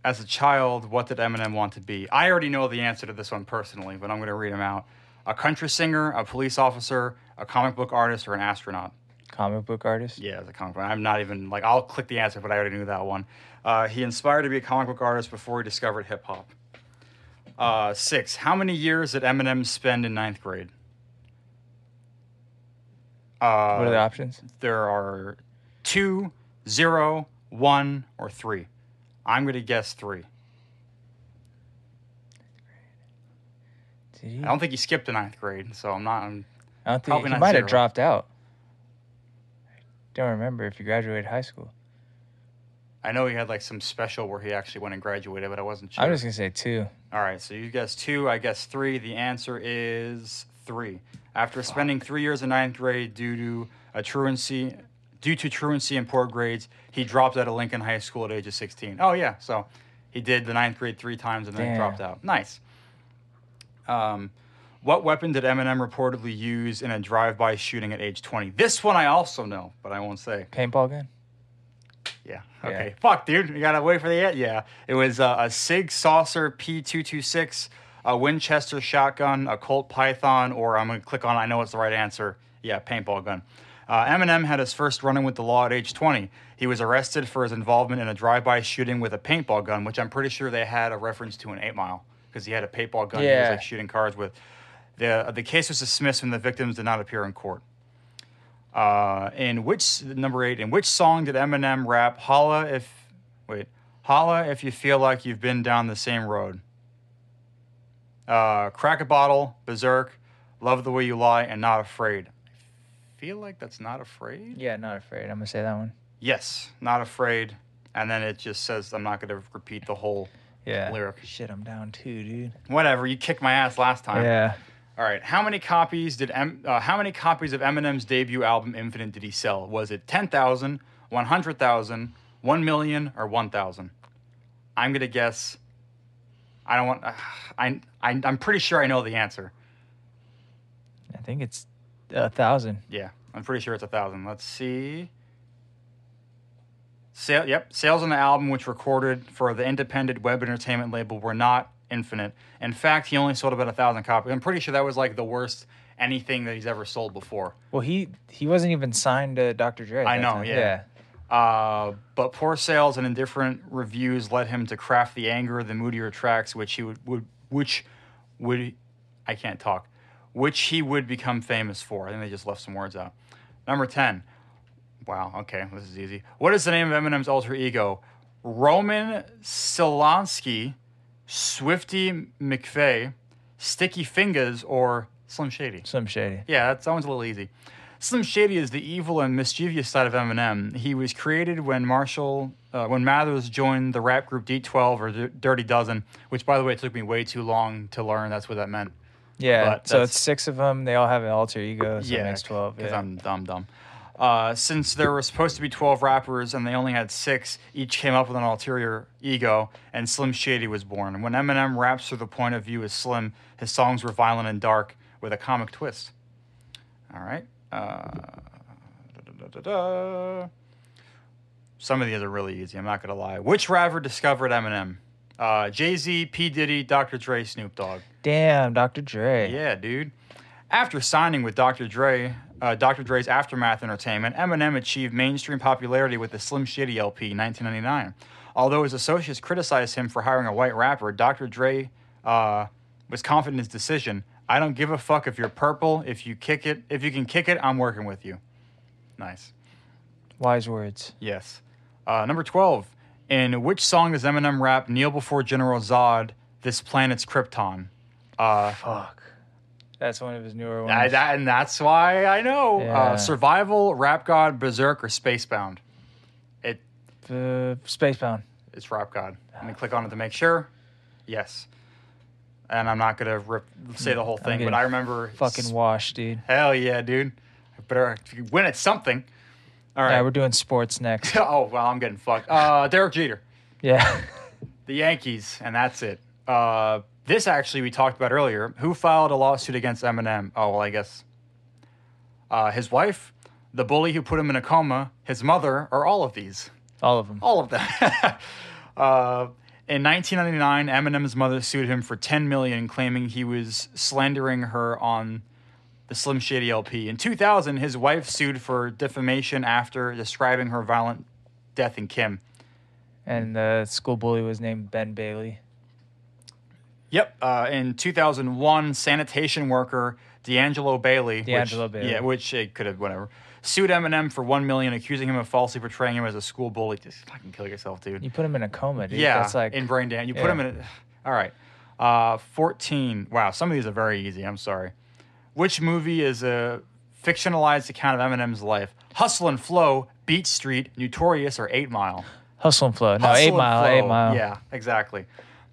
A: As a child, what did Eminem want to be? I already know the answer to this one personally, but I'm going to read them out. A country singer, a police officer, a comic book artist, or an astronaut.
B: Comic book artist.
A: Yeah, as a comic book. I'm not even like I'll click the answer, but I already knew that one. Uh, he inspired to be a comic book artist before he discovered hip hop. Uh, six. How many years did Eminem spend in ninth grade? Uh,
B: what are the options?
A: there are two, zero, one, or three. I'm gonna guess three.
B: Did he?
A: I don't think he skipped the ninth grade, so I'm not. I'm,
B: I don't think
A: Probably
B: he
A: not
B: might
A: zero.
B: have dropped out. Don't remember if you graduated high school.
A: I know he had like some special where he actually went and graduated, but I wasn't sure.
B: I'm just gonna say two.
A: All right, so you guessed two, I guess three. The answer is three. After spending three years in ninth grade due to a truancy, due to truancy and poor grades, he dropped out of Lincoln High School at age of 16. Oh yeah, so he did the ninth grade three times and then
B: Damn.
A: dropped out. Nice. Um, What weapon did Eminem reportedly use in a drive-by shooting at age 20? This one I also know, but I won't say.
B: Paintball gun.
A: Yeah.
B: Yeah.
A: Okay. Fuck, dude. You gotta wait for the yeah. It was uh, a Sig Saucer P226, a Winchester shotgun, a Colt Python, or I'm gonna click on. I know it's the right answer. Yeah, paintball gun. Uh, Eminem had his first run-in with the law at age 20. He was arrested for his involvement in a drive-by shooting with a paintball gun, which I'm pretty sure they had a reference to in Eight Mile because he had a paintball gun he was
B: Yeah.
A: like shooting cars with. The the case was dismissed when the victims did not appear in court. Uh, in which number eight? In which song did Eminem rap "Holla if"? Wait, "Holla if you feel like you've been down the same road"? Uh, "Crack a bottle," "Berserk," "Love the way you lie," and "Not afraid." I feel like that's "Not afraid."
B: Yeah, not afraid. I'm gonna say that one.
A: Yes, "Not afraid," and then it just says, "I'm not going to repeat the whole
B: Yeah.
A: lyric."
B: Shit, I'm down too, dude.
A: Whatever, you kicked my ass last time.
B: Yeah.
A: All right. How many copies did M- uh, how many copies of Eminem's debut album Infinite did he sell? Was it 10,000, 100,000, 1 million or 1,000? I'm going to guess I don't want uh, I, I I'm pretty sure I know the answer.
B: I think it's a thousand.
A: Yeah, I'm pretty sure it's a thousand. Let's see. Sale, yep, sales on the album, which recorded for the independent web entertainment label, were not infinite. In fact, he only sold about a thousand copies. I'm pretty sure that was like the worst anything that he's ever sold before.
B: Well, he he wasn't even signed to Dr. Dre. at
A: I
B: that
A: know,
B: time.
A: yeah. Uh, but poor sales and indifferent reviews led him to craft the anger, the moodier tracks, which he would, would which would I can't talk, which he would become famous for. I think they just left some words out. Number ten. Wow. Okay, this is easy. What is the name of Eminem's alter ego? Roman Silonsky, Swifty McVeigh, Sticky Fingers, or Slim Shady?
B: Slim Shady.
A: Yeah, that's, that one's a little easy. Slim Shady is the evil and mischievous side of Eminem. He was created when Marshall, uh, when Mathers joined the rap group D12 or D- Dirty Dozen, which, by the way, it took me way too long to learn. That's what that meant.
B: Yeah.
A: But
B: so
A: that's-
B: it's six of them. They all have an alter ego. So yeah.
A: Yeah,
B: It makes twelve.
A: because
B: yeah.
A: I'm dumb, dumb. Uh, since there were supposed to be 12 rappers and they only had six, each came up with an ulterior ego, and Slim Shady was born. When Eminem raps through the point of view of Slim, his songs were violent and dark with a comic twist. All right. Uh, da-da-da-da-da. Some of these are really easy, I'm not going to lie. Which rapper discovered Eminem? Uh, Jay Z, P. Diddy, Dr. Dre, Snoop Dogg.
B: Damn, Dr. Dre.
A: Yeah, dude. After signing with Dr. Dre, uh, Dr. Dre's Aftermath Entertainment, Eminem achieved mainstream popularity with the Slim Shady LP 1999. Although his associates criticized him for hiring a white rapper, Dr. Dre uh, was confident in his decision. I don't give a fuck if you're purple. If you kick it, if you can kick it, I'm working with you. Nice.
B: Wise words.
A: Yes. Uh, number 12. In which song does Eminem rap Kneel Before General Zod, This Planet's Krypton? Uh,
B: Fuck. That's one of his newer ones.
A: I, that, and that's why I know
B: Yeah.
A: uh, survival, rap god, berserk, or spacebound. It
B: uh, Spacebound.
A: it's rap god. Let me click on it to make sure. Yes, and I'm not gonna rip, say the whole thing, but
B: Mm, getting
A: I remember
B: Fucking wash, dude.
A: hell yeah, dude. I better win at something. All
B: Yeah,
A: right.
B: we're doing sports next.
A: <laughs> oh well, I'm getting fucked. Uh, Derek Jeter.
B: Yeah.
A: the Yankees, and that's it. Uh, this actually we talked about earlier. Who filed a lawsuit against Eminem? Oh well, I guess uh, his wife, the bully who put him in a coma, his mother, or all of these.
B: All of them.
A: All of them. <laughs> uh, in 1999, Eminem's mother sued him for 10 million, claiming he was slandering her on the Slim Shady LP. In 2000, his wife sued for defamation after describing her violent death in Kim.
B: And the school bully was named Ben Bailey.
A: Yep. Uh, in 2001, sanitation worker D'Angelo Bailey.
B: D'Angelo
A: which,
B: Bailey.
A: Yeah, which it could have, whatever. Sued Eminem for $1 million, accusing him of falsely portraying him as a school bully. Just fucking kill yourself, dude.
B: You put him in a coma, dude.
A: yeah.
B: That's like
A: in brain damage. You put
B: yeah.
A: him in a. All right. Uh, 14. Wow, some of these are very easy. I'm sorry. Which movie is a fictionalized account of Eminem's life? Hustle and Flow, Beat Street, Notorious, or 8 Mile?
B: hustle and flow. No,
A: Hustle
B: eight
A: and
B: mile, eight
A: flow.
B: mile.
A: Yeah, exactly.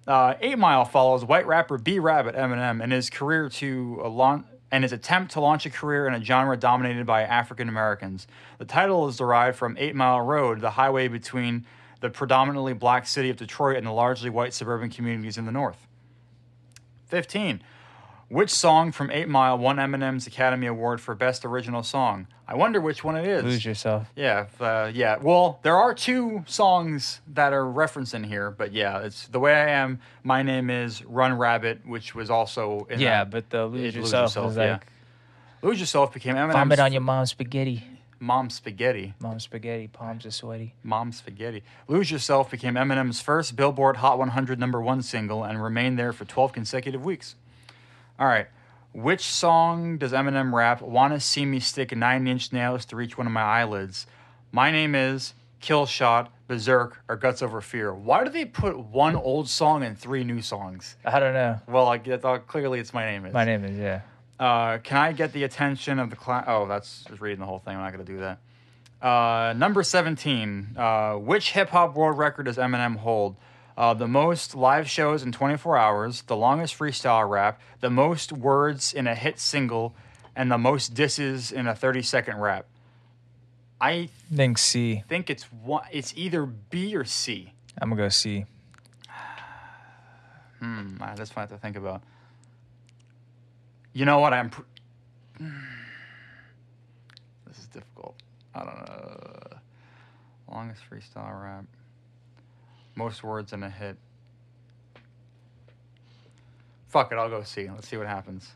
A: Uh, eight Mile follows white rapper B Rabbit Eminem and his career to a launch and his attempt to launch a career in a genre dominated by African Americans. The title is derived from Eight Mile Road, the highway between the predominantly black city of Detroit and the largely white suburban communities in the north. Fifteen. Which song from Eight Mile won Eminem's Academy Award for Best Original Song? I wonder which one it is.
B: Lose yourself.
A: Yeah, uh, yeah. Well, there are two songs that are referenced in here, but yeah, it's "The Way I Am." My name is Run Rabbit, which was also in
B: Yeah,
A: that.
B: but the
A: Lose
B: lose yourself,
A: Yourself,
B: was
A: yeah.
B: like
A: "Lose Yourself" became Eminem's
B: vomit on your mom's spaghetti.
A: mom spaghetti.
B: Mom's spaghetti, palms are sweaty.
A: Mom spaghetti. "Lose Yourself" became Eminem's first Billboard Hot 100 number one single and remained there for 12 consecutive weeks. All right, which song does Eminem rap? "Wanna see me stick nine inch nails to reach one of my eyelids"? My name is Kill Shot, Berserk, or Guts Over Fear. Why do they put one old song and three new songs?
B: I don't know.
A: Well, I guess, uh, clearly it's my name is.
B: My name is yeah.
A: Uh, can I get the attention of the class? Oh, that's just reading the whole thing. I'm not going to do that. Uh, number 17. Uh, which hip hop world record does Eminem hold? Uh, the most live shows in 24 hours, the longest freestyle rap, the most words in a hit single, and the most disses in a 30 second rap. I
B: Think C.
A: think it's one, it's either B or C.
B: I'm gonna go C.
A: Hmm, uh, that's what I have to think about. You know what? I'm. Pr- <sighs> this is difficult. I don't know. Longest freestyle rap. Most words in a hit. Fuck it, I'll go see. Let's see what happens.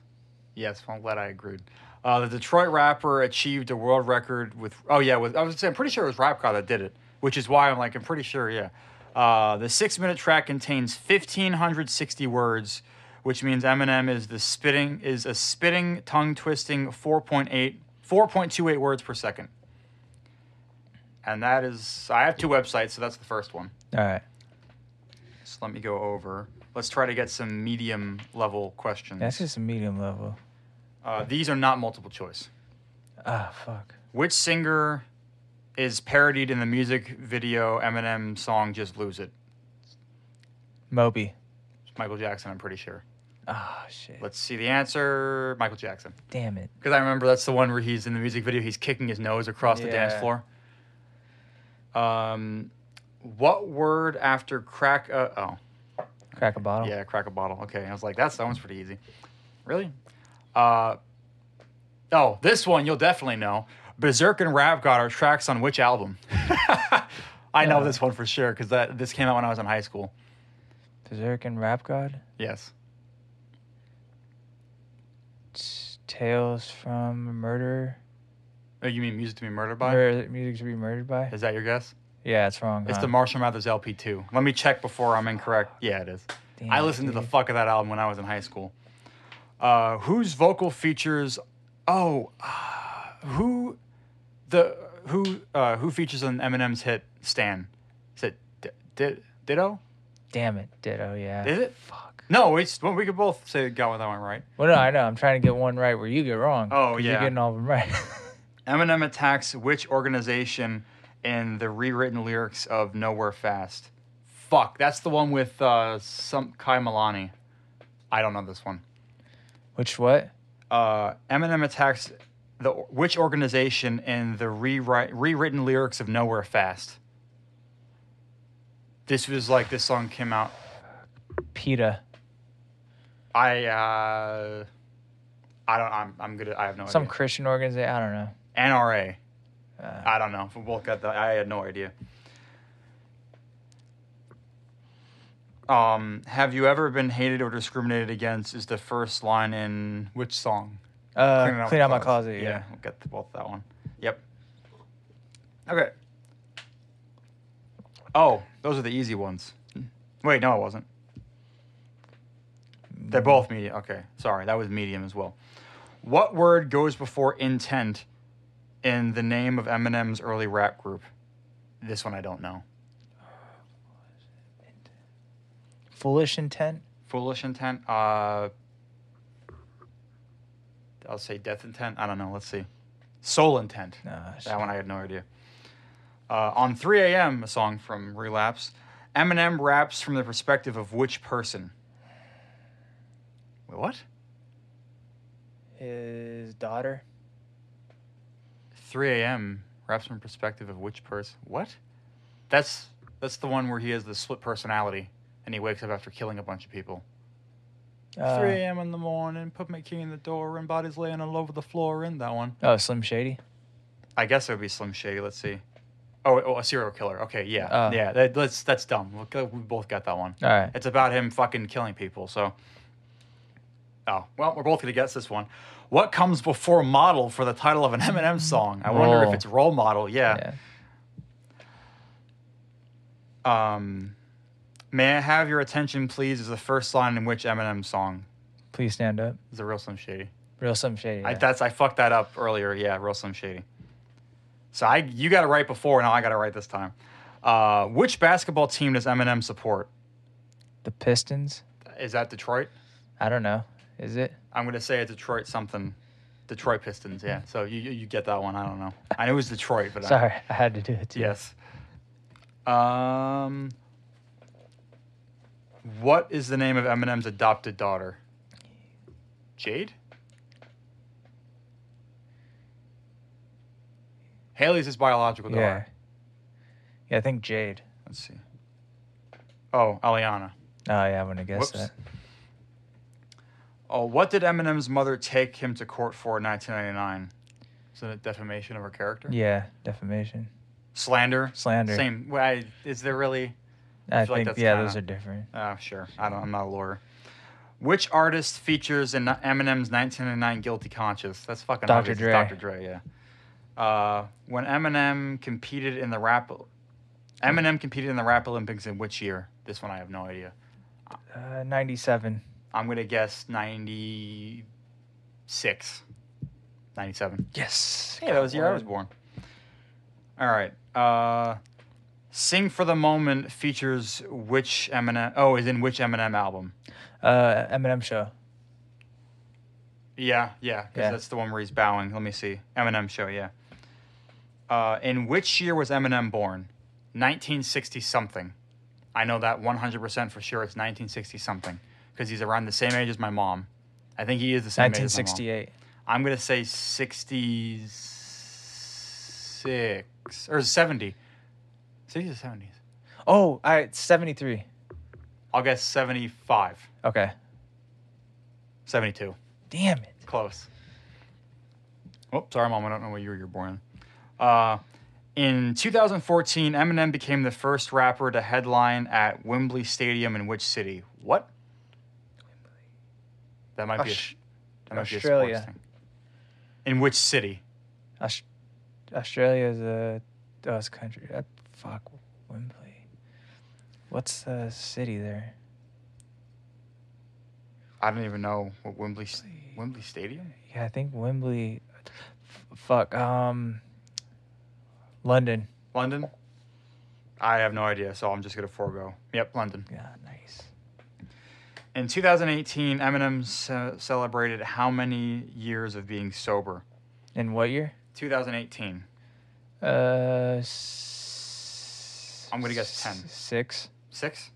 A: Yes, well, I'm glad I agreed. Uh, the Detroit rapper achieved a world record with. Oh yeah, with I was saying, I'm pretty sure it was Rapcar that did it, which is why I'm like I'm pretty sure. Yeah, uh, the six-minute track contains 1,560 words, which means Eminem is the spitting is a spitting, tongue-twisting 4.8 4.28 words per second. And that is, I have two websites, so that's the first one.
B: All right.
A: So let me go over. Let's try to get some medium level questions.
B: That's just medium level.
A: Uh, these are not multiple choice.
B: Ah fuck.
A: Which singer is parodied in the music video Eminem song "Just Lose It"?
B: Moby.
A: It's Michael Jackson, I'm pretty sure.
B: Ah shit.
A: Let's see the answer. Michael Jackson,
B: Damn it.
A: because I remember that's the one where he's in the music video. He's kicking his nose across the dance
B: Yeah.
A: floor. Um, what word after crack? Uh, oh,
B: Crack a bottle.
A: Yeah, crack a bottle. Okay. I was like, that's that one's pretty easy. Really? Uh oh, this one you'll definitely know. Berserk and Rav God are tracks on which album? <laughs> I know
B: Uh.
A: this one for sure because that this came out when I was in high school.
B: Berserk and Rap God.
A: Yes.
B: T- Tales from a Murderer.
A: Oh, you mean Music to Be Murdered by?
B: Where music to be murdered by.
A: Is that your guess?
B: Yeah, it's wrong.
A: It's
B: huh?
A: the Marshall Mathers LP two. Let me check before I'm incorrect. Yeah, it is.
B: Damn
A: I
B: it,
A: listened to the
B: dude.
A: fuck of that album when I was in high school. Uh, whose vocal features? Oh, uh, who the who uh, who features on Eminem's hit "Stan"? Is it D- D- Ditto?
B: Damn it. Ditto. Yeah.
A: Is it?
B: Fuck.
A: No, it's well, we could both say got with that one right.
B: Well, no, I know. I'm trying to get one right where you get wrong.
A: Oh,
B: 'cause You're
A: yeah.
B: getting all of them right. <laughs>
A: Eminem attacks which organization in the rewritten lyrics of "Nowhere Fast"? Fuck, that's the one with uh, some Kai Milani. I don't know this one.
B: Which what?
A: uh, Eminem attacks the which organization in the rewrite, rewritten lyrics of Nowhere Fast. This was like this song came out.
B: PETA.
A: I uh, I don't. I'm I'm gonna. I have no
B: Some
A: idea.
B: Christian organization. I don't know.
A: NRA.
B: Uh,
A: I don't know. We'll look at that. I had no idea. Um, have you ever been hated or discriminated against? Is the first line in which song?
B: Uh,
A: Cleaning
B: clean out my closet. Yeah.
A: we'll get the, both that one. Yep. Okay. Oh, those are the easy ones. Wait, no, it wasn't. They're both medium. Okay, sorry, that was medium as well. What word goes before intent in the name of Eminem's early rap group? This one I don't know.
B: Foolish intent.
A: Foolish intent. Uh, I'll say death intent. I don't know. Let's see. Soul intent.
B: Nah, shit.
A: That one I had no idea. Uh, on 3 a.m., a song from Relapse, Eminem raps from the perspective of which person? Wait, What?
B: His daughter.
A: 3 a.m. raps from the perspective of which person? What? That's that's the one where he has the split personality and he wakes up after killing a bunch of people.
B: Uh,
A: 3 a.m. in the morning, put my key in the door, and bodies laying all over the floor in that one.
B: Oh, Slim Shady.
A: I guess it would be Slim Shady. Let's see. Oh, oh a serial killer. Okay, yeah.
B: Uh.
A: yeah, that, that's, that's dumb. Look, We both got that one.
B: All right.
A: It's about him fucking killing people, so. Oh, well, we're both going to guess this one. What comes before model for the title of an Eminem song? I wonder
B: Role.
A: if it's role model.
B: Yeah.
A: Um, May I Have Your Attention Please is the first line in which Eminem song?
B: Please stand up.
A: Is the real Slim Shady?
B: Real Slim Shady.
A: I,
B: yeah.
A: that's I fucked that up earlier. Yeah, real Slim Shady. So I you got it right before, now I got it right this time. Uh, which basketball team does Eminem support?
B: the Pistons.
A: Is that Detroit?
B: I don't know. Is it?
A: I'm gonna say it's Detroit something. Detroit Pistons. Yeah. So you you you get that one? I don't know. I knew it was Detroit,
B: <laughs>
A: but I-
B: Sorry, I had to do it. Too.
A: Yes. Um, what is the name of Eminem's adopted daughter? Jade. Haley's his biological daughter.
B: Yeah. Yeah, I think Jade.
A: Let's see. Oh, Aliana.
B: Oh yeah, I wouldn't have guessed
A: Whoops.
B: that.
A: Oh, what did Eminem's mother take him to court for in 1999? Is it a defamation of her character?
B: Yeah, defamation,
A: Slander.
B: slander.
A: Same. Well, I- Is there really?
B: I
A: feel like
B: think
A: that's
B: yeah,
A: kinda-
B: those are different.
A: Uh, sure. I don't, I'm not a lawyer. Which artist features in Eminem's 1999 Guilty Conscious? That's fucking
B: Dr.
A: obvious. It's
B: Dre.
A: Dr. Dre, yeah. Uh, when Eminem competed in the rap, Eminem competed in the rap Olympics in which year? This one I have no idea.
B: Uh, Ninety-seven.
A: I'm gonna guess 96, 97.
B: Yes.
A: Hey, that was the year I was born. All right. Uh, Sing for the Moment features which Eminem? Oh, is in which Eminem album?
B: Uh, Eminem show.
A: Yeah, yeah, because
B: Yeah.
A: that's the one where he's bowing. Let me see. Eminem show, yeah. Uh, in which year was Eminem born? 1960 something. I know that 100% for sure. It's 1960 something because he's around the same age as my mom. I think he is the same age as my mom.
B: 1968.
A: I'm gonna say 66 or 70. 60s or 70s.
B: Oh, I 73.
A: I'll guess 75,
B: Okay.
A: 72.
B: Damn it.
A: Close. Oh, sorry, mom. I don't know what year you were born. Uh, in 2014, Eminem became the first rapper to headline at Wembley Stadium in which city? What? That might be a,
B: Aus-
A: that might Be a
B: Australia.
A: sports thing. In which city?
B: Aus- Australia is a oh, it's a country. Uh, fuck Wembley. What's the city there?
A: I don't even know what Wembley Wembley Stadium.
B: Yeah, I think Wembley. f- Fuck. Um. London.
A: London? I have no idea, so I'm just going to forego. Yep, London.
B: Yeah, nice.
A: In 2018, Eminem ce- celebrated how many years of being sober?
B: In what year?
A: 2018.
B: Uh. s-
A: I'm gonna guess 10.
B: Six.
A: Six?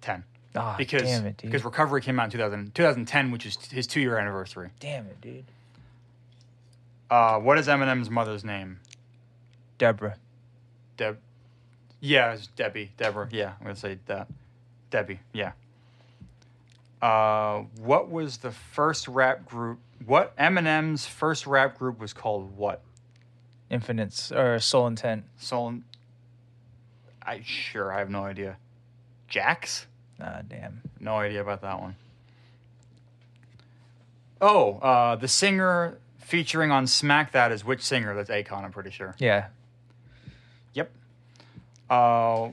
A: Ten.
B: Ah,
A: Because,
B: damn it, dude.
A: because Recovery came out in 2000, 2010, which is t- his two year anniversary.
B: damn it, dude.
A: Uh, what is Eminem's mother's name?
B: Deborah.
A: Deb. Yeah, it's Debbie. Deborah. Yeah, I'm gonna say that. Debbie. Yeah. Uh, what was the first rap group? What Eminem's first rap group was called? What?
B: Infinites or Soul Intent.
A: Soul. I sure I have no idea. Jax.
B: Ah, damn.
A: No idea about that one. Oh, uh, the singer featuring on Smack That is which singer? That's Akon, I'm pretty sure.
B: Yeah.
A: Yep. Uh,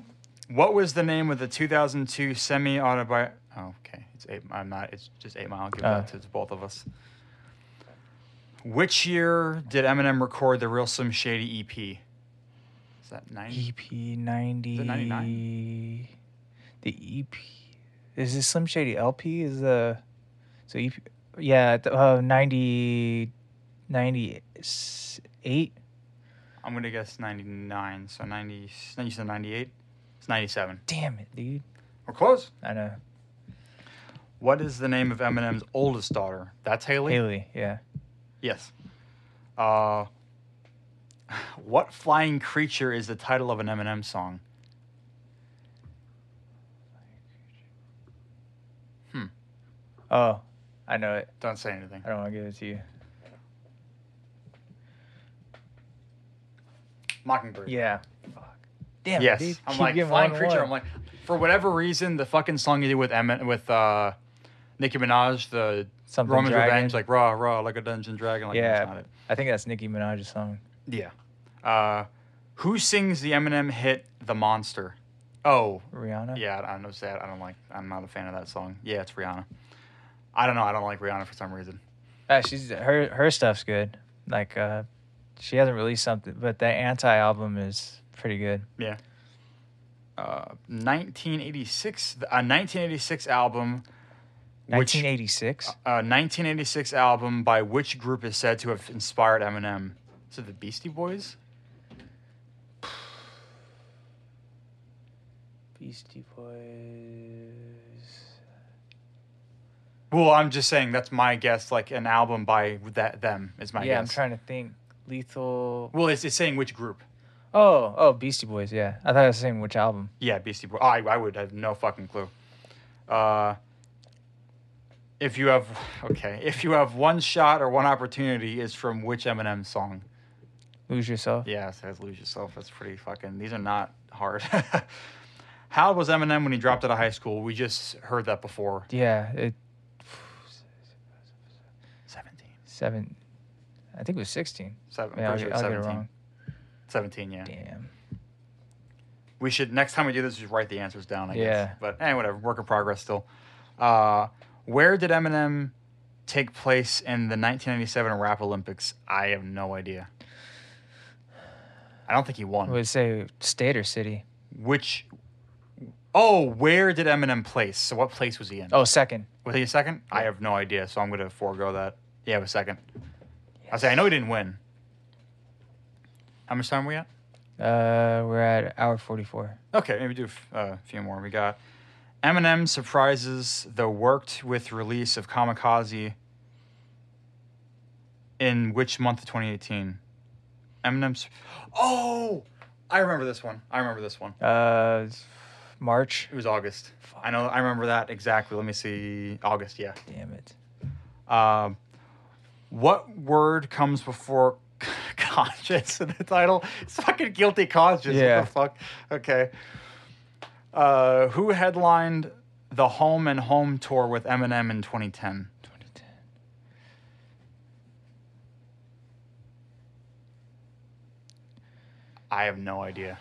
A: what was the name of the 2002 semi autobi? Oh, okay, it's eight. I'm not. It's just eight mile. I'll give
B: Oh.
A: that to the both of us. Which year did Eminem record the Real Slim Shady EP? Is that ninety?
B: EP E ninety.
A: 99?
B: The EP is this Slim Shady LP? Is the so EP? Yeah, the, uh, 90, 98?
A: I'm gonna guess ninety-nine. So ninety. You said ninety-eight. It's ninety-seven.
B: Damn it, dude!
A: We're close.
B: I know
A: What is the name of <laughs> Eminem's oldest daughter? That's Haley.
B: Haley. Yeah,
A: Yes. Uh, <sighs> what flying creature is the title of an Eminem song? Hmm.
B: Oh, I know it.
A: Don't say anything.
B: I don't want to give it to you.
A: Mockingbird.
B: Yeah. Fuck. Damn. it,
A: yes.
B: dude.
A: I'm
B: Keep
A: like
B: giving
A: flying
B: one
A: creature.
B: one.
A: I'm like, for whatever reason, the fucking song you did with Emmett with uh, Nicki Minaj, the
B: Something
A: Roman's
B: Dragon.
A: Revenge, like raw, raw, like a dungeon dragon. Like
B: Yeah.
A: that's not it.
B: I think that's Nicki Minaj's song.
A: Yeah. Uh, who sings the Eminem hit "The Monster"? Oh,
B: Rihanna.
A: yeah. I know that. I don't like. I'm not a fan of that song. Yeah, it's Rihanna. I don't know. I don't like Rihanna for some reason.
B: Ah, she's her her stuff's good. Like uh, she hasn't released something, but that anti album is pretty good.
A: Yeah. Uh, 1986, th- a 1986 uh, album, which uh,
B: 1986.
A: 1986 album by which group is said to have inspired Eminem? Is it the Beastie Boys?
B: Beastie Boys.
A: Well, I'm just saying that's my guess. Like an album by that them is my
B: yeah,
A: guess.
B: I'm trying to think. Lethal.
A: Well, it's, it's saying which group.
B: Oh, oh, Beastie Boys. Yeah, I thought I was saying which album.
A: Yeah, Beastie Boys. I, I would have no fucking clue. Uh, if you have <laughs> okay, if you have one shot or one opportunity, is from which Eminem song?
B: Lose Yourself.
A: Yeah, it says lose yourself. That's pretty fucking. These are not hard. <laughs> How old was Eminem when he dropped out of high school? We just heard that before.
B: Yeah, it
A: Seventeen.
B: seven. I think it was 16.
A: Seven.
B: Yeah,
A: I'm
B: I'll,
A: pretty sure
B: get-
A: it's
B: I'll get it
A: 17. 17,
B: wrong.
A: yeah.
B: Damn.
A: We should next time we do this, just write the answers down. I
B: Yeah.
A: guess. But hey, whatever. Work in progress still. Uh, where did Eminem take place in the 1997 Rap Olympics? I have no idea. I don't think he
B: I
A: won.
B: would say state or city.
A: Which? Oh, where did Eminem place? So what place was he in?
B: Oh, second.
A: Was he a second? I have no idea, so I'm gonna forego that. Yeah, I have a second. I say I know he didn't win. How much time we at?
B: Uh, we're at hour 44.
A: Okay, maybe do a f- uh, few more. We got Eminem surprises the worked with release of Kamikaze in which month of 2018? Eminem's. Oh, I remember this one. I remember this one.
B: Uh, s- March.
A: It was August. I know. I remember that exactly. Let me see. August. Yeah.
B: Damn it.
A: Um, what word comes before <laughs> conscience in the title? It's fucking guilty conscience.
B: Yeah.
A: What the fuck? Okay. Uh, who headlined the Home and Home tour with Eminem in 2010?
B: 2010.
A: I have no idea.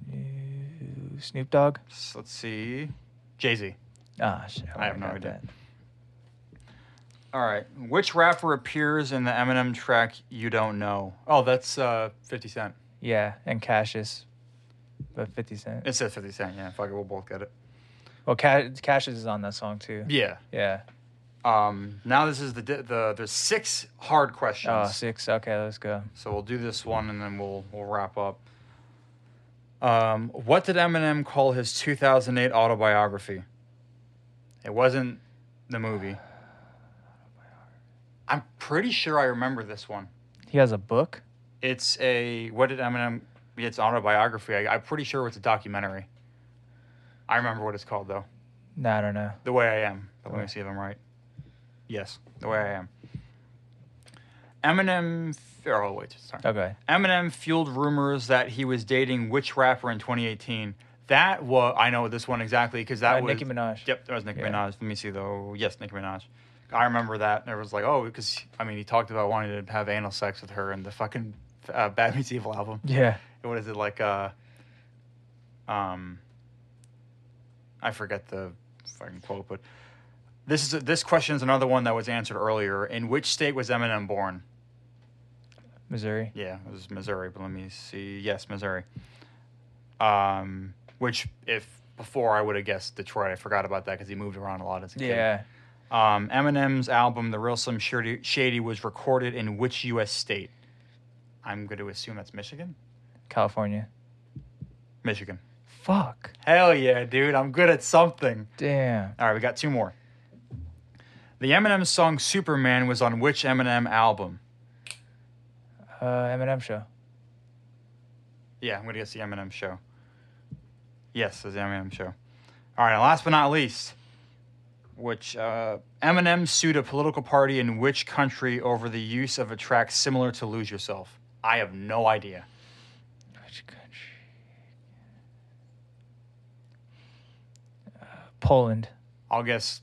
B: Snoo- Snoop Dogg.
A: S- Let's see. Jay Z.
B: Ah, shit. wouldn't
A: have no
B: got
A: idea.
B: that.
A: All right. Which rapper appears in the Eminem track "You Don't Know"? Oh, that's uh, 50 Cent.
B: Yeah, and Cassius. But 50 Cent.
A: It says 50 Cent. Yeah. Fuck it. We'll both get it.
B: Well, Ca- Cassius is on that song too.
A: Yeah.
B: Yeah.
A: Um, now this is the di- the there's six hard questions.
B: Oh, six. Okay, let's go.
A: So we'll do this one and then we'll we'll wrap up. Um, what did Eminem call his 2008 autobiography? It wasn't the movie. I'm pretty sure I remember this one.
B: He has a book.
A: It's a what did Eminem? It's autobiography. I, I'm pretty sure it's a documentary. I remember what it's called though.
B: No, I don't know.
A: The way I am. Let
B: Okay.
A: me see if I'm right. Yes, the way I am. Eminem. f- Oh wait, sorry.
B: Okay.
A: Eminem fueled rumors that he was dating which rapper in 2018. That was I know this one exactly because that
B: Uh,
A: was
B: Nicki Minaj.
A: Yep, that was Nicki
B: Yeah.
A: Minaj. Let me see though. Yes, Nicki Minaj. I remember that. And it was like, oh, because I mean, he talked about wanting to have anal sex with her in the fucking uh, Bad Meets Evil album.
B: Yeah.
A: What is it like? Uh, um, I forget the fucking quote, but this is this question is another one that was answered earlier. In which state was Eminem born?
B: Missouri.
A: Yeah, it was Missouri, but let me see. Yes, Missouri. Um, which if before I would have guessed Detroit. I forgot about that because he moved around a lot as a kid.
B: Yeah.
A: Um, Eminem's album, The Real Slim Shady, Shady, was recorded in which U.S. state? I'm going to assume that's Michigan.
B: California.
A: Michigan.
B: Fuck.
A: Hell yeah, dude! I'm good at something.
B: Damn.
A: All right, we got two more. The Eminem song "Superman" was on which Eminem album?
B: Uh, Eminem show.
A: Yeah, I'm gonna guess the Eminem show. Yes, it's the Eminem show. All right, and last but not least, which uh, Eminem sued a political party in which country over the use of a track similar to "Lose Yourself"? I have no idea.
B: Which country? Uh, Poland.
A: I'll guess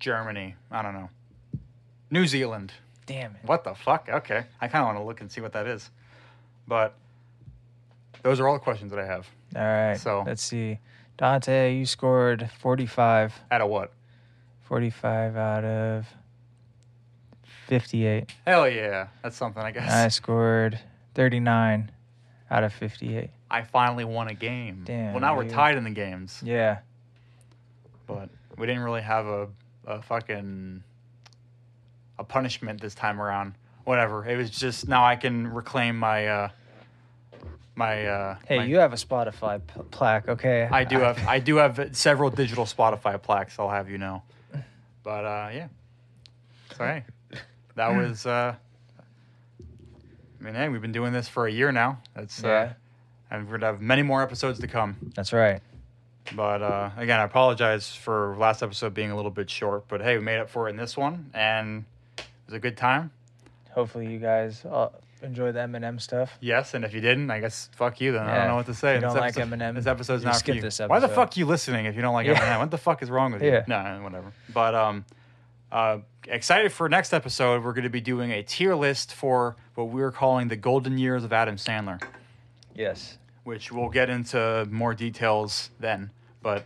A: Germany. I don't know. New Zealand.
B: Damn it.
A: What the fuck? Okay, I kind of want to look and see what that is, but those are all the questions that I have.
B: All right.
A: So-
B: So let's see. Dante, you scored 45.
A: Out of what?
B: 45 out of 58.
A: Hell yeah, that's something I guess.
B: I scored 39 out of 58.
A: I finally won a game.
B: Damn,
A: well, now we're
B: dude.
A: tied in the games,
B: Yeah.
A: but we didn't really have a, a fucking a punishment this time around. Whatever. It was just now I can reclaim my uh my uh
B: Hey,
A: my-
B: you have a Spotify pl- plaque, okay?
A: I
B: <laughs>
A: do have I do have several digital Spotify plaques, I'll have you know. But uh yeah. So hey. That
B: <laughs>
A: was uh I mean, hey, we've been doing this for a year now. That's uh
B: Yeah.
A: and we're gonna have many more episodes to come.
B: That's right.
A: But uh, again, I apologize for last episode being a little bit short. But hey, we made up for it in this one, and it was a good time.
B: Hopefully, you guys uh, enjoy the Eminem stuff.
A: Yes, and if you didn't, I guess fuck you. Then I
B: Yeah,
A: don't know what to say.
B: if you
A: This
B: don't like
A: episode-
B: Eminem,
A: This episode's
B: you
A: not
B: skip
A: for you.
B: this
A: Why the
B: episode.
A: fuck you listening if you don't like
B: Yeah.
A: Eminem? What the fuck is wrong with you?
B: Yeah.
A: No, whatever. But um, uh, excited for next episode. We're going to be doing a tier list for what we're calling the golden years of Adam Sandler.
B: Yes.
A: which we'll get into more details then. But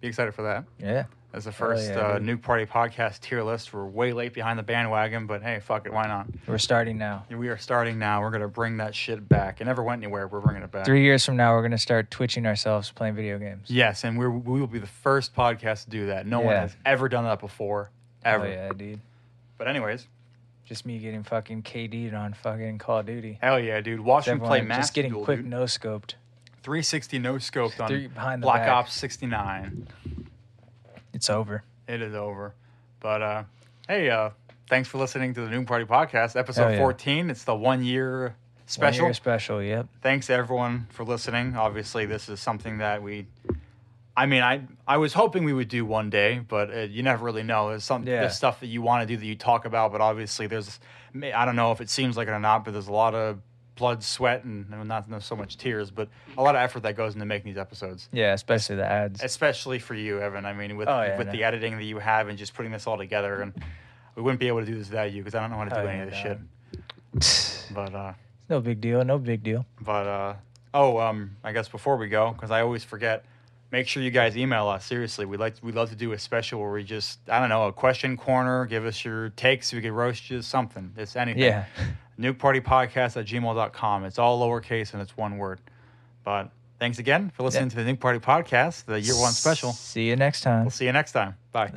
A: be excited for that.
B: Yeah.
A: As the
B: Hell
A: first
B: yeah,
A: uh,
B: dude.
A: Nuke Party podcast tier list, we're way late behind the bandwagon, but hey, fuck it, why not?
B: We're starting now.
A: We are starting now. We're gonna bring that shit back. It never went anywhere. We're bringing it back.
B: Three years from now, we're going to start twitching ourselves playing video games.
A: Yes, and we're, we will be the first podcast to do that. No one
B: Yeah.
A: has ever done that before, ever.
B: Oh, yeah, dude.
A: But anyways,
B: Just me getting fucking KD'd on fucking Call of Duty.
A: hell yeah, dude! Watch me
B: Everyone
A: play Master
B: just getting
A: Duel,
B: quick
A: dude.
B: no scoped.
A: 360 no scoped on
B: Three behind the
A: Black
B: back.
A: Ops 69.
B: It's over.
A: It is over. But uh, hey, uh, thanks for listening to the Noon Party Podcast, episode
B: Hell yeah.
A: 14. It's the one year
B: One
A: special.
B: year special. Yep.
A: Thanks everyone for listening. Obviously, this is something that we. I mean, I I was hoping we would do one day, but uh, you never really know. There's some
B: Yeah.
A: there's stuff that you want to do that you talk about, but obviously there's may- I don't know if it seems like it or not, but there's a lot of blood, sweat, and well, not not so much tears, but a lot of effort that goes into making these episodes
B: Yeah, especially the ads.
A: especially for you, Evan. I mean, with
B: Oh, yeah,
A: with
B: no.
A: the editing that you have and just putting this all together, and we wouldn't be able to do this without you because I don't know how to do
B: Oh,
A: any
B: yeah,
A: of this
B: no.
A: shit. But uh,
B: no big deal. No big deal.
A: but uh, oh, um, I guess before we go, because I always forget, make sure you guys email us. Seriously, we like we love to do a special where we just I don't know a question corner, give us your takes, we could roast you something. It's anything.
B: Yeah.
A: Nukepartypodcast at gmail.com. It's all lowercase and it's one word. But thanks again for listening to the Nuke Party Podcast, the <laughs> year one special.
B: See you next time.
A: We'll see you next time. Bye.